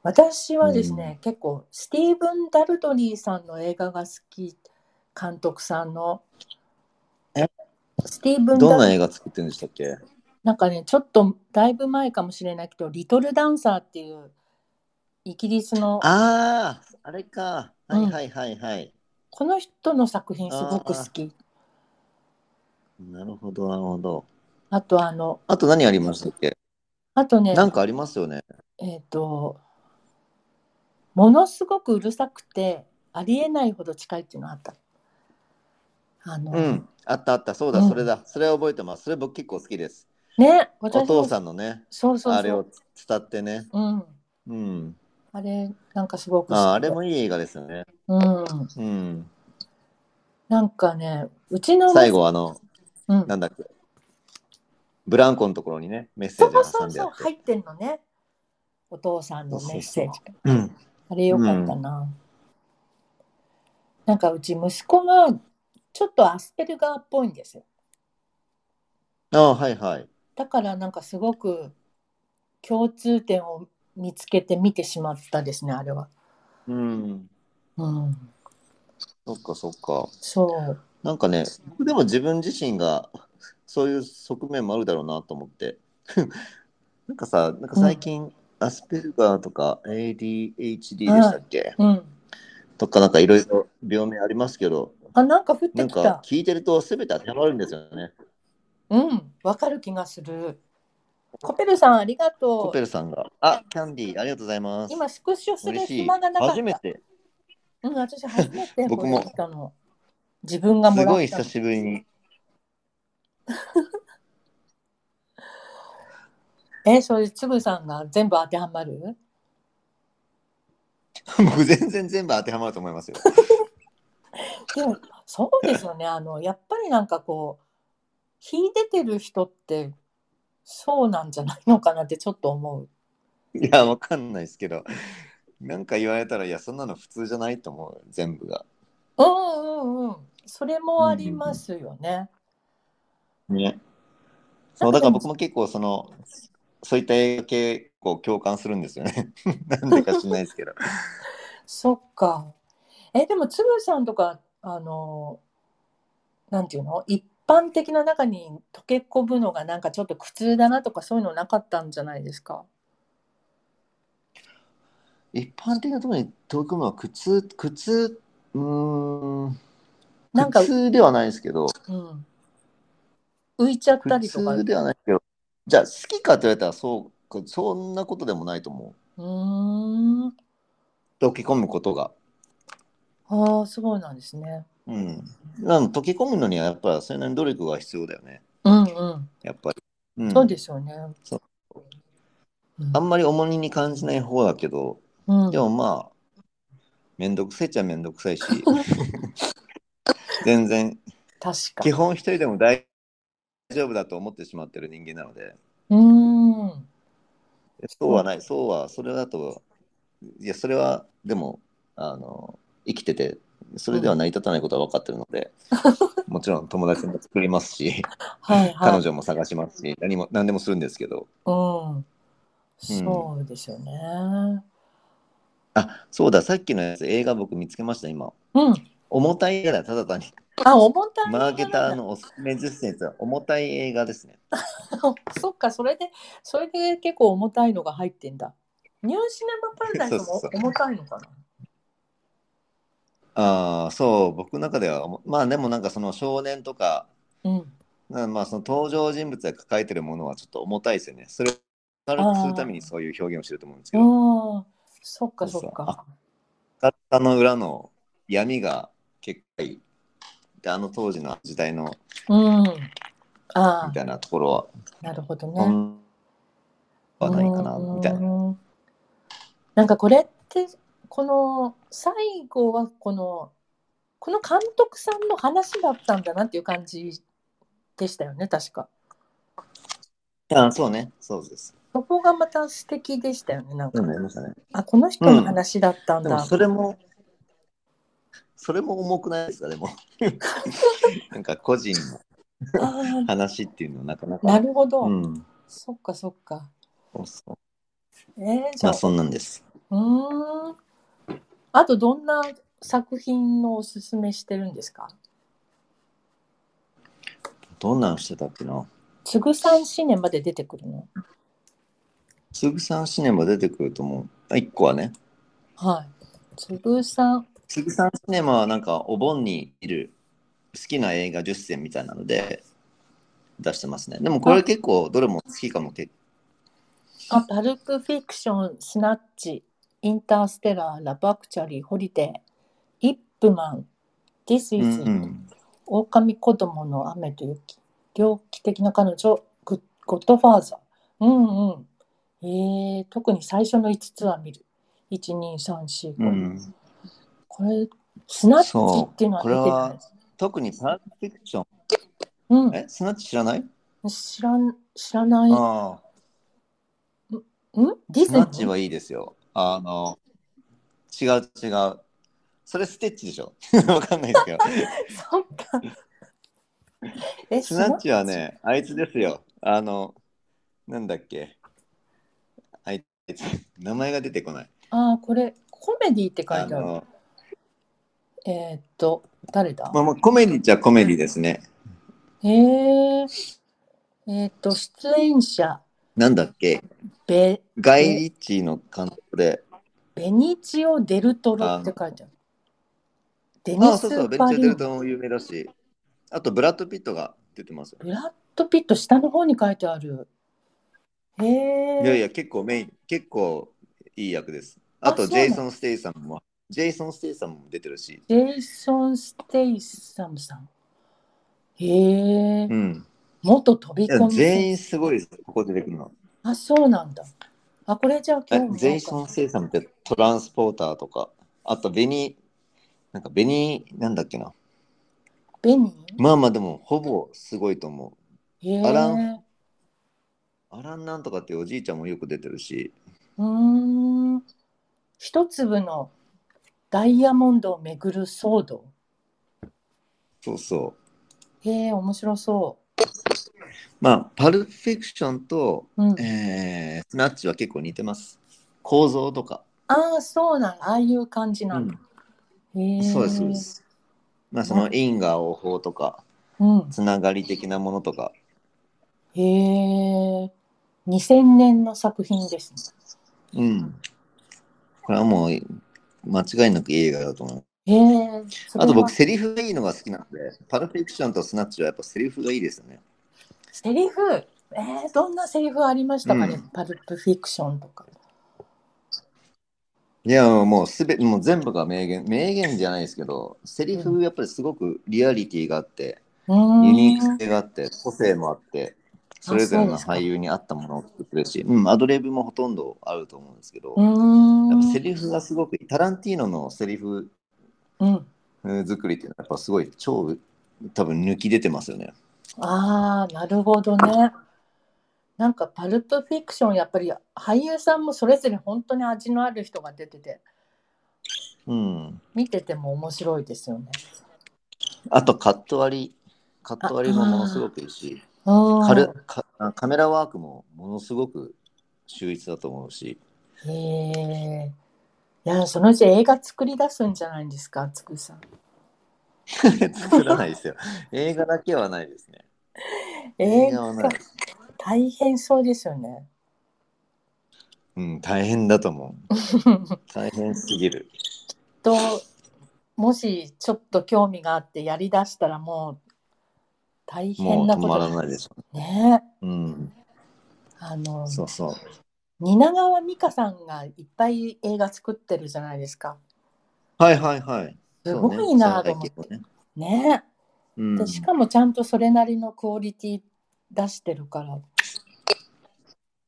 Speaker 1: 私はですね、結構スティーブン・ダルトリーさんの映画が好き監督さんの
Speaker 2: え
Speaker 1: スティーブン・
Speaker 2: どん
Speaker 1: ダ
Speaker 2: な
Speaker 1: ル
Speaker 2: 映画作ってるんでしたっけ
Speaker 1: なんかねちょっとだいぶ前かもしれないけど「リトル・ダンサー」っていうイギリスの
Speaker 2: ああ、あれか。
Speaker 1: う
Speaker 2: は
Speaker 1: ん
Speaker 2: いはいはいはい。
Speaker 1: この人の作品すごく好き。
Speaker 2: なるほど、なるほど。
Speaker 1: あとあの、
Speaker 2: あと何ありましたっけ
Speaker 1: あとね、
Speaker 2: なんかありますよね。
Speaker 1: えっ、と、ものすごくうるさくて、ありえないほど近いっていうのあった。あの、
Speaker 2: うん。あったあった、そう
Speaker 1: う
Speaker 2: だ、
Speaker 1: ん
Speaker 2: それだ。それは覚えてます。それ僕結構好きです。
Speaker 1: ね、
Speaker 2: お父
Speaker 1: ん、
Speaker 2: さんのね、
Speaker 1: そうそうそう
Speaker 2: あれを伝ってね。
Speaker 1: うん、
Speaker 2: うん。
Speaker 1: あれ、なんかすごく好きで
Speaker 2: ああれもいい映画ですよね。
Speaker 1: うん、
Speaker 2: うん。
Speaker 1: なんかね、うちの
Speaker 2: 最後、あの、
Speaker 1: うん、
Speaker 2: なんだっけ。ブランコのところにね、メッセ
Speaker 1: そ
Speaker 2: ージ
Speaker 1: う
Speaker 2: が
Speaker 1: そ
Speaker 2: 挟
Speaker 1: うん
Speaker 2: であ
Speaker 1: そう、
Speaker 2: って。
Speaker 1: 入ってんのね。お父さんのメッセージが。
Speaker 2: うん。
Speaker 1: あれよかったな。なんかうち息子がちょっとアスペルガーっぽいんですよ。
Speaker 2: ああ、はいはい。
Speaker 1: だからなんかすごく共通点を見つけて見てしまったですね、あれは。
Speaker 2: うん。
Speaker 1: うん。
Speaker 2: そっかそっか。
Speaker 1: そう。
Speaker 2: なんかね、僕でも自分自身が <laughs> そういう側面もあるだろうなと思って。 <laughs> なんかさ、なんか最近、アスペルガーとか ADHD でしたっけ、
Speaker 1: うん。
Speaker 2: とかなんかいろいろ病名ありますけど、
Speaker 1: あ、なんか降って
Speaker 2: なん
Speaker 1: きた
Speaker 2: か。聞いてると全て当てはまるんですよね。
Speaker 1: うん。わかる気がする。コペルさん、ありが
Speaker 2: コ
Speaker 1: と
Speaker 2: ペルさんが。あ、キャンディー、ありがとうございます。
Speaker 1: う。今、スクショする
Speaker 2: 嬉しい。
Speaker 1: 暇がなかった。
Speaker 2: 初めて、
Speaker 1: うん、私、初めて
Speaker 2: 僕
Speaker 1: こ
Speaker 2: も
Speaker 1: れ来たの。自分がも
Speaker 2: す
Speaker 1: ら
Speaker 2: ごい
Speaker 1: った
Speaker 2: 久
Speaker 1: の。
Speaker 2: しぶりに。 <laughs>
Speaker 1: え、それ、つぶさんが全部当てはまる
Speaker 2: 僕全然全部当てはまると思い
Speaker 1: <laughs>
Speaker 2: ますよ。
Speaker 1: でもそうですよねあのやっぱりなんかこう秀でてる人ってそうなんじゃないのかなってちょっと思う。
Speaker 2: いや、わかんないですけど、なんか言われたら、いや、そんなの普通じゃないと思う、全部が。
Speaker 1: うんうんうんそれもありますよね。
Speaker 2: ね。そう、だから僕も結構その、そういった映画系、こう共感するんですよね。 <laughs> なんでか知んないです
Speaker 1: <laughs>
Speaker 2: けど。
Speaker 1: そっか。えでもつぶさんとかあのなんていうの一般的な中に溶け込むのがなんかちょっと苦痛だなとかそういうのなかったんじゃないですか。
Speaker 2: 一般的なところに取り組むのは苦痛、苦痛、うーん、
Speaker 1: なんか
Speaker 2: 苦痛ではないですけど、
Speaker 1: うん、浮いちゃっ
Speaker 2: 苦
Speaker 1: たりとか。
Speaker 2: 痛
Speaker 1: う
Speaker 2: ではないけど、じゃあ好きかと言われたら、そう、そんなことでもないと思う。
Speaker 1: ーん。
Speaker 2: 溶け込むことが。
Speaker 1: ああそうなんですね。
Speaker 2: うん。なの溶け込むのには、やっぱりそれなりに努力が必要だよね。
Speaker 1: うんうん。
Speaker 2: やっぱり。うん、
Speaker 1: そうですよね。
Speaker 2: そう
Speaker 1: うん
Speaker 2: あんまり重荷に感じない方だけど、
Speaker 1: うん
Speaker 2: でもまあ、めんどくせえっちゃめんどくさいし、 <laughs> 全然、
Speaker 1: 確か
Speaker 2: 基本一人でも大丈夫だと思ってしまってる人間なので、
Speaker 1: うーん。
Speaker 2: そうはない、そうは、それだと、いや、それは、でも、あの、生きてて、それでは成り立たないことは分かってるの
Speaker 1: <laughs>
Speaker 2: で、もちろん友達も作りますし、
Speaker 1: はいはい。
Speaker 2: 彼女も探しますし、何も、何でもするんですけど、
Speaker 1: うん。そうですよね。
Speaker 2: あ、そうだ、さっきのやつ、映画僕見つけました、今。
Speaker 1: うん。
Speaker 2: 重たい映画だ、ただ単に。
Speaker 1: あ、重たい。
Speaker 2: マーケター。のおすすめ実践は重たい映画ですね。
Speaker 1: <laughs> そっか、それで、それで結構重たいのが入ってんだ。ニューシネマパラダイス
Speaker 2: そうそ
Speaker 1: も
Speaker 2: う
Speaker 1: 重たいのかな。
Speaker 2: あああ、そう、僕の中では思、まあでもなんかその少年とか、
Speaker 1: うん。
Speaker 2: なまあその登場人物が抱えてるものはちょっと重たいですよね。それを軽くするためにそういう表現をしてると思うんですけど、
Speaker 1: うん。そっかそっか。
Speaker 2: ガッタの裏の闇が結構で、あの当時の時代の
Speaker 1: うん。ああ
Speaker 2: み、たいなところは、
Speaker 1: なるほど
Speaker 2: そ
Speaker 1: ね。
Speaker 2: んはないかな、みたいな。
Speaker 1: な。なんかこれってこの最後はこのこの監督さんの話だったんだなっていう感じでしたよね確か。
Speaker 2: ああ、そうね、そうです。
Speaker 1: そこがまた素敵でしたよねなん
Speaker 2: う
Speaker 1: か、
Speaker 2: ん、ありましたね。
Speaker 1: あこの人の話だったん
Speaker 2: でも
Speaker 1: だ。
Speaker 2: それも、それも重くないですか、でも。 <laughs> なんか個人の
Speaker 1: あー
Speaker 2: 話っていうのはなかなか。
Speaker 1: なるほど、
Speaker 2: うん、
Speaker 1: そっかそっか。
Speaker 2: そうそう
Speaker 1: えー、じゃ
Speaker 2: まあ
Speaker 1: あ
Speaker 2: そんなんです。
Speaker 1: うーん。あとどんな作品のおすすめしてるんですか
Speaker 2: どんなんしてたっけな。
Speaker 1: つぐさんシネマで出てくるの
Speaker 2: つぐさんシネマ出てくると思う。あ一個はね。
Speaker 1: はい。つぐさん。
Speaker 2: つぐさんシネマはなんかお盆にいる好きな映画10選みたいなので出してますね。でもこれ結構どれも好きかもけ。
Speaker 1: あ、パルプフィクション、スナッチ、インターステラー、ラブアクチャリー、ホリデー、イップマン、This
Speaker 2: う
Speaker 1: is It、
Speaker 2: んうん。
Speaker 1: 狼子供の雨と雪、猟奇的な彼女、グッゴッドファーザー。うんうん。えー、特に最初の5つは見る。1、2、3、4、5。
Speaker 2: うん、
Speaker 1: これ、スナッチ
Speaker 2: そ
Speaker 1: っていう
Speaker 2: う
Speaker 1: の。は
Speaker 2: こ
Speaker 1: 出
Speaker 2: れ
Speaker 1: て
Speaker 2: は特にパーフィクション。
Speaker 1: ない。
Speaker 2: えスナッチ知らない
Speaker 1: うん、知らん、知らない。ん
Speaker 2: ああ。
Speaker 1: ディズ
Speaker 2: ス
Speaker 1: ニ
Speaker 2: ナッチ
Speaker 1: ー
Speaker 2: はいいですよ。あの、違う違う。それステッチでしょ <laughs> わかんないで
Speaker 1: <laughs>
Speaker 2: すけど。
Speaker 1: <laughs> そっか。え、
Speaker 2: スナッチはね、あいつですよ。あの、なんだっけ。あいつ、名前が出てこない。
Speaker 1: ああ、これ、コメディって書
Speaker 2: あ
Speaker 1: いてある。
Speaker 2: の、
Speaker 1: えーっと、誰だ
Speaker 2: まあ、まあコメディっちゃコメディですね。
Speaker 1: えー、えーっと、出演者、
Speaker 2: なんだっけ。
Speaker 1: ベ
Speaker 2: ガイ・リッチーの監督で。
Speaker 1: ベニチオ・デルトロって書いてある。デニ
Speaker 2: あ、
Speaker 1: ス
Speaker 2: そうそう、・ベン
Speaker 1: パ
Speaker 2: チャー・
Speaker 1: リ
Speaker 2: デル
Speaker 1: ン、
Speaker 2: トも有名だし。あと、ブラッド・ピットが出てますよ。
Speaker 1: ブラッド・ピット、下の方に書いてある。へえー、
Speaker 2: いやいや、結構メイン、結構いい役です。あ
Speaker 1: あそ
Speaker 2: と、
Speaker 1: う
Speaker 2: ジ
Speaker 1: な
Speaker 2: ェ
Speaker 1: の
Speaker 2: イソン・ステイさんも、ジェイソン・ステイさんも出てるし。
Speaker 1: ジェイソン・ステイサムさん。へえ、
Speaker 2: うん。
Speaker 1: 元飛び
Speaker 2: いや
Speaker 1: 込み
Speaker 2: 全員すごいです、ここ出てくるの。
Speaker 1: あ、そうなんだ。あ、これじゃあ
Speaker 2: え
Speaker 1: 今日も
Speaker 2: ジェイソン・セイサムってトランスポーターとか、あとベニー、なんかベニー、なんだっけな。
Speaker 1: ベニー、
Speaker 2: まあまあでも、ほぼすごいと思
Speaker 1: へえ
Speaker 2: アランう。アランなんとかっていうおじいちゃんもよく出てるし、
Speaker 1: うーん。一粒のダイヤモンドをめぐる騒動。
Speaker 2: そうそう。
Speaker 1: へえ、面白そ
Speaker 2: まあ、パルプフィクションと、
Speaker 1: う。うん。
Speaker 2: えー、スナッチは結構似てます。構造とか。
Speaker 1: ああ、そうなんああいう感じなんだ。へえ。
Speaker 2: そうです、そうで。す。まあ、その因果応報とか、
Speaker 1: うん。
Speaker 2: つながり的なものとか。
Speaker 1: へえ。2000年の作品ですね。
Speaker 2: うん。これはもう、間違いなくいい映画だと思います。
Speaker 1: へえ。それ
Speaker 2: あと
Speaker 1: は
Speaker 2: 僕、セリフがいいのが好きなんで、パルプフィクションとスナッチはやっぱセリフがいいですよね。
Speaker 1: セリフ、えー、どんなセリフありましたかね、
Speaker 2: うん
Speaker 1: パルプフィクションとか。
Speaker 2: いや、もうすべ、もう全部が名言、名言じゃないですけど、セリフやっぱりすごくリアリティがあって、
Speaker 1: うーん
Speaker 2: ユニーク性があって、個性もあって、それぞ
Speaker 1: あ
Speaker 2: れ
Speaker 1: そうで
Speaker 2: の
Speaker 1: すか
Speaker 2: 俳優に合ったものを作ってるし、うん、アドレブもほとんどあると思うんですけど、
Speaker 1: うー
Speaker 2: やっ
Speaker 1: ん
Speaker 2: ぱセリフがすごくいい、タランティーノのセリフ
Speaker 1: うん、
Speaker 2: うん作りっていうのはやっぱすごい超多分抜き出てますよね。
Speaker 1: ああ、なるほどね。なんかパルプフィクション、やっぱり俳優さんもそれぞれ本当に味のある人が出てて、
Speaker 2: うん。
Speaker 1: 見てても面白いですよね。
Speaker 2: あとカット割り、カット割りもものすごくいいし、
Speaker 1: うーん
Speaker 2: カルカあカメラワークもものすごく秀逸だと思うし、 <laughs>
Speaker 1: へえ。いや、そのうち映画作り出すんじゃないんですか、つくさん。
Speaker 2: 作らないですよ。映画だけはないですね。映画はない。
Speaker 1: 大変そうですよね。 <laughs>
Speaker 2: うん、大変だと思う。大変すぎる。
Speaker 1: ともしちょっと興味があってやりだしたらもう大
Speaker 2: も
Speaker 1: 変
Speaker 2: う
Speaker 1: な
Speaker 2: 止
Speaker 1: こ
Speaker 2: ま
Speaker 1: と
Speaker 2: ら
Speaker 1: で
Speaker 2: ないです。
Speaker 1: すね。
Speaker 2: うん、
Speaker 1: あの
Speaker 2: そうそう。
Speaker 1: 蜷川美香さんがいっぱい映画作ってるじゃないですか。
Speaker 2: はいはいはい。
Speaker 1: すごいなと思って
Speaker 2: そうね
Speaker 1: ね
Speaker 2: うん
Speaker 1: でしかもちゃんとそれなりのクオリティ出してるから。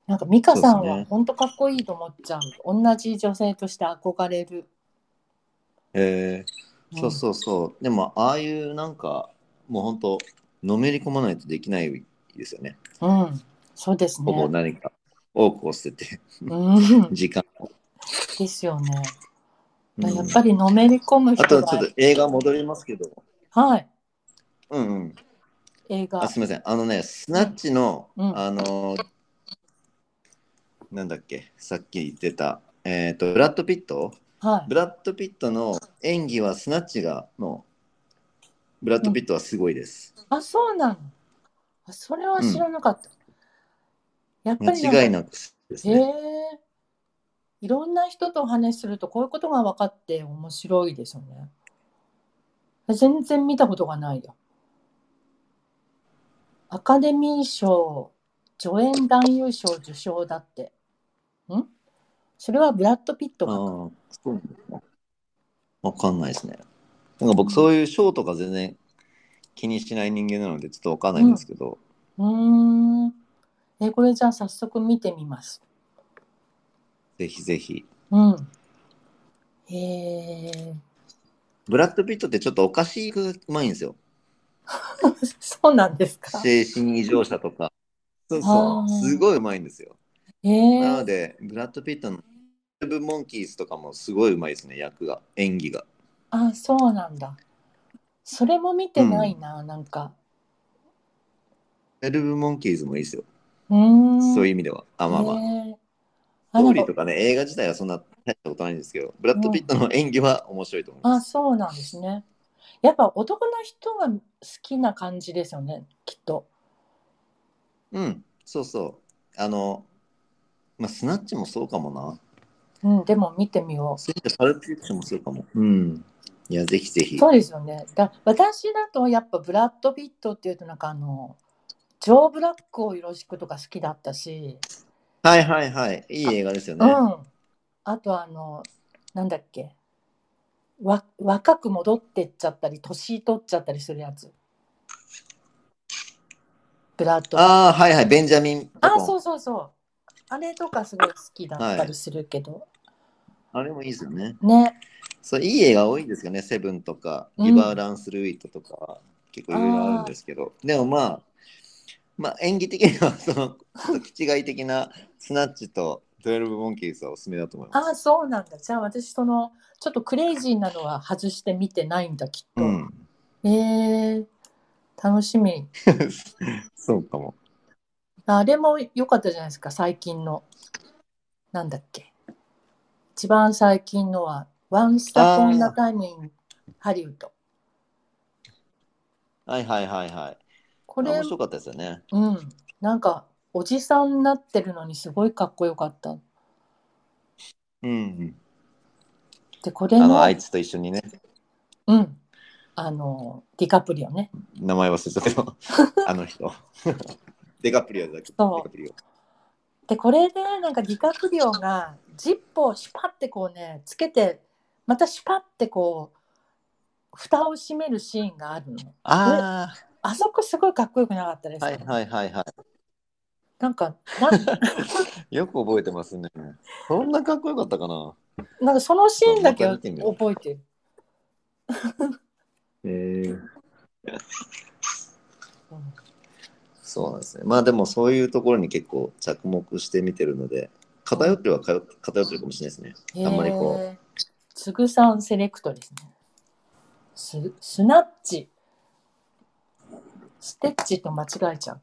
Speaker 1: なんか美香さん
Speaker 2: そうです
Speaker 1: は
Speaker 2: ね
Speaker 1: 本当かっこいいと思っちゃう。同じ女性として憧れる。
Speaker 2: えーそう
Speaker 1: う
Speaker 2: そうそう。でも、ああいうなんか、もう本当、のめり込まないとできないですよね。
Speaker 1: ん。うん、そうです
Speaker 2: ほぼ
Speaker 1: ね。
Speaker 2: 何か多くを捨てて、 <laughs>
Speaker 1: うん、
Speaker 2: 時間を。
Speaker 1: ですよね。
Speaker 2: うん
Speaker 1: やっぱりのめり込む
Speaker 2: あ
Speaker 1: 人
Speaker 2: と
Speaker 1: が
Speaker 2: ちょっと映画戻りますけど、
Speaker 1: はい、
Speaker 2: うんうん、
Speaker 1: 映画
Speaker 2: あ。すみません、あのね、スナッチの、
Speaker 1: うん
Speaker 2: あのーなんだっけ、さっき言ってた、えっ、と、ブラッド・ピット
Speaker 1: は
Speaker 2: ブラッド・ピットの演技は、スナッチが、もう、ブラッド・ピットはすごいです。
Speaker 1: い。あ、そうなの。あそれは知らなかった。やっぱりなんか
Speaker 2: 間違いなくです
Speaker 1: へ
Speaker 2: ね。
Speaker 1: え。いろんな人とお話しするとこういうことが分かって面白いですよね。全然見たことがないよ。アカデミー賞助演男優賞受賞だって。んそれはブラッド・ピット
Speaker 2: あ
Speaker 1: が。
Speaker 2: ーそうなんですかわかんないですね。なんか僕、そういうショーとか全然気にしない人間なので、ちょっとわかんないんですけど、
Speaker 1: うーん。え、これじゃあ早速見てみます。
Speaker 2: ぜひぜひ。
Speaker 1: うん。へえ。
Speaker 2: ブラッド・ピットってちょっとおかしくうまいんですよ。
Speaker 1: <laughs> そうなんですか。
Speaker 2: 精神異常者とか。そうそ
Speaker 1: あー
Speaker 2: う。すごいうまいんですよ。
Speaker 1: へ
Speaker 2: なの
Speaker 1: え。
Speaker 2: で、ブラッド・ピットのブルーモンキーズとかもすごいうまいですね、役が、演技が。
Speaker 1: あ、そうなんだ。それも見てないな、なんか。
Speaker 2: ブルーモンキーズもいいですよ。
Speaker 1: うーん。
Speaker 2: そういう意味では。あ、まあまあ。ス
Speaker 1: へえ
Speaker 2: ト
Speaker 1: あな
Speaker 2: ー
Speaker 1: ん
Speaker 2: リー
Speaker 1: か
Speaker 2: とかね、映画自体はそんな大したことないんですけど、ブラッド・ピットの演技は面白いと思いま
Speaker 1: あ、
Speaker 2: す。
Speaker 1: そうなんですね。やっぱ男の人が好きな感じですよね、きっと。
Speaker 2: うん、そうそう。あの、まあ、スナッチもそうかもな。
Speaker 1: うん、でも見てみよう。
Speaker 2: そういったパルプフィクションもそうかも。うん。いや、ぜひぜひ。
Speaker 1: そうですよね。だ私だとやっぱブラッド・ピットっていうとなんかあのジョー・ブラックをよろしくとか好きだったし、
Speaker 2: はいはいはい。いい映画ですよ
Speaker 1: う
Speaker 2: ね。
Speaker 1: ん、あとあのなんだっけわ若く戻ってっちゃったり年取っちゃったりするやつブラッド・
Speaker 2: ああ、はいはい。ベンジャミン・バ
Speaker 1: あ
Speaker 2: トン
Speaker 1: そうそうそうあれとかすごい好きだったりするけど、
Speaker 2: あれもいいですよね。
Speaker 1: ね
Speaker 2: そういい映画多いんですよね、セブンとか、
Speaker 1: うん
Speaker 2: リバーランス・ルイートとか、結構いろいろあるんですけど、でもまあ、まあ、演技的にはその、ちょっと気違い的なスナッチと12モンキーズはおすすめだと思いま
Speaker 1: あ
Speaker 2: す。
Speaker 1: そうなんだじゃあ私そのちょっとクレイジーなのは外して見てないんだきっと、
Speaker 2: うん、
Speaker 1: えー、楽しみ
Speaker 2: そうかも。
Speaker 1: あれも良かったじゃないですか最近のなんだっけ一番最近のは「ワンスタポンなタイムインハリウッド
Speaker 2: はいはいはいはい。」
Speaker 1: こ
Speaker 2: これ
Speaker 1: れ
Speaker 2: 面白かったですよね。
Speaker 1: うんなんかおじさんになってるのにすごいかっこよかった
Speaker 2: うん、
Speaker 1: でこれ
Speaker 2: あの、
Speaker 1: も
Speaker 2: あいつと一緒にね、
Speaker 1: うんあのディカプリオね
Speaker 2: 名前忘れた
Speaker 1: <laughs>
Speaker 2: けど、あの人。 <laughs> デカプリオだっけデ
Speaker 1: そう
Speaker 2: カプリオ。
Speaker 1: でこれでなんかディカプリオがジップをシュパってこうねつけてまたシュパってこう蓋を閉めるシーンがあるの
Speaker 2: あ
Speaker 1: あそこすごいかっこよくなかったです
Speaker 2: あ、
Speaker 1: か、
Speaker 2: はいはいはいは
Speaker 1: なんかな <laughs>
Speaker 2: い。よく覚えてますね。そんなかっこよかったかな。
Speaker 1: なんかそのシーンだけは覚えてる
Speaker 2: えー
Speaker 1: うん
Speaker 2: そうなんですね。まあでもそういうところに結構着目して見てるので、偏っては偏偏ってるかもしれないですね。あんまりこう。
Speaker 1: へーつぐさんセレクトですねすスナッチステッチと間違えちゃう
Speaker 2: <laughs>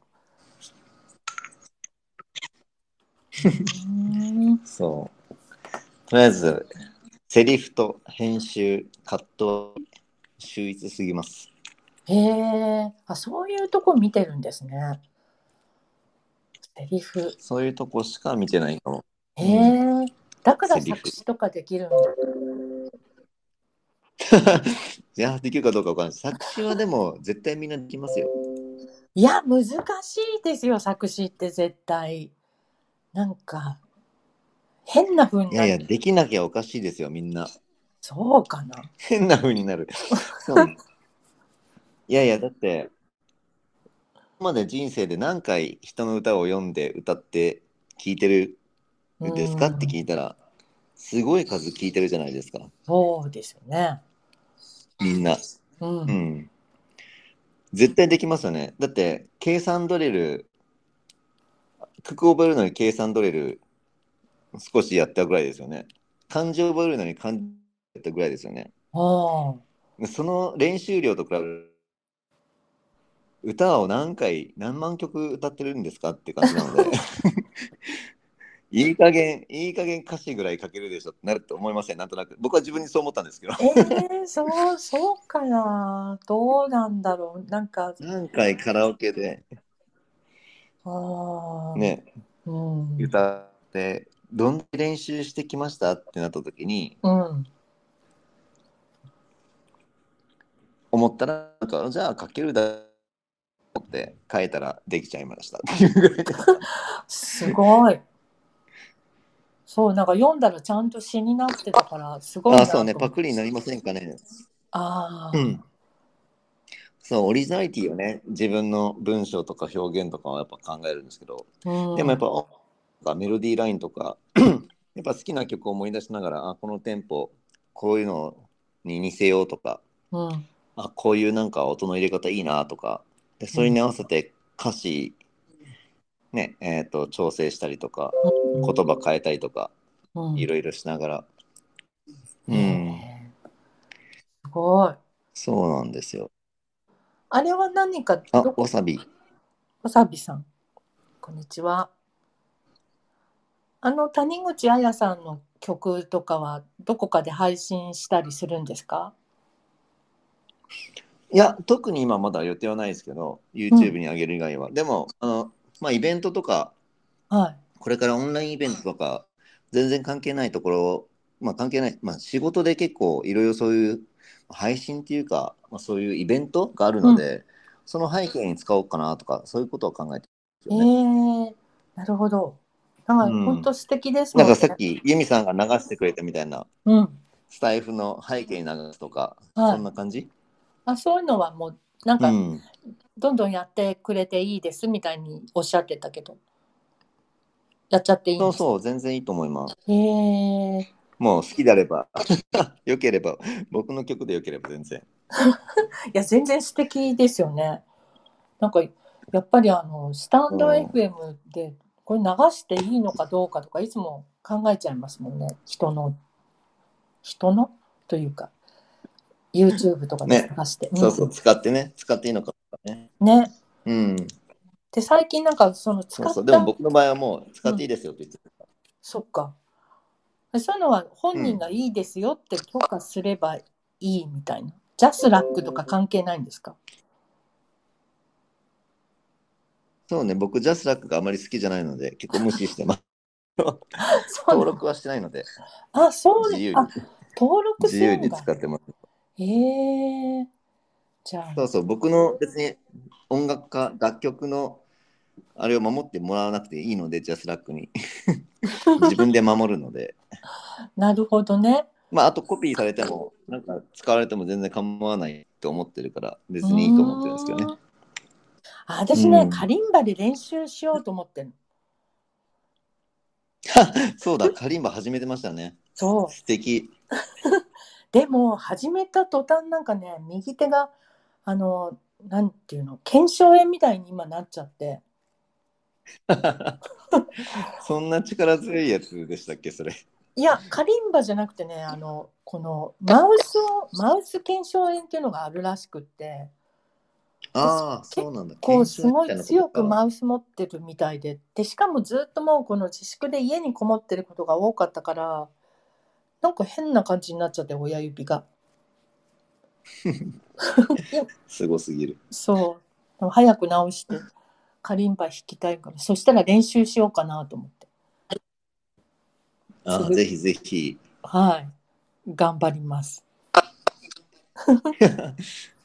Speaker 1: うーん
Speaker 2: そう。とりあえず、セリフと編集、カット、秀逸すぎます。
Speaker 1: へえあそういうとこ見てるんですねセリフ
Speaker 2: そういうとこしか見てないかも。
Speaker 1: へえだから
Speaker 2: セリフ
Speaker 1: 作詞とかできるんだ
Speaker 2: <laughs> いや、できるかどうかわかんない。作詞はでも、絶対みんなできますよ。
Speaker 1: いや難しいですよ作詞って絶対なんか変な風に
Speaker 2: い
Speaker 1: な
Speaker 2: や
Speaker 1: る
Speaker 2: いや、できなきゃおかしいですよ、みんな。
Speaker 1: そうかな
Speaker 2: 変な風になる。そういやいや、だって、今まで人生で何回人の歌を読んで歌って聴いてるんですか
Speaker 1: うん
Speaker 2: って聞いたら、すごい数聴いてるじゃないですか、
Speaker 1: そうですよね
Speaker 2: みんな。
Speaker 1: うん、
Speaker 2: うん。絶対できますよね。だって、計算ドリル、曲覚えるのに計算ドリル、少しやったぐらいですよね。漢字覚えるのに漢字やったぐらいですよね。
Speaker 1: あ
Speaker 2: その練習量と比べる歌を何回何万曲歌ってるんですかって感じなの <laughs> でいい加減いい加減歌詞ぐらい書けるでしょってなると思いませんなんとなく僕は自分にそう思ったんですけど
Speaker 1: えー、そう <laughs> そうかなどうなんだろうなんか
Speaker 2: 何回カラオケで
Speaker 1: ああ、
Speaker 2: ね
Speaker 1: うん、うん
Speaker 2: 歌ってどんな練習してきましたってなった時に思ったらなんかじゃあ書けるだろうと思って書いたらできちゃいましたっていうぐらいです
Speaker 1: すごいそうなんか読んだらちゃんと詩になってたからすごいな
Speaker 2: あそうね
Speaker 1: と
Speaker 2: パクリになりませんかね
Speaker 1: ああ、
Speaker 2: うん。そう、オリジナリティをね、自分の文章とか表現とかはやっぱ考えるんですけど、
Speaker 1: うん
Speaker 2: でもやっぱ音とかメロディーラインとか、 <clears throat> やっぱ好きな曲を思い出しながら、あ、このテンポ、こういうのに似せようとか、
Speaker 1: うん
Speaker 2: あ、こういうなんか音の入れ方いいなとか、でそれに合わせて歌詞、ね、えっ、と、調整したりとか、言葉変えたりとか、
Speaker 1: うん
Speaker 2: いろいろしながら。う
Speaker 1: ね
Speaker 2: ん、
Speaker 1: えすごい。
Speaker 2: そうなんですよ。
Speaker 1: あれは何か
Speaker 2: あ
Speaker 1: ど、こ
Speaker 2: わさび。
Speaker 1: わさびさん。こんにちは。あの谷口彩さんの曲とかはどこかで配信したりするんですか？
Speaker 2: いや、特に今まだ予定はないですけど、YouTube に上げる以外は。でも、あの、まあ、イベントとか、
Speaker 1: は
Speaker 2: これからオンラインイベントとか、全然関係ないところ、まあ、関係ない、まあ、仕事で結構いろいろそういう配信っていうか、まあ、そういうイベントがあるので、その背景に使おうかなとか、そういうことを考えて
Speaker 1: い。
Speaker 2: るんですよね。
Speaker 1: ええなるほど。なん
Speaker 2: うん
Speaker 1: か本当素敵ですも
Speaker 2: なん
Speaker 1: ん
Speaker 2: か
Speaker 1: ね。
Speaker 2: さっき、ユミさんが流してくれたみたいな、
Speaker 1: うん。
Speaker 2: スタイフの背景に流すとか、
Speaker 1: はい
Speaker 2: そんな感じ、
Speaker 1: あ、そういうのはもうなんか
Speaker 2: うん。
Speaker 1: どんどんやってくれていいですみたいにおっしゃってたけど、やっちゃっていいん
Speaker 2: そう
Speaker 1: ですか？
Speaker 2: そう、全然いいと思います。
Speaker 1: ええ
Speaker 2: もう好きであれば、 <laughs> 良ければ、僕の曲で良ければ全然。
Speaker 1: いや全然素敵ですよね。なんかやっぱりあのスタンド
Speaker 2: うん
Speaker 1: FM でこれ流していいのかどうかとかいつも考えちゃいますもんね人の人のというか YouTube とかで
Speaker 2: ね
Speaker 1: 流して、ん
Speaker 2: そうそう、使ってね、使っていいのかとかね。
Speaker 1: ね
Speaker 2: うん、
Speaker 1: で最近なんかその使った
Speaker 2: そうそう。でも僕の場合はもう、使っていいですよって言ってる。
Speaker 1: そっかでそういうのは本人がいいですよって許可すればいいみたいな、ジャスラックとか関係ないんですか
Speaker 2: そうね、僕、ジャスラックがあまり好きじゃないので、結構無視し
Speaker 1: <laughs>
Speaker 2: てます。
Speaker 1: そう
Speaker 2: 登録はしてないので、
Speaker 1: あそう
Speaker 2: 自由に
Speaker 1: あ、登録す
Speaker 2: 自由
Speaker 1: るん
Speaker 2: に
Speaker 1: だ
Speaker 2: 使ってます。
Speaker 1: へえじゃあ
Speaker 2: そうそう、僕の別に音楽家、楽曲のあれを守ってもらわなくていいので、ジャスラックに。
Speaker 1: <laughs>
Speaker 2: 自分で守るので。
Speaker 1: なるほどね。
Speaker 2: まあ、あとコピーされても、なんか使われても全然構わないと思ってるから、別にいいと思ってるんですけど
Speaker 1: う
Speaker 2: ね。
Speaker 1: ん。あ私ね、
Speaker 2: うん
Speaker 1: カリンバで練習しようと思ってる。
Speaker 2: そうだ、カリンバ始めてましたね。
Speaker 1: そう。
Speaker 2: 素敵。
Speaker 1: <laughs> でも始めた途端なんかね、右手があのなんていうの、腱鞘炎みたいに今なっちゃって。
Speaker 2: そんな力強いやつでしたっけ、それ。
Speaker 1: いや、カリンバじゃなくてね、あのこのマウスをマウス腱鞘炎っていうのがあるらしくって、
Speaker 2: ああ、そうなんだ。
Speaker 1: こうすごい強く
Speaker 2: ま
Speaker 1: マウス持ってるみたいで、でしかもずっともうこの自粛で家にこもってることが多かったから、なんか変な感じになっちゃって親指が。
Speaker 2: すごすぎる。
Speaker 1: そう。でも早く直して、カリンバ弾きたいから、そしたら練習しようかなと思って。
Speaker 2: あ
Speaker 1: す
Speaker 2: あ、
Speaker 1: ごい
Speaker 2: ぜひぜひ。
Speaker 1: はい。頑張ります。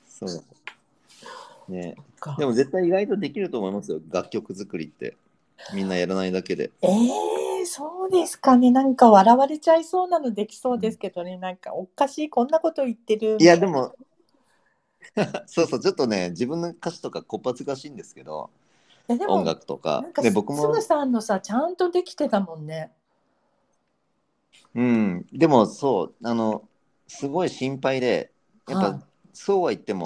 Speaker 2: そう。ね。でも絶対意外とできると思いますよ。楽曲作りって。みんなやらないだけで。
Speaker 1: えー、そうですかね。なんか笑われちゃいそうなのできそうですけどね。なんかおかしい、こんなこと言ってる。
Speaker 2: いや、でも、 <laughs> そうそう、ちょっとね、自分の歌詞とかこっぱずかしいんですけど、
Speaker 1: いやでも
Speaker 2: 音楽とか
Speaker 1: なん。か
Speaker 2: ね、
Speaker 1: す
Speaker 2: 僕
Speaker 1: す
Speaker 2: も
Speaker 1: ぐ、さんのさ、ちゃんとできてたもんね。
Speaker 2: うん、でもそう、あの、すごい心配で、やっ
Speaker 1: はい
Speaker 2: ぱ、そうは言っても、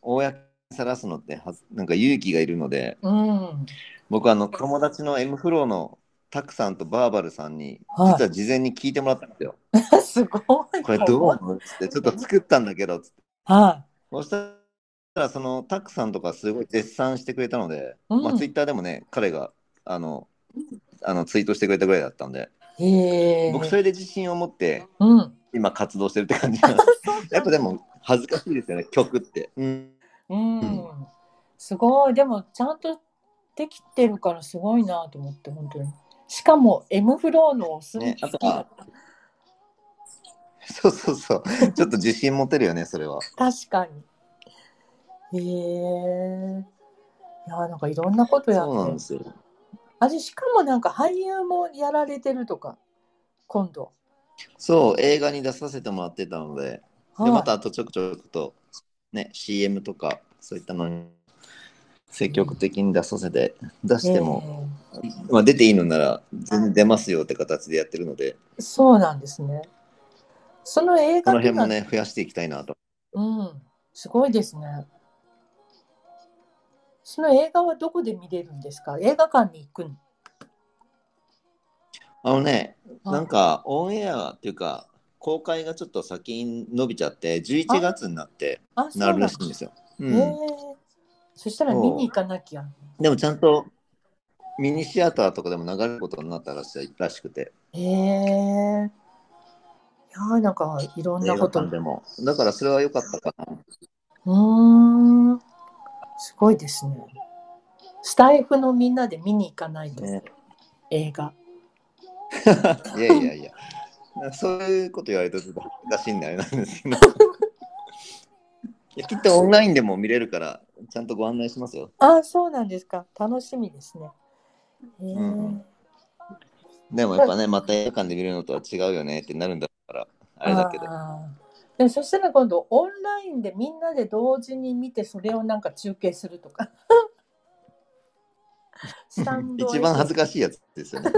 Speaker 2: 公にさらすのってはず、なんか勇気がいるので、
Speaker 1: うん。
Speaker 2: 僕あの友達の M フローのタクさんとバーバルさんに
Speaker 1: はい
Speaker 2: 実は事前に聞いてもらったんですよ。
Speaker 1: すごい。
Speaker 2: これどう思うっつってちょっと作ったんだけどっつって
Speaker 1: は
Speaker 2: そしたらそのタクさんとかすごい絶賛してくれたので、
Speaker 1: うん
Speaker 2: まあ、ツイッターでもね彼があのあのツイートしてくれたぐらいだったんで
Speaker 1: い。へえ。
Speaker 2: 僕それで自信を持って
Speaker 1: うん。
Speaker 2: 今活動してるって感じなんですやっぱでも恥ずかしいですよね曲って。うん
Speaker 1: うん。すごい。でも、ちゃんとできてるからすごいなと思って、本当に。しかも、M フローのお墨
Speaker 2: ね、あ
Speaker 1: 付
Speaker 2: と
Speaker 1: き。
Speaker 2: はそうそうそうちょっと自信持てるよねそれは。
Speaker 1: 確かに。へえ。いや、なんかいろんなことや
Speaker 2: そうな
Speaker 1: っ
Speaker 2: ん
Speaker 1: て
Speaker 2: で。すよ。
Speaker 1: あれ、しかもなんか俳優もやられてるとか、今度。
Speaker 2: そう映画に出させてもらってたので。
Speaker 1: はい
Speaker 2: でまたあとちょくちょくと、ね、CM とかそういったのに積極的に出させて、出しても、まあ、出ていいのなら全然出ますよって形でやってるの
Speaker 1: え
Speaker 2: で、
Speaker 1: えそうなんですね。その映
Speaker 2: こ
Speaker 1: 画
Speaker 2: の
Speaker 1: っていう
Speaker 2: 辺
Speaker 1: のは
Speaker 2: もね増やしていきたいなと。
Speaker 1: うん、すごいですね。その映画はどこで見れるんですか映画館に行くの
Speaker 2: あのね
Speaker 1: あ
Speaker 2: なんかオンエアっていうか公開がちょっと先に伸びちゃって11月になって
Speaker 1: あ、そう
Speaker 2: な
Speaker 1: な
Speaker 2: る
Speaker 1: ん
Speaker 2: ら
Speaker 1: だ。
Speaker 2: しいんですよ。
Speaker 1: え
Speaker 2: うん
Speaker 1: えそしたら見に行かなきゃ。
Speaker 2: でもちゃんとミニシアターとかでも流れることになったらしいらしくて
Speaker 1: ええいやーなんかいろん
Speaker 2: 映
Speaker 1: な
Speaker 2: 画
Speaker 1: こと。
Speaker 2: 館
Speaker 1: う
Speaker 2: でもだからそれは良かったかな。
Speaker 1: ーん。すごいですね。スタイフのみんなで見に行かないと、
Speaker 2: ね
Speaker 1: 映画。
Speaker 2: いやいやいや、 <laughs> そういうこと言われるとちょっと恥ずかしいんであれなんですけ <laughs> ど。いやきっとオンラインでも見れるから、ちゃんとご案内しますよ。
Speaker 1: あ、そうなんですか。楽しみですね。ええ
Speaker 2: うんでもやっぱね、また映画館で見るのとは違うよねってなるんだから、あれだけど。
Speaker 1: あーでもそしたら今度オンラインでみんなで同時に見てそれをなんか中継すると
Speaker 2: <laughs>
Speaker 1: かスタンド
Speaker 2: 一番恥ず
Speaker 1: か
Speaker 2: かしいやつですよね。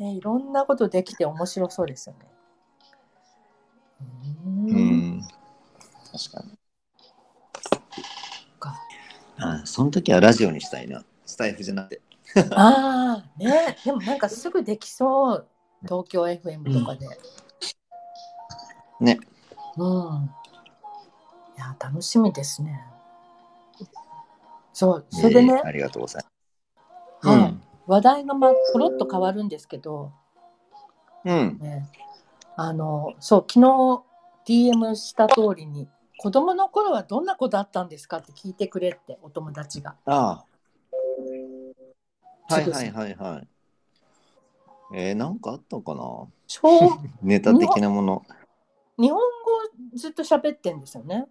Speaker 1: い、ね、いろんなことできて面白そうですよねう
Speaker 2: う
Speaker 1: ーん
Speaker 2: ん。確かに。
Speaker 1: か
Speaker 2: あその時はラジオにしたいな。スタイフじゃなくて。
Speaker 1: ああねでもなんかすぐできそう東京 FM とかで
Speaker 2: ね。
Speaker 1: うん、いや楽しみですねそうそれでね、
Speaker 2: えーありがとうございます。
Speaker 1: はい話題がまあコロッと変わるんですけど、
Speaker 2: うん。うん。
Speaker 1: ね、あのそう昨日 DM した通りに子供の頃はどんな子だったんですかって聞いてくれってお友達が
Speaker 2: ああ。はいはいはいはい。えー、なんかあったかな
Speaker 1: 小
Speaker 2: ネタ的なもの。
Speaker 1: 日本語ずっと喋ってんですよね。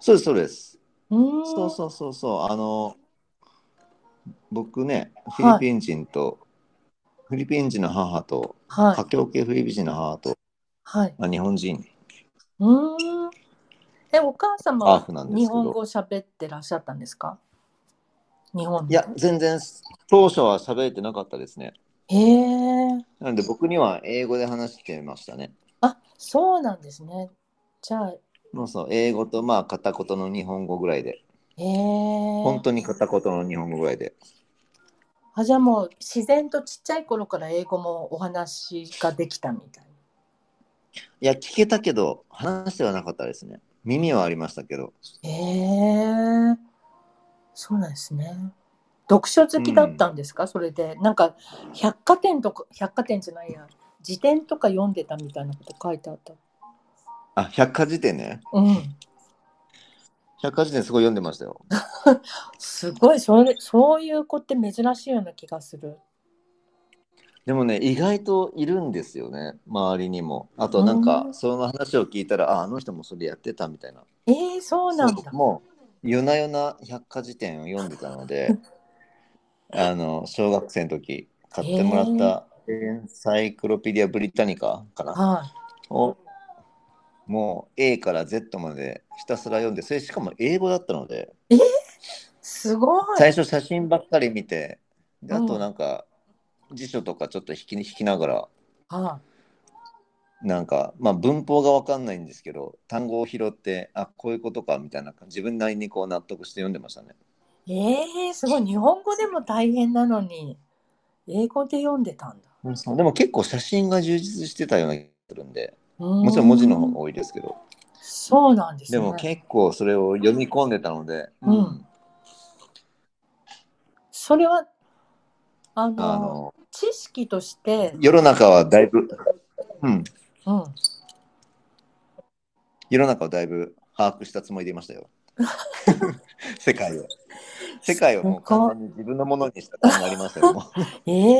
Speaker 2: そうです、そうです。
Speaker 1: うーん
Speaker 2: そうそうそうそう。あの、僕ね、フ
Speaker 1: は
Speaker 2: ィ
Speaker 1: い
Speaker 2: リピン人と、フィリピン人の母と、
Speaker 1: は
Speaker 2: 華
Speaker 1: い
Speaker 2: 僑系フィリピン人の母と、
Speaker 1: はい。
Speaker 2: まあ、日本人。
Speaker 1: うーんえお母様
Speaker 2: ハー
Speaker 1: は
Speaker 2: フなんですけ
Speaker 1: 日
Speaker 2: ど
Speaker 1: 本語喋ってらっしゃったんですか日本
Speaker 2: い
Speaker 1: で
Speaker 2: や、全然当初は喋れてなかったですね。
Speaker 1: へえ
Speaker 2: なので僕には英語で話してましたね。
Speaker 1: あそうなんですね。じゃあ
Speaker 2: もうそう、英語とまあ片言の日本語ぐらいで、
Speaker 1: へえ
Speaker 2: 本当に片言の日本語ぐらいで。
Speaker 1: あじゃあもう自然とちっちゃい頃から英語もお話ができたみたい
Speaker 2: いや、聞けたけど、話してはなかったですね。耳はありましたけど。
Speaker 1: な。へえそうなんですね。読書好きだったんですか、それでなんか百貨店とか百貨店じゃないや辞典とか読んでたみたいなこと書いてあった。
Speaker 2: あ、百科事典ね。
Speaker 1: うん、
Speaker 2: 百科事典すごい読んでましたよ。
Speaker 1: すごいそれそういう子って珍しいような気がする。
Speaker 2: でもね、意外といるんですよね、周りにも。あと、なんか
Speaker 1: う、ん
Speaker 2: その話を聞いたら、あ、あの人もそれやってたみたいな。
Speaker 1: えー、そうなん
Speaker 2: そ
Speaker 1: だ
Speaker 2: う。もう、夜な夜な百科事典を読んでた
Speaker 1: <laughs>
Speaker 2: ので、あの、小学生の時、買ってもらった、エンサイクロペディア・ブリタニカかな。
Speaker 1: は
Speaker 2: をもう A から Z までひたすら読んでそれしかも英語だったので
Speaker 1: い。すごい。
Speaker 2: 最初写真ばっかり見てであ
Speaker 1: う
Speaker 2: と
Speaker 1: ん
Speaker 2: なんか辞書とかちょっと引き引きながら
Speaker 1: は
Speaker 2: なんかまあ文法が分かんないんですけど単語を拾ってあこういうことかみたいな自分なりにこう納得して読んでましたね
Speaker 1: い。えー、すごい。日本語でも大変なのに、英語で読んでたんだ。
Speaker 2: でも結構写真が充実してたような気がするんで
Speaker 1: も
Speaker 2: もちろん文字の方が多いですけど
Speaker 1: そうなんですね。
Speaker 2: でも結構それを読み込んでたので、
Speaker 1: うんそれはあの
Speaker 2: あの
Speaker 1: 知識として、
Speaker 2: 世の中はだいぶ、うん、
Speaker 1: うん、
Speaker 2: 世の中をだいぶ把握したつもりでいまし
Speaker 1: <laughs>
Speaker 2: たよ。世界を。世界をもう完全に自分のものにした感があり
Speaker 1: <laughs>
Speaker 2: ましたよ。もう
Speaker 1: ええ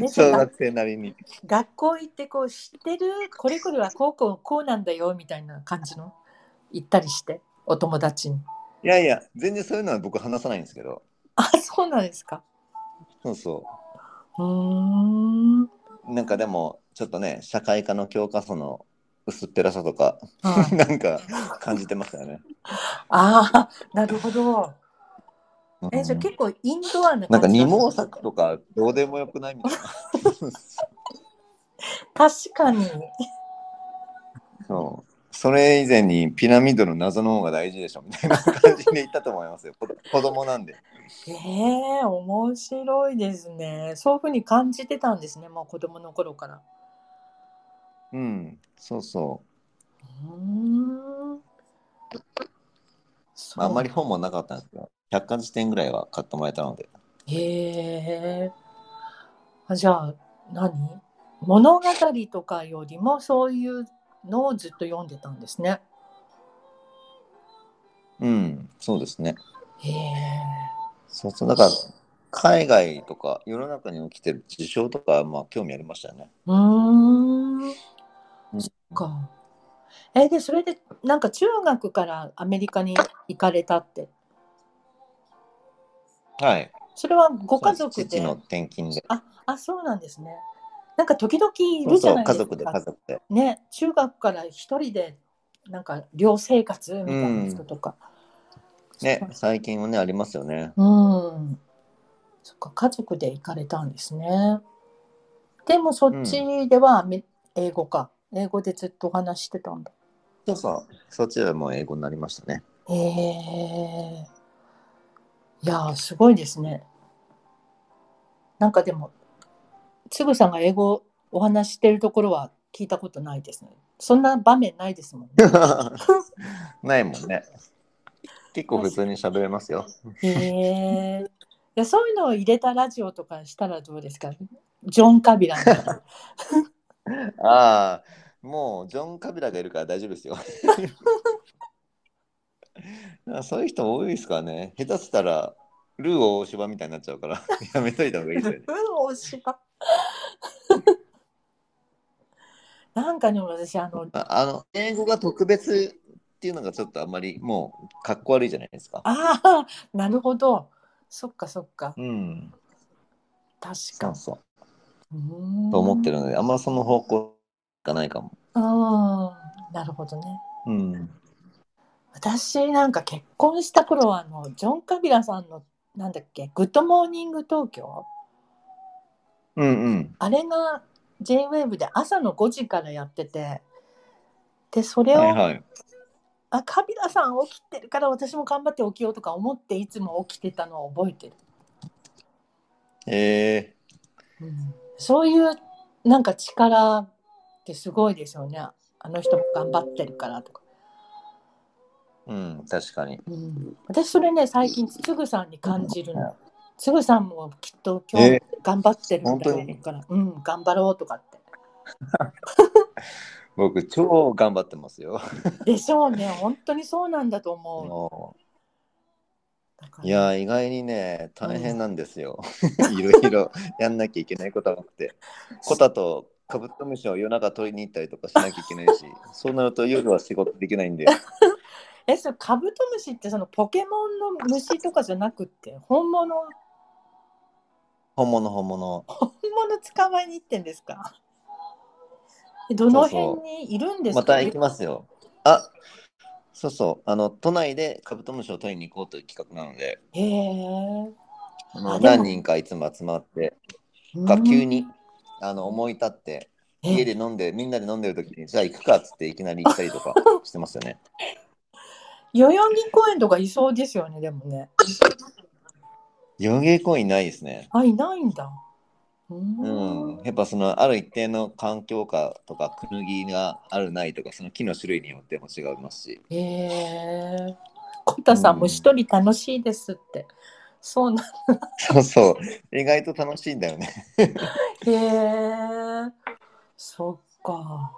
Speaker 1: ね
Speaker 2: 小
Speaker 1: が
Speaker 2: 学生なりに。
Speaker 1: 学校行ってこう知ってるこれこれはこうこうこうなんだよみたいな感じの行ったりしてお友達に
Speaker 2: いやいや、全然そういうのは僕話さないんですけど。
Speaker 1: あそうなんですか
Speaker 2: そうそう
Speaker 1: ーん
Speaker 2: う。なんかでも、ちょっとね、社会科の教科書の薄っぺらさとか、
Speaker 1: はい
Speaker 2: なんか感じてましたよね。
Speaker 1: ああなるほど <laughs> えじゃあ
Speaker 2: うん
Speaker 1: 結構インドアな
Speaker 2: なんか
Speaker 1: 感じ
Speaker 2: 二
Speaker 1: だった
Speaker 2: 毛作とかどうでもよくないみたいな。 <laughs>
Speaker 1: 確かに
Speaker 2: そう。それ以前にピラミッドの謎の方が大事でしょみたいな感じで言ったと思いますよ。子子供なんで。
Speaker 1: ええ面白いですねそういうふうに感じてたんですねもう子供の頃から
Speaker 2: うん、そうそ
Speaker 1: う
Speaker 2: う。
Speaker 1: ーんそう
Speaker 2: まあ、あんまり本もなかったんですけど、百科事典ぐらいは買ってもらえたので。
Speaker 1: へえ。あじゃあ何物語とかよりもそういうのをずっと読んでたんですね。
Speaker 2: うん、そうですね。
Speaker 1: へえ。
Speaker 2: そうそう。だから、海外とか世の中に起きてる事象とか、まあ、興味ありましたよね。
Speaker 1: うーん。
Speaker 2: うん
Speaker 1: そっか。えでそれでなんか中学からアメリカに行かれたって
Speaker 2: はい。
Speaker 1: それはご家
Speaker 2: そう
Speaker 1: 族
Speaker 2: です父
Speaker 1: で
Speaker 2: の転勤で。
Speaker 1: ああそうなんですねなんか時々い
Speaker 2: そう
Speaker 1: るじ
Speaker 2: そ
Speaker 1: ゃ
Speaker 2: う、
Speaker 1: ない
Speaker 2: 家
Speaker 1: ですか
Speaker 2: 族で、家族で。
Speaker 1: ね中学から一人でなんか寮生活みたいな人とか、
Speaker 2: ね、最近はね、ありますよね。
Speaker 1: うん。そっか、家族で行かれたんですね。でもそっちではめ、英語か。英語でずっとお話してたんだ。
Speaker 2: そうそう。そっちはもう英語になりました
Speaker 1: <laughs>
Speaker 2: ね。
Speaker 1: へえ。いやー、すごいですね。なんかでも、つぐさんが英語お話ししてるところは聞いたことないですね。そんな場面ないですもんね。
Speaker 2: ないもんね。結構普通に喋れますよ。
Speaker 1: へえ。いやそういうのを入れたラジオとかしたらどうですかジョン・カビラみたいな。
Speaker 2: ああ、もうジョン・カビラがいるから大丈夫です <laughs> よ。なんかそういう人多いですからね。下手したら、ルー大芝みたいになっちゃうから、やめといた方がいいですよね。
Speaker 1: うん、おしば。なんかでも私、あの、
Speaker 2: ああの、英語が特別っていうのがちょっとあんまりもうかっこ悪いじゃないですか。
Speaker 1: ああ、なるほど。そっかそっか。
Speaker 2: うん、
Speaker 1: 確
Speaker 2: そ
Speaker 1: か
Speaker 2: う。そう。
Speaker 1: うーん
Speaker 2: と思ってるので、あんまその方向がないかも。
Speaker 1: うん。なるほどね。
Speaker 2: うん。
Speaker 1: 私なんか結婚した頃は、あの、ジョン・カビラさんの、なんだっけ、グッドモーニング東京
Speaker 2: うんうん。
Speaker 1: あれが JWAVE で朝の5時からやってて、で、それを、
Speaker 2: はいはい。
Speaker 1: あ、カビラさん起きてるから私も頑張って起きようとか思っていつも起きてたのを覚えてる。
Speaker 2: え
Speaker 1: そういうなんか力ってすごいですよね。あの人も頑張ってるからとか。
Speaker 2: ー、うん、確かに。
Speaker 1: 私それね最近つぐさんに感じるの。つぐさんもきっと今
Speaker 2: え
Speaker 1: 日頑張ってるんだろ
Speaker 2: 本当に
Speaker 1: うから、うん頑張ろうとかって。
Speaker 2: 僕、超頑張ってますよ。
Speaker 1: でしょうね本当にそうなんだと思う。
Speaker 2: も
Speaker 1: だから
Speaker 2: いやー意外にね大変なんですよ。 <laughs> いろいろやんなきゃいけないことが多く <laughs> てコタとカブトムシを夜中取りに行ったりとかしなきゃいけないしそうなると夜は仕事できないんで
Speaker 1: えそれカブトムシってそのポケモンの虫とかじゃなくって本物本
Speaker 2: 本物本物
Speaker 1: 物捕まえに行ってんですかえどの辺にいるんですか
Speaker 2: また行きますよ。あそうそうあの都内でカブトムシを取りに行こうという企画なので
Speaker 1: へえ
Speaker 2: あの
Speaker 1: あでも
Speaker 2: 何人かいつも集まってが急にあの思い立って
Speaker 1: うん
Speaker 2: 家で飲んでみんなで飲んでる時にじゃあ行くかっつっていきなり行ったりとかしてますよね。
Speaker 1: 代々木公園とかいそうですよねでもね
Speaker 2: 代々木公園ないですね。
Speaker 1: あいないんだう
Speaker 2: うん
Speaker 1: ん、
Speaker 2: やっぱそのある一定の環境下とかクヌギがあるないとかその木の種類によっても違いますし
Speaker 1: へえコタさんも一人楽しいですってそうなん
Speaker 2: そうそう意外と楽しいんだよね
Speaker 1: へえそっか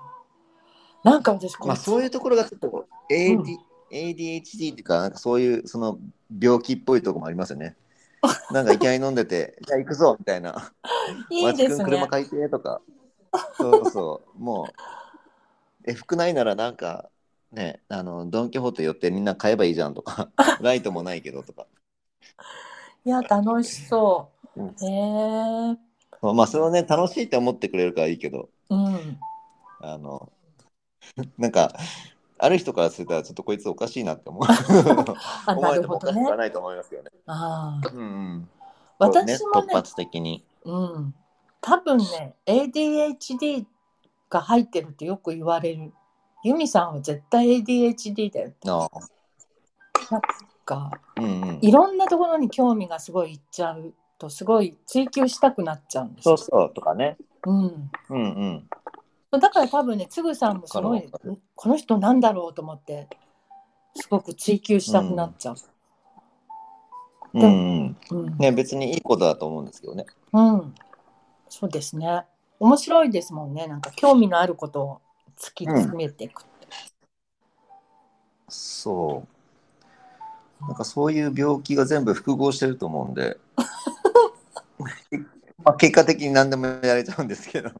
Speaker 1: なんか私こ
Speaker 2: <laughs> まあそういうところがちょっと AD、
Speaker 1: うん
Speaker 2: ADHD っていうかなんかそういうその病気っぽいとこもありますよ <laughs> ねなんかいきなり飲んでてじゃあ行くぞみたいない
Speaker 1: い
Speaker 2: わち
Speaker 1: です
Speaker 2: くん
Speaker 1: ね
Speaker 2: 車借りてとかそうそうもうえ服ないならなんかねあのドン・キホーテ寄ってみんな買えばいいじゃんと <laughs> かライトもないけどとか
Speaker 1: いや楽しそううんへえ
Speaker 2: そうまあそれをね楽しいって思ってくれるからいいけど
Speaker 1: うん
Speaker 2: あの <laughs> なんかある人からするとちょっとこいつおかしいなって思う
Speaker 1: <laughs> あ
Speaker 2: <laughs> 思
Speaker 1: な
Speaker 2: われ
Speaker 1: る
Speaker 2: ても
Speaker 1: ほ
Speaker 2: お
Speaker 1: ど
Speaker 2: かしく
Speaker 1: ね
Speaker 2: はないと思いますよね。
Speaker 1: ああ
Speaker 2: うんうん、
Speaker 1: 私も
Speaker 2: 突
Speaker 1: ね
Speaker 2: 発的に。
Speaker 1: うん多分ね ADHD が入ってるってよく言われるユミさんは絶対 ADHD だよ
Speaker 2: ああ
Speaker 1: か
Speaker 2: うんうん、
Speaker 1: いろんなところに興味がすごいいっちゃうとすごい追求したくなっちゃうんです
Speaker 2: そ
Speaker 1: よ
Speaker 2: うそうとかね。
Speaker 1: うん
Speaker 2: うんうん。
Speaker 1: だから多分ねつぐさんもすごい
Speaker 2: わかる
Speaker 1: んこの人なんだろうと思ってすごく追求したくなっちゃう。
Speaker 2: うんうん、
Speaker 1: うん
Speaker 2: ね別にいいことだと思うんですけどね。
Speaker 1: うん、そうですね。面白いですもんね。なんか興味のあることを突き詰めていく。
Speaker 2: そう。なんかそういう病気が全部複合してると思う
Speaker 1: <laughs>
Speaker 2: んで。まあ結果的に何でもやれちゃうんですけど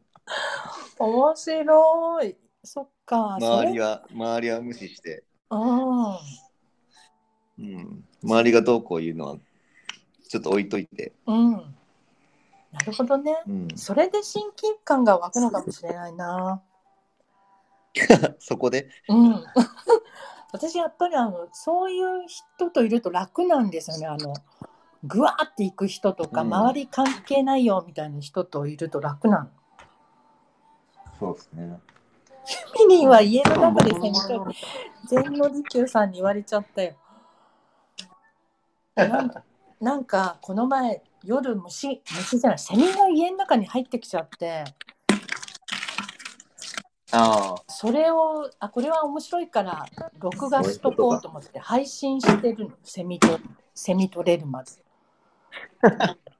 Speaker 1: 面白い。そっか。そ
Speaker 2: 周り
Speaker 1: れ
Speaker 2: は周りは無視して、
Speaker 1: うん。
Speaker 2: うん、周りがどうこう言うのはちょっと置いといて、
Speaker 1: うん。なるほどね。
Speaker 2: うん、
Speaker 1: それで親近感が湧くのかもしれないな。
Speaker 2: そこで
Speaker 1: うん。 <laughs> 私やっぱりあのそういう人といると楽なんですよね。あのぐわーっていく人とか、
Speaker 2: うん
Speaker 1: 周り関係ないよみたいな人といると楽なの。
Speaker 2: そうですね
Speaker 1: ミニーは家の中で選挙全の利休さんに言われちゃったよ。なんかなんかこの前夜虫虫じゃないセミが家の中に入ってきちゃって
Speaker 2: ああ
Speaker 1: それをあこれは面白いから録画しとこうと思って配信してるのセミとセミ取れるまで。
Speaker 2: <laughs>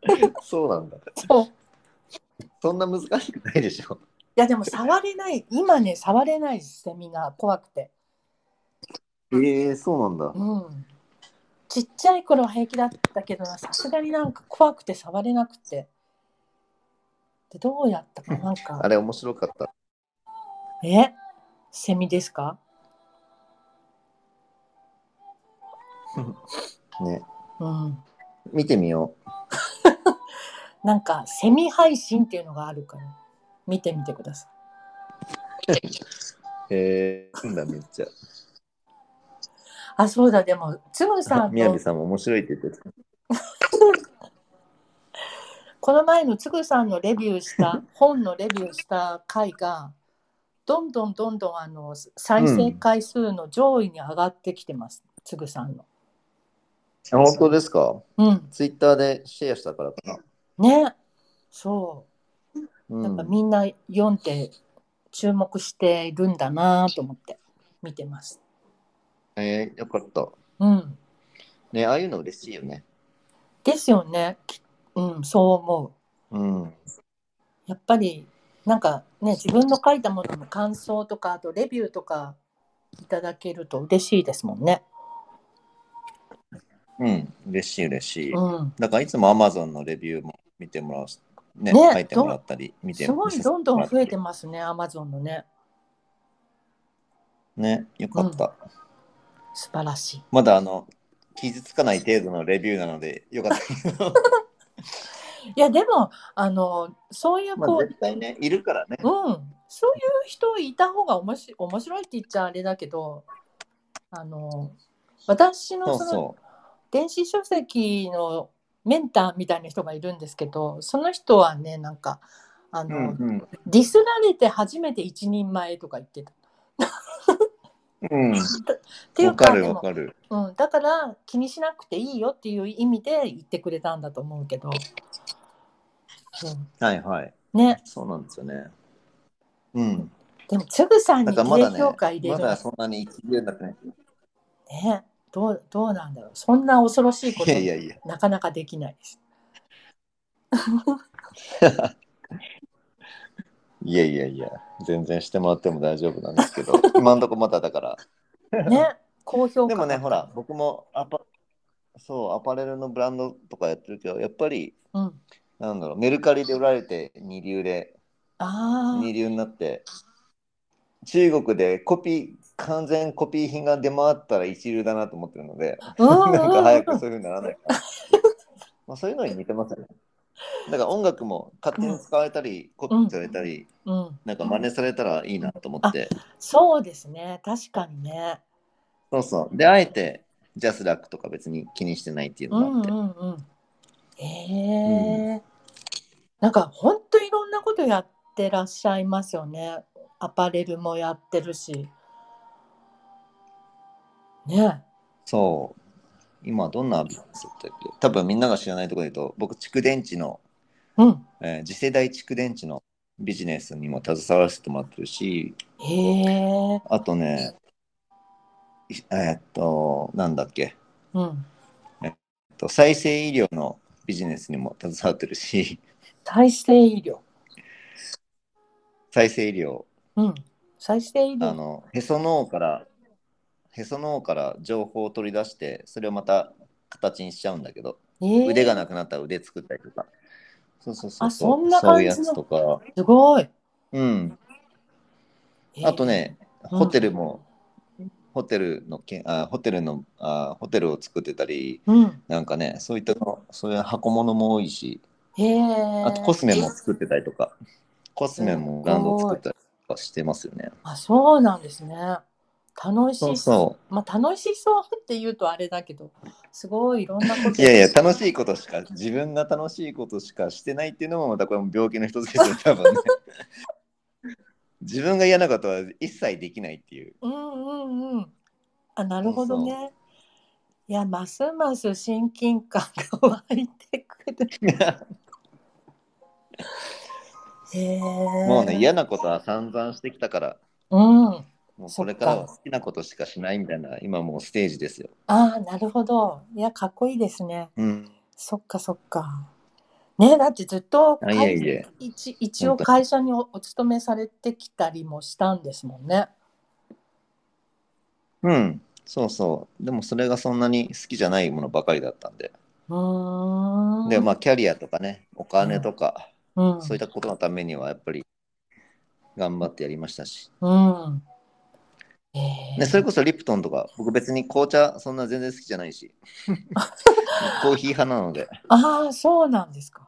Speaker 2: そうなんだ
Speaker 1: そうい
Speaker 2: そんな難しくないでしょ
Speaker 1: やでも触れない今ね触れないセミが怖くて。
Speaker 2: ええそうなんだ
Speaker 1: うんちっちゃい頃は平気だったけどなさすがになんか怖くて触れなくてでどうやったかなん
Speaker 2: あ
Speaker 1: か
Speaker 2: れ面白かった
Speaker 1: えセミですか
Speaker 2: ね
Speaker 1: うん
Speaker 2: 見てみよ
Speaker 1: なんかセミ配信っていうのがあるから見てみてくださ
Speaker 2: うへえなんだめっちゃ
Speaker 1: いあそうだでもつむさん
Speaker 2: みや
Speaker 1: の
Speaker 2: びさんも面白いって言ってた
Speaker 1: この前のつぐさんのレビューした本のレビューした回がどんどんどんどんあの再生回数の上位に上がってきてます、つぐさんの。
Speaker 2: あ本当ですか
Speaker 1: うん、
Speaker 2: ツイッターでシェアしたからかな、
Speaker 1: ねそう
Speaker 2: うん、
Speaker 1: やっぱみんな読んで注目しているんだなと思って見てます。
Speaker 2: えーよかった
Speaker 1: うん、
Speaker 2: ねああいうの嬉しいよね
Speaker 1: ですよね。きうん、そう思
Speaker 2: うん
Speaker 1: う。やっぱりなんかね自分の書いたものの感想とかあとレビューとかいただけると嬉しいですもんね。
Speaker 2: うん、嬉しい嬉しい。
Speaker 1: うん、
Speaker 2: だからいつも Amazon のレビューも見てもらうし、ね、
Speaker 1: ね
Speaker 2: 書いてもらったり、見て
Speaker 1: すごいどんどん増えて
Speaker 2: ま
Speaker 1: ますね、アマゾンのね。
Speaker 2: す。ね、よかった。
Speaker 1: 素晴らしい。
Speaker 2: まだあの、傷つかない程度のレビューなので、よ
Speaker 1: <laughs>
Speaker 2: かったけど、
Speaker 1: いや、でも、あの、そういう
Speaker 2: ま
Speaker 1: こ
Speaker 2: あ
Speaker 1: う、
Speaker 2: 絶対ね、いるからね。
Speaker 1: うん、そういう人いた方がおもし面白いって言っちゃあれだけど、あの、私
Speaker 2: そ
Speaker 1: の <laughs>
Speaker 2: う
Speaker 1: その
Speaker 2: そ
Speaker 1: 電子書籍のメンターみたいな人がいるんですけど、その人はね、なんか、あ
Speaker 2: う。う
Speaker 1: の、
Speaker 2: んうん。
Speaker 1: ディスられて初めて一人前とか言ってた。っ
Speaker 2: うん、
Speaker 1: ていう
Speaker 2: わか
Speaker 1: か、
Speaker 2: る
Speaker 1: で
Speaker 2: わ
Speaker 1: も
Speaker 2: かる。
Speaker 1: うん、だから気にしなくていいよっていう意味で言ってくれたんだと思うけど、う
Speaker 2: はいはい。
Speaker 1: ん、ね
Speaker 2: そうなんですよね。うん。
Speaker 1: でもつぐさん
Speaker 2: だ
Speaker 1: に
Speaker 2: からまだ
Speaker 1: 低
Speaker 2: ね、
Speaker 1: 評価入れ
Speaker 2: ま
Speaker 1: るの
Speaker 2: だそんなに一流だね。
Speaker 1: ねどうどうなんだろうそんな恐ろしいこ
Speaker 2: い
Speaker 1: と
Speaker 2: やいやいや。
Speaker 1: なかなかできないです。
Speaker 2: いやいやいや、全然してもらっても大丈夫なんですけど、今んとこまだだから。
Speaker 1: ね高評価
Speaker 2: でもね、ほら、、僕もアパそうアパレルのブランドとかやってるけど、やっぱり、
Speaker 1: うん、
Speaker 2: なんだろう、メルカリで売られて二流で、
Speaker 1: あ
Speaker 2: 二流になって、中国でコピー、完全コピー品が出回ったら一流だなと思ってるので、
Speaker 1: あ、うんうん
Speaker 2: なんか早く
Speaker 1: うん
Speaker 2: そういうふうにならないかな。まあそういうのに似てますよね。だから音楽も勝手に使われたり、コピーされたり、
Speaker 1: うん、
Speaker 2: なんか真似されたらいいなと思って。
Speaker 1: そうですね確かにね。
Speaker 2: そうそう。で、あえて、ジャスラックとか別に気にしてないっていう
Speaker 1: う
Speaker 2: のもあ
Speaker 1: ん
Speaker 2: っ
Speaker 1: う
Speaker 2: て。
Speaker 1: んうん。ええなんか本当いろんなことやってらっしゃいますよね。アパレルもやってるし。ね。
Speaker 2: そう。今どんなビジネスだったっけ多分みんなが知らないところで言うと、僕、蓄電池の、
Speaker 1: うん。
Speaker 2: えー次世代蓄電池のビジネスにも携わらせてもらってるし、
Speaker 1: へえ。
Speaker 2: あとね、いえーっと、なんだっけ、
Speaker 1: うん。
Speaker 2: えっと再生医療のビジネスにも携わってるし、
Speaker 1: 再生医療。
Speaker 2: 再生医療、
Speaker 1: うん。再生医
Speaker 2: あ
Speaker 1: 療。
Speaker 2: の、へその緒から、へその緒から情報を取り出して、それをまた形にしちゃうんだけど、
Speaker 1: ええ
Speaker 2: 腕がなくなったら腕作ったりとか。そうそうそう
Speaker 1: あそんな
Speaker 2: そう
Speaker 1: 感
Speaker 2: いう
Speaker 1: じの
Speaker 2: やつとか。
Speaker 1: すごい。
Speaker 2: うん。
Speaker 1: ええ
Speaker 2: あと。ね、
Speaker 1: うん
Speaker 2: ホテルも、ホテルのけんあ、ホテルのあ、ホテルを作ってたり、
Speaker 1: うん。
Speaker 2: なんかね、そういったの、そういう箱物も多いし、
Speaker 1: へえ。
Speaker 2: あとコスメも。作ってたりとか、コスメもブランドを作ったりとかしてますよね。
Speaker 1: あ、そうなんですね。楽し
Speaker 2: そ
Speaker 1: そう
Speaker 2: そ
Speaker 1: まあ楽しそうって言うとあれだけど、すごいいろんなこと。
Speaker 2: う。いやいや、楽しいことしか、自分が楽しいことしかしてないっていうのも、またこれも病気の一つ
Speaker 1: <laughs>
Speaker 2: ですよ、多分ね。自分が嫌なことは一切できないっ
Speaker 1: <laughs>
Speaker 2: ていう。
Speaker 1: うんうんうん。あ、なるほどね。いや、ますます親近感が湧いてくる。へえ。
Speaker 2: もうね、嫌なことは散々してきたから、
Speaker 1: うん。あ
Speaker 2: もう
Speaker 1: そ
Speaker 2: こ
Speaker 1: っか
Speaker 2: れからは好きなことしかしないみたいな、今もうステージですよ。
Speaker 1: あ、なるほど。いや、かっこいいですね。
Speaker 2: うん。
Speaker 1: そっかそっか。ね、だってずっと
Speaker 2: あいえいえ
Speaker 1: 一一応会社におお勤めされてきたりもしたんですもんね。
Speaker 2: うん。そうそう。でもそれがそんなに好きじゃないものばかりだったんで。
Speaker 1: うーん。
Speaker 2: で、まあ、キャリアとかね、お金とか、
Speaker 1: うん、
Speaker 2: そういったことのためには、やっぱり頑張ってやりましたし。
Speaker 1: うん。えー
Speaker 2: ね、それこそリプトンとか、僕別に紅茶、そんな全然好きじゃな
Speaker 1: <laughs>
Speaker 2: いし。コーヒー派なので。
Speaker 1: ああ、そうなんですか。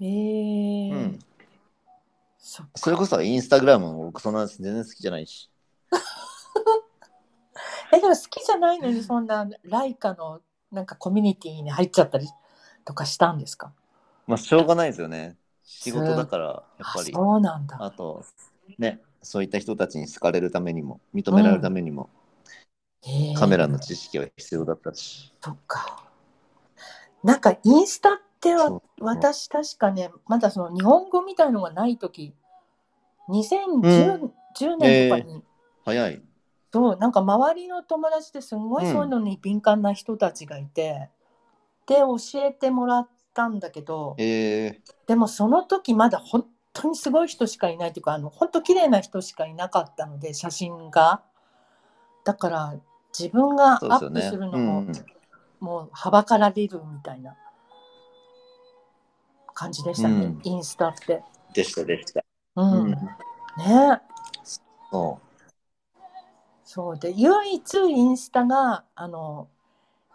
Speaker 1: ええ
Speaker 2: う
Speaker 1: ー。
Speaker 2: ん。
Speaker 1: そっか
Speaker 2: それこそインスタグラムも僕そんな全然好きじゃないし。
Speaker 1: え、でも好きじゃないのに、そんなライカのなんかコミュニティに入っちゃったりとかしたんですか
Speaker 2: まあ、しょうがないですよね。仕事だから、やっぱ
Speaker 1: あ
Speaker 2: り。
Speaker 1: そうなん <laughs> だ。
Speaker 2: あと、ね、そういった人たちに好かれるためにも、認められるためにも、
Speaker 1: へー
Speaker 2: カメラの知識は必要だったし。
Speaker 1: そっか。なんかインスタって
Speaker 2: そ
Speaker 1: わ
Speaker 2: う
Speaker 1: 私確かね、まだその日本語みたいのがない時、2010、
Speaker 2: う
Speaker 1: 10年とかに、
Speaker 2: 早い。
Speaker 1: そうなんか周りの友達ですごいそういうのに敏感な人たちがいて、で教えてもらったんだけど
Speaker 2: えー、
Speaker 1: でもその時まだ本当にすごい人しかいないというかあの本当綺麗な人しかいなかったので写真がだから自分が
Speaker 2: そうで
Speaker 1: ア
Speaker 2: すよ
Speaker 1: ップ
Speaker 2: ね。
Speaker 1: するの
Speaker 2: うん
Speaker 1: も
Speaker 2: うん
Speaker 1: もうはばかられるみたいな感じでしたね、
Speaker 2: うん
Speaker 1: インスタって。
Speaker 2: でしたでした。
Speaker 1: うん
Speaker 2: うん
Speaker 1: ね
Speaker 2: そ
Speaker 1: そうで唯一インスタがあの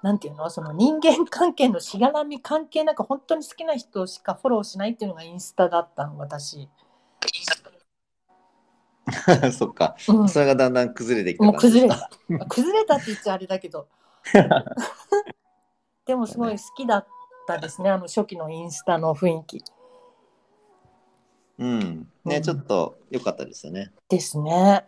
Speaker 1: なんていうのその人間関係のしがらみ関係なく本当に好きな人しかフォローしないっていうのがインスタだったの私、
Speaker 2: う。 <laughs> そっか。
Speaker 1: うん、
Speaker 2: それがだんだん崩れてきた
Speaker 1: もう
Speaker 2: 感じで
Speaker 1: 崩
Speaker 2: す
Speaker 1: れた
Speaker 2: か。<laughs>
Speaker 1: 崩れたって言っちゃあれだけどでもすごい好きだったですねあの初期のインスタの雰囲気
Speaker 2: うん。
Speaker 1: う
Speaker 2: ね、
Speaker 1: ん
Speaker 2: ちょっと良かったですよね。
Speaker 1: ですね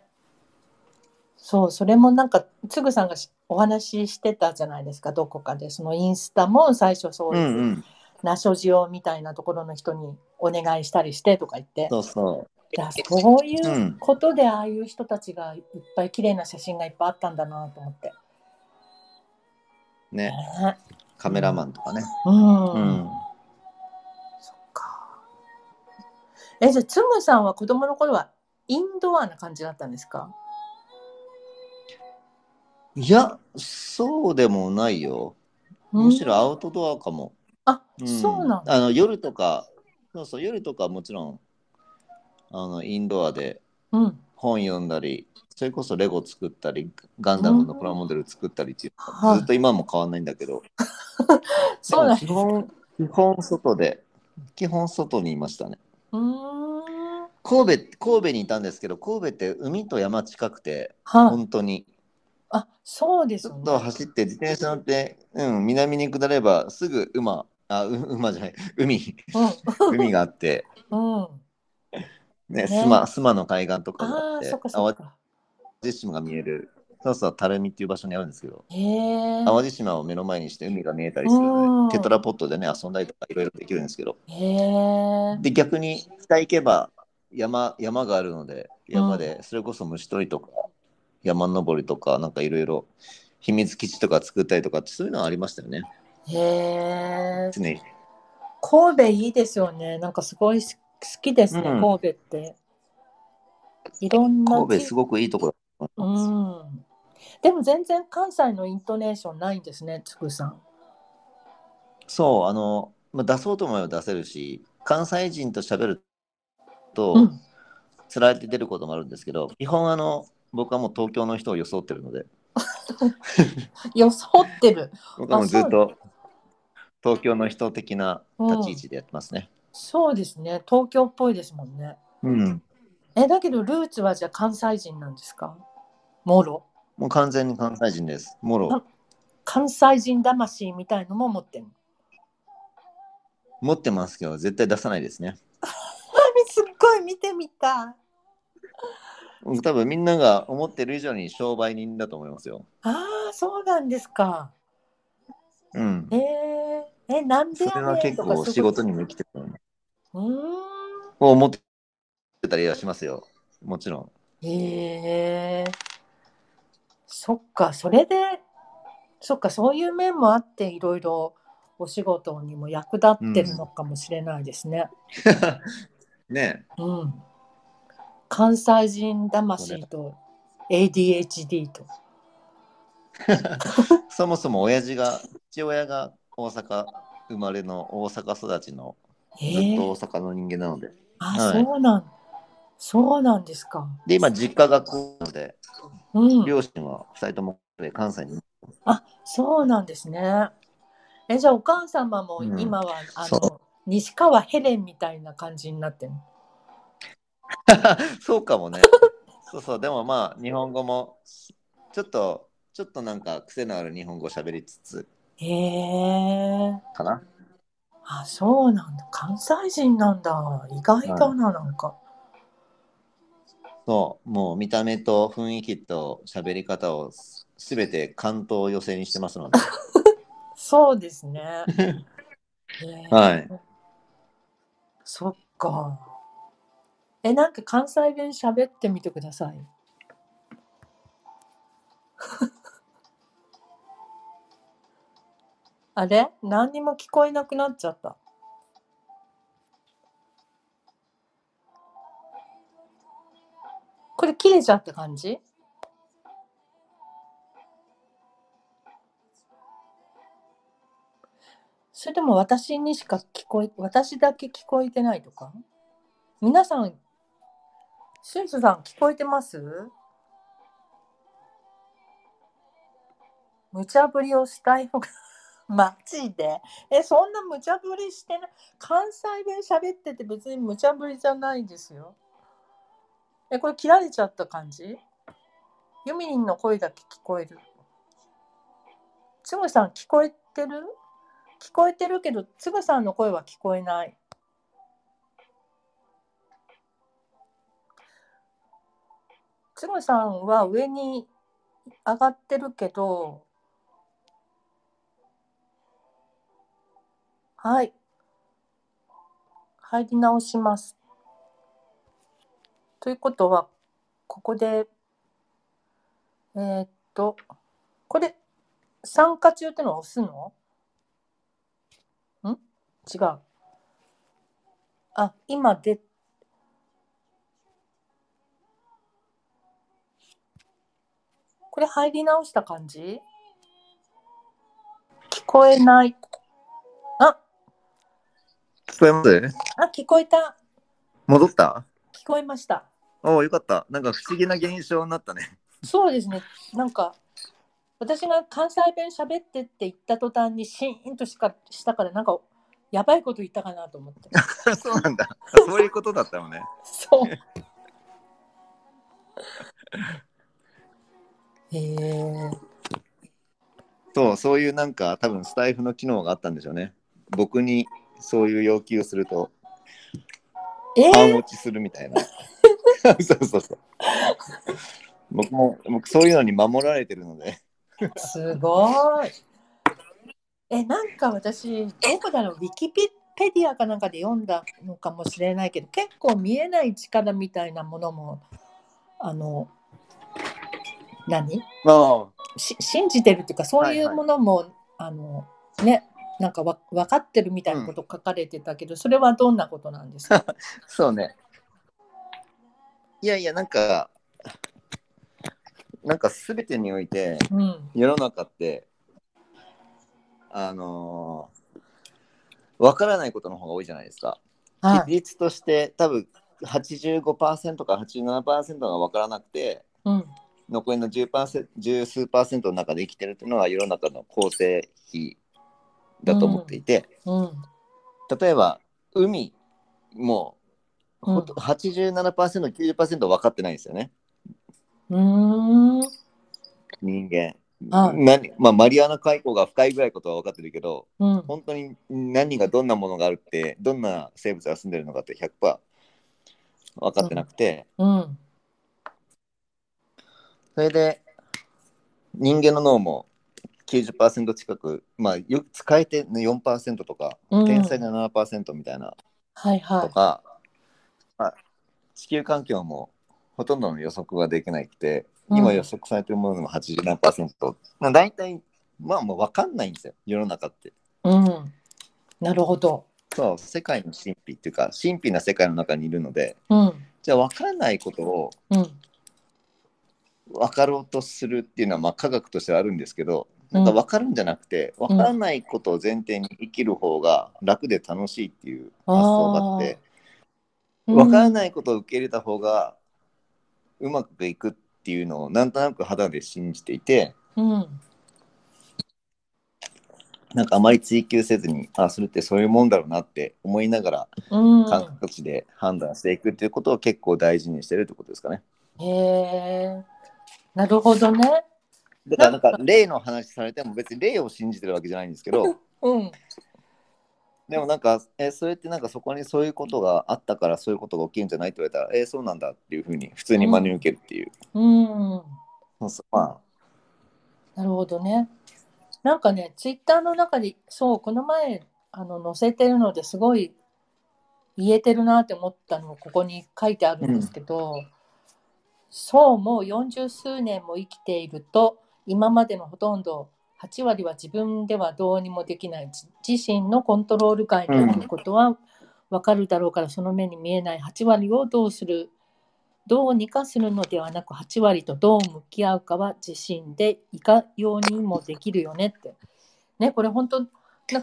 Speaker 1: そうそれもなんかつぐさんがしお話ししてたじゃないですかどこかでそのインスタも最初そう
Speaker 2: う
Speaker 1: い
Speaker 2: んう。
Speaker 1: うんナショジオみたいなところの人にお願いしたりしてとか言って
Speaker 2: そうそ
Speaker 1: だからそういううんことでああいう人たちがいっぱい綺麗な写真がいっぱいあったんだなと思って、
Speaker 2: う。ね、
Speaker 1: ね
Speaker 2: カメラマンとかね。う
Speaker 1: うん
Speaker 2: ん。
Speaker 1: そっか。え、じゃあ、つむさんは子供の頃はインドアな感じだったんですか
Speaker 2: いや、そうでもないよ。むしろアウトドアかも。
Speaker 1: あ、
Speaker 2: ん
Speaker 1: そうなんだ。
Speaker 2: あの夜とか、そうそう、夜とかもちろん、あの、インドアで
Speaker 1: うん。
Speaker 2: 本読んだり、それこそレゴ作ったり、ガンダムのプラモデル作ったりっていう、
Speaker 1: はい
Speaker 2: ずっと今も変わんないんだけど、
Speaker 1: そうなん
Speaker 2: 基本、基本外で、基本外にいましたね。
Speaker 1: うーん。
Speaker 2: 神戸、神戸にいたんですけど、神戸って海と山近くて、
Speaker 1: はい。
Speaker 2: 本当に。
Speaker 1: あ、そうです
Speaker 2: ち
Speaker 1: よ
Speaker 2: ょっ
Speaker 1: ね。
Speaker 2: と走って自転車乗って、うん、南に下ればすぐ馬、あ、う馬じゃない、
Speaker 1: <laughs>
Speaker 2: 海、海があって、
Speaker 1: うん。
Speaker 2: <laughs>
Speaker 1: うん。ね
Speaker 2: ね、須磨、須磨の海岸とかがあ
Speaker 1: あ
Speaker 2: っ
Speaker 1: あ、
Speaker 2: て
Speaker 1: そっ、かそっ
Speaker 2: 淡
Speaker 1: か。
Speaker 2: 路島が見える、そうそう、垂水っていう場所にあるんですけど、
Speaker 1: へえ。
Speaker 2: 淡路島を目の前にして海が見えたりするの
Speaker 1: うん
Speaker 2: で、テトラポットでね、遊んだりとかいろいろできるんですけど、
Speaker 1: へえ。
Speaker 2: で、逆に北行けば山、山があるので、山で、それこそ虫取りとか、山登りとか、なんかいろいろ、秘密基地とか作ったりとかって、そういうのはありましたよね、
Speaker 1: へえ。
Speaker 2: 常に。
Speaker 1: 神戸いいですよね。なんかすごいす好きですね、
Speaker 2: う
Speaker 1: 神
Speaker 2: ん
Speaker 1: 戸って。いろんな地
Speaker 2: 神戸すごくいいところだと思います
Speaker 1: うん。でも全然関西のイントネーションないんですね、つくさん。
Speaker 2: そうあの、まあ、出そうと思えば出せるし関西人と喋ると
Speaker 1: うん。
Speaker 2: つられて出ることもあるんですけど、基本あの僕はもう東京の人を装ってるので
Speaker 1: <laughs> 装ってる。
Speaker 2: 僕はもうずっ
Speaker 1: あ
Speaker 2: と東京の人的な立ち位置でやってますね。
Speaker 1: そうですね、東京っぽいですもんね。
Speaker 2: うん
Speaker 1: え、だけどルーツはじゃあ関西人なんですかもろ。
Speaker 2: もう完全に関西人です。もろ
Speaker 1: あ関西人魂みたいのも持ってる。
Speaker 2: 持ってますけど絶対出さないですね。
Speaker 1: すっごい見てみたい。
Speaker 2: 僕多分みんなが思ってる以上に商売人だと思いますよ。
Speaker 1: ああ、そうなんですか。
Speaker 2: うん
Speaker 1: え。ー、え、なん
Speaker 2: そ
Speaker 1: で
Speaker 2: れ
Speaker 1: や
Speaker 2: は
Speaker 1: ねん
Speaker 2: 結
Speaker 1: とか
Speaker 2: 構
Speaker 1: すごい
Speaker 2: 仕事にも生きてる。
Speaker 1: うー
Speaker 2: を持ってたりはしますよ。もちろん。
Speaker 1: ん。へえー。そっか、それで、そっか、そういう面もあって、いろいろお仕事にも役立ってるのかもしれないですね。
Speaker 2: <laughs> ね
Speaker 1: うん。関西人魂と ADHD と。
Speaker 2: えそもそも親父が父親が大阪生まれの大阪育ちの
Speaker 1: え
Speaker 2: ずっ
Speaker 1: ー
Speaker 2: と大阪の人間なので、
Speaker 1: あ、
Speaker 2: はい
Speaker 1: そうなん、そうなんですか。
Speaker 2: で今実家がこうで
Speaker 1: うん。
Speaker 2: 両親は2人とも関西に
Speaker 1: あ、そうなんですね。え、じゃあお母様も
Speaker 2: うん
Speaker 1: 今は、あ
Speaker 2: そ
Speaker 1: の、西川ヘレンみたいな感じになってる。
Speaker 2: <laughs> そうかも <laughs> ねそうそうでもまあ日本語もちょっとちょっとなんか癖のある日本語喋りつつ
Speaker 1: へえ。
Speaker 2: かな
Speaker 1: あ、そうなんだ。関西人なんだ。意外だな、なんか。
Speaker 2: そうもう見た目と雰囲気と喋り方をす全て関東寄せにしてますので
Speaker 1: そうですね。へえ
Speaker 2: <laughs> はい
Speaker 1: そっか。え、なんか関西弁喋ってみてください。 <laughs> あれ何にも聞こえなくなっちゃった。これ切れちゃった感じそれでも私にしか聞こえ、私だけ聞こえてないとか皆さん、シュンスさん聞こえてます無茶ぶりをしたい方が、 <laughs> マジで。え、そんな無茶ぶりしてない。関西弁喋ってて別に無茶ぶりじゃないですよ。え、これ切られちゃった感じユミリンの声だけ聞こえる。つぐさん聞こえてる聞こえてるけど、つぐさんの声は聞こえない。つぐさんは上に上がってるけど、はい。入り直します。ということは、ここで、えーっと、これ、参加中ってのは押すのん違う。あ、今で、これ入り直した感じ聞こえない。あ、
Speaker 2: 聞こえます
Speaker 1: あ、聞こえた。
Speaker 2: 戻った
Speaker 1: 聞こえました。
Speaker 2: おお、よかった。なんか不思議な現象になったね。 <laughs>
Speaker 1: そうですね。なんか私が関西弁喋ってって言った途端にシーンとしかしたからなんかやばいこと言ったかなと思って。
Speaker 2: そうなんだ。そういうことだったのね。
Speaker 1: そう。 <laughs> へえ。
Speaker 2: そう、そういうなんか多分スタイフの機能があったんでしょうね。僕にそういう要求をすると、
Speaker 1: え
Speaker 2: 半
Speaker 1: ー、
Speaker 2: 落ちするみたいな。 <laughs> そうそうそう。僕も、僕そういうのに守られてるので。
Speaker 1: すごい。え、なんか私、どこだろう、ウィキペディアかなんかで読んだのかもしれないけど、結構見えない力みたいなものも、あの、何
Speaker 2: あ
Speaker 1: し信じてるっていうかそうい
Speaker 2: はいうはい
Speaker 1: ものも、あのねなんかわ分かってるみたいなこと書かれてたけど、それはどんなことなんです
Speaker 2: <laughs>
Speaker 1: か
Speaker 2: そうね。いやいや、なんか、なんか全てにおいて、
Speaker 1: うん
Speaker 2: 世の中って、あのー、わからないことの方が多いじゃないですか。
Speaker 1: は
Speaker 2: 比
Speaker 1: い、
Speaker 2: 率として多分85%か87%が分からなくて
Speaker 1: うん、
Speaker 2: 残りの10%十数パーセントの中で生きてるっていうのが世の中の構成比だと思っていて、
Speaker 1: うん
Speaker 2: 例えば海もう、ほと87%90% 分かってないんですよね
Speaker 1: うんうーん
Speaker 2: 人間。
Speaker 1: はい
Speaker 2: 何まあ、マリアナ海溝が深いぐらいことは分かってるけど
Speaker 1: うん
Speaker 2: 本当に何がどんなものがあるってどんな生物が住んでるのかって100%分かってなくて。
Speaker 1: うん
Speaker 2: それで人間の脳も90%近く、まあ、よく使えて4%とか
Speaker 1: うん
Speaker 2: 天才で7%みたいな
Speaker 1: はい
Speaker 2: と
Speaker 1: はい
Speaker 2: か、まあ地球環境もほとんどの予測ができなくて
Speaker 1: うん
Speaker 2: 今予測されてるものも87%、まあ、大体まあもう分かんないんですよ世の中って。
Speaker 1: うんなるほど
Speaker 2: そう世界の神秘っていうか神秘な世界の中にいるので
Speaker 1: うん
Speaker 2: じゃあ分からないことを
Speaker 1: うん
Speaker 2: 分かろうとするっていうのはまあ科学としてはあるんですけどなんか分かるんじゃなくて分からないことを前提に生きる方が楽で楽しいっていう発想があって
Speaker 1: うん
Speaker 2: 分からないことを受け入れた方がうまくいくっていうのをなんとなく肌で信じていて
Speaker 1: うん
Speaker 2: なんかあまり追求せずにあそれってそういうもんだろうなって思いながら
Speaker 1: うん
Speaker 2: 感覚値で判断していくっていうことを結構大事にしてるってことですかね。
Speaker 1: へえなるほどね
Speaker 2: だか
Speaker 1: <laughs>
Speaker 2: らなんか例の話されても別に例を信じてるわけじゃないんですけど
Speaker 1: うん
Speaker 2: でもなんか、え、それってなんかそこにそういうことがあったからそういうことが起きるんじゃないって言われたら、え、そうなんだっていうふうに普通に真に受けるっていう。
Speaker 1: うん
Speaker 2: そうそうま
Speaker 1: なるほどね。なんかね、ツイッターの中で、そう、この前、あの、載せてるのですごい言えてるなって思ったのをここに書いてあるんですけど、そう、もう40数年も生きていると、今までのほとんど8割は自分ではどうにもできない、じ自身のコントロール外にあることはわかるだろうから、その目に見えない8割をどうするどうにかするのではなく8割とどう向き合うかは自身でいかようにもできるよねって。ねこれ本当なん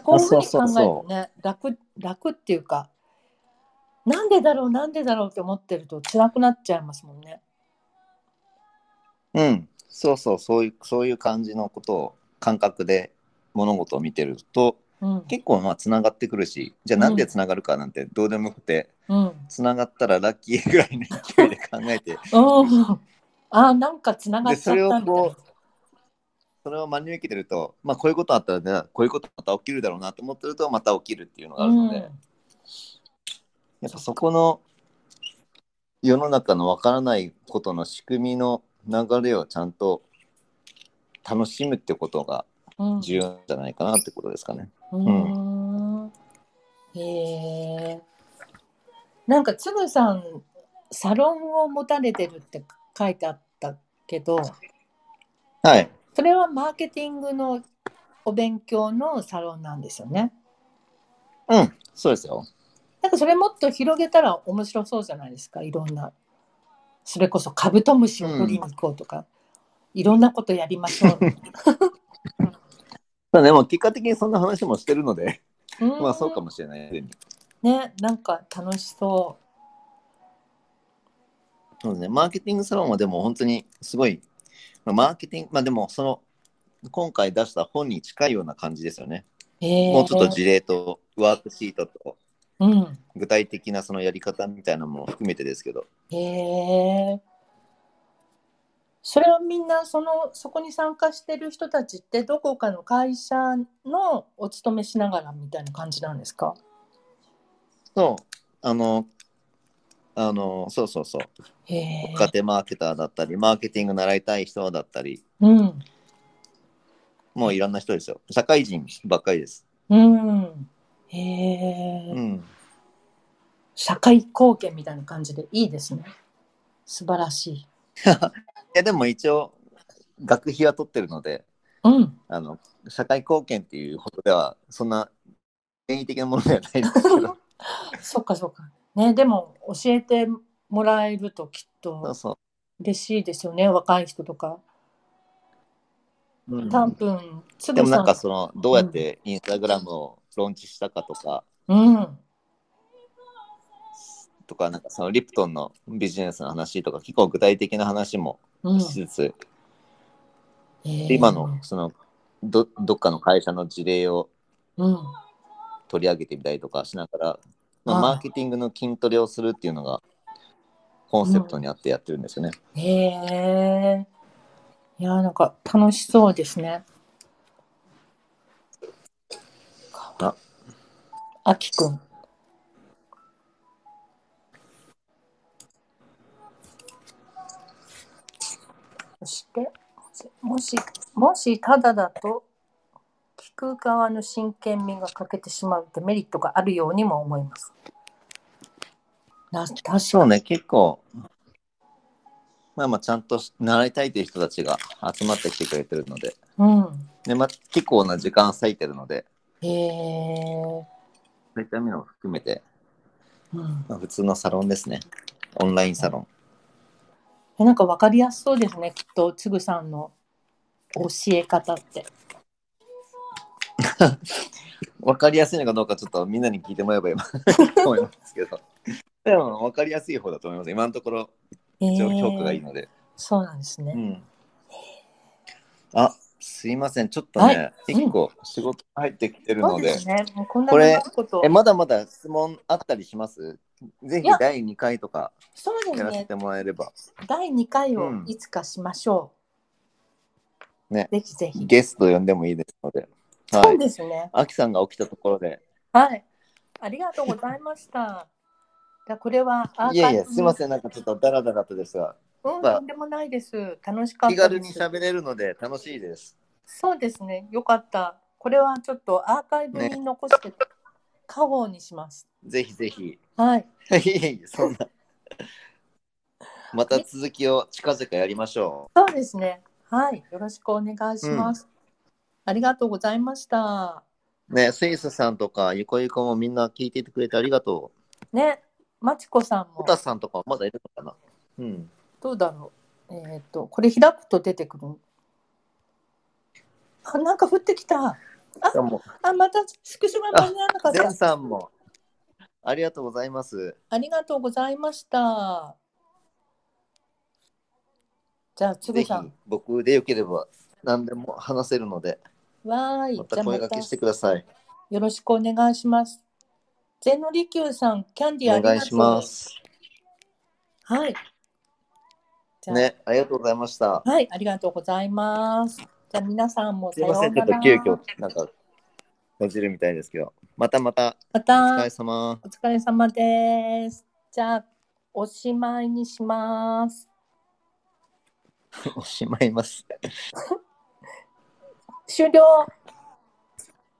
Speaker 1: かこういうふうに
Speaker 2: そ
Speaker 1: 考
Speaker 2: うそうそ
Speaker 1: えるとね楽楽っていうかなんでだろうなんでだろうって思ってると辛くなっちゃいますもんね。
Speaker 2: うん、そうそう、そういう、そういう感じのことを感覚で物事を見てると、
Speaker 1: うん
Speaker 2: 結構まあつながってくるし、じゃあなんでつながるかなんてどうでもよくて、
Speaker 1: うん
Speaker 2: つながったらラッキーぐらいの勢いで考え <laughs> て、
Speaker 1: うん、あーなんかつながっ
Speaker 2: で、
Speaker 1: ちゃ
Speaker 2: そ
Speaker 1: っ
Speaker 2: れ
Speaker 1: た
Speaker 2: を
Speaker 1: みたい
Speaker 2: こ
Speaker 1: な
Speaker 2: う、それを真に受けてると、まあこういうことあったら、ね、こういうことまた起きるだろうなと思ってると、また起きるっていうのがあるので、やっぱそこの世の中のわからないことの仕組みの流れをちゃんと楽しむってことが
Speaker 1: うんうん
Speaker 2: 重要じゃないかなってことですかね。
Speaker 1: うーんへえ。なんかつぐさんサロンを持たれてるって書いてあったけど、
Speaker 2: はい。
Speaker 1: それはマーケティングのお勉強のサロンなんですよね。
Speaker 2: うん、そうですよ。
Speaker 1: なんかそれもっと広げたら面白そうじゃないですか。いろんなそれこそカブトムシを取りに行こうとか、いろんなことやりましょ
Speaker 2: <laughs>
Speaker 1: う。
Speaker 2: まあでも結果的にそんな話もしてるので、まあそうか
Speaker 1: も。
Speaker 2: もしれない。
Speaker 1: ね、なんか楽しそ
Speaker 2: そうですね。マーケティングサロンはでも本当にすごい、まあマーケティング、まあでもその、今回出した本に近いような感じですよね。
Speaker 1: う。へえ
Speaker 2: もうちょっと事例とワークシートと
Speaker 1: うん。
Speaker 2: 具体的なそのやり方みたいなのも含めてですけど。
Speaker 1: へえ。それはみんなそのそこに参加してる人たちってどこかの会社のお勤めしながらみたいな感じなんですか。
Speaker 2: そう、あの、あの、そうそうそう。
Speaker 1: へえ。
Speaker 2: 若手マーケターだったり、マーケティング習いたい人だったり、
Speaker 1: うん。
Speaker 2: もういろんな人ですよ。社会人ばっかりです。
Speaker 1: うん。へえ、
Speaker 2: うん。
Speaker 1: 社会貢献みたいな感じでいいですね。素晴らしい。
Speaker 2: いやでも一応学費は取ってるので
Speaker 1: うん。
Speaker 2: あの社会貢献っていうことではそんな権威的なものではないです <laughs> けど
Speaker 1: そっかそっか。ね、でも教えてもらえるときっ
Speaker 2: そう
Speaker 1: と
Speaker 2: そ
Speaker 1: 嬉しいですよね。若い人とか。
Speaker 2: う、うん
Speaker 1: 多分、つ
Speaker 2: で
Speaker 1: ぐ
Speaker 2: も
Speaker 1: さ
Speaker 2: なん
Speaker 1: ん
Speaker 2: か。そのどうやってインスタグラムをローンチしたかとか、
Speaker 1: うん。
Speaker 2: とかなんかそのリプトンのビジネスの話とか結構具体的な話も
Speaker 1: うん
Speaker 2: しつつ、
Speaker 1: えー
Speaker 2: 今のそのどどっかの会社の事例を
Speaker 1: うん、
Speaker 2: 取り上げてみたりとかしながら、まあ、
Speaker 1: は
Speaker 2: マ
Speaker 1: い
Speaker 2: ーケティングの筋トレをするっていうのがコンセプトにあってやってるんですよね。
Speaker 1: へえいやなんか楽しそうですね
Speaker 2: あ
Speaker 1: あきくんそしてもしもしただだと聞く側の真剣味が欠けてしまうデメリットがあるようにも思います。な確かに
Speaker 2: そうね、結構、まあまあ、ちゃんとし習いたいという人たちが集まってきてくれてるので、
Speaker 1: うん。
Speaker 2: でまあ、結構な時間割いてるので、
Speaker 1: へえ。
Speaker 2: そういった意味も含めて、
Speaker 1: うん。
Speaker 2: まあ、普通のサロンですね。オンラインサロン。
Speaker 1: えなんかわかりやすそうですね。きっとつぐさんの教え方って。
Speaker 2: わかりやすいのかどうか、ちょっとみんなに聞いてもらえばいいと思いますけど、 <laughs> でもわかりやすい方だと思います。今のところ、一応評価がいいので。
Speaker 1: そうなんですね。
Speaker 2: うんあすいません、ちょっとね、
Speaker 1: い
Speaker 2: 一個仕事入ってきてる
Speaker 1: そ
Speaker 2: の
Speaker 1: う
Speaker 2: で、
Speaker 1: ですね。もうこんな
Speaker 2: これ
Speaker 1: 長いこと
Speaker 2: え。まだまだ質問あったりしますぜ
Speaker 1: い
Speaker 2: ひ
Speaker 1: や
Speaker 2: 第2回とか
Speaker 1: そうで
Speaker 2: や
Speaker 1: す
Speaker 2: らせ
Speaker 1: ね。
Speaker 2: てもらえれば、
Speaker 1: 第2回
Speaker 2: う
Speaker 1: を
Speaker 2: ん
Speaker 1: いつかしましょう。
Speaker 2: ね
Speaker 1: ぜひぜひ。
Speaker 2: ゲスト呼んでもいいですので、は
Speaker 1: そう
Speaker 2: い。
Speaker 1: ですね。
Speaker 2: アキさんが起きたところで、
Speaker 1: はい。ありがとうございました。じゃあこれはアーカイブ
Speaker 2: いやいや、すいません、なんかちょっとダラダラとですが、
Speaker 1: うん、とんでもないです。楽しかっ
Speaker 2: 気
Speaker 1: た
Speaker 2: 軽
Speaker 1: で
Speaker 2: に
Speaker 1: す。
Speaker 2: 喋れるので楽しいです。
Speaker 1: そうですね。よかった。これはちょっとアーカイブに残して、過保にします。
Speaker 2: ぜひ <laughs> ぜひ。
Speaker 1: はい。
Speaker 2: いやいや、そんな。また続きを近々やりましょ
Speaker 1: そうですね。はい。よろしくお願いします。ありがとうございました。
Speaker 2: う。ね、スイスさんとか、ゆこゆこもみんな聞いててくれてありがとう。
Speaker 1: ね、まちこさん
Speaker 2: コ
Speaker 1: も
Speaker 2: タさんとかまだいるのかなうん。
Speaker 1: どうだろう。えーっ、と、これ開くと出てくる。あ、なんか降ってきた。
Speaker 2: かも
Speaker 1: あ、またスクショが間に合わなかっ
Speaker 2: ゼ
Speaker 1: た
Speaker 2: ン。さんもありがとうございます。
Speaker 1: ありがとうございました。じゃあ、つ
Speaker 2: ぜ
Speaker 1: ぐ
Speaker 2: ひ
Speaker 1: さん。
Speaker 2: 僕でよければ何でも話せるので、
Speaker 1: わーい。
Speaker 2: ま
Speaker 1: じゃ
Speaker 2: た
Speaker 1: あ
Speaker 2: 声
Speaker 1: ま
Speaker 2: 掛
Speaker 1: た
Speaker 2: けしてください。
Speaker 1: よろしくお願いします。ゼノリキューさん、キャンディーあ
Speaker 2: お
Speaker 1: りがとう。
Speaker 2: 願いします。
Speaker 1: はい。じゃあ、
Speaker 2: ね、ありがとうございました。
Speaker 1: はい、ありがとうございます。じゃあ、皆さんも
Speaker 2: す
Speaker 1: さ
Speaker 2: い
Speaker 1: よう
Speaker 2: ません、ち
Speaker 1: な
Speaker 2: ょっと
Speaker 1: ら。
Speaker 2: 急遽なんか閉じるみたいですけど、またまた
Speaker 1: ま
Speaker 2: お
Speaker 1: た
Speaker 2: 疲れ。様。 <laughs>
Speaker 1: お疲れ様です。じゃあ、おしまいにします。
Speaker 2: おしまいます。
Speaker 1: 終了。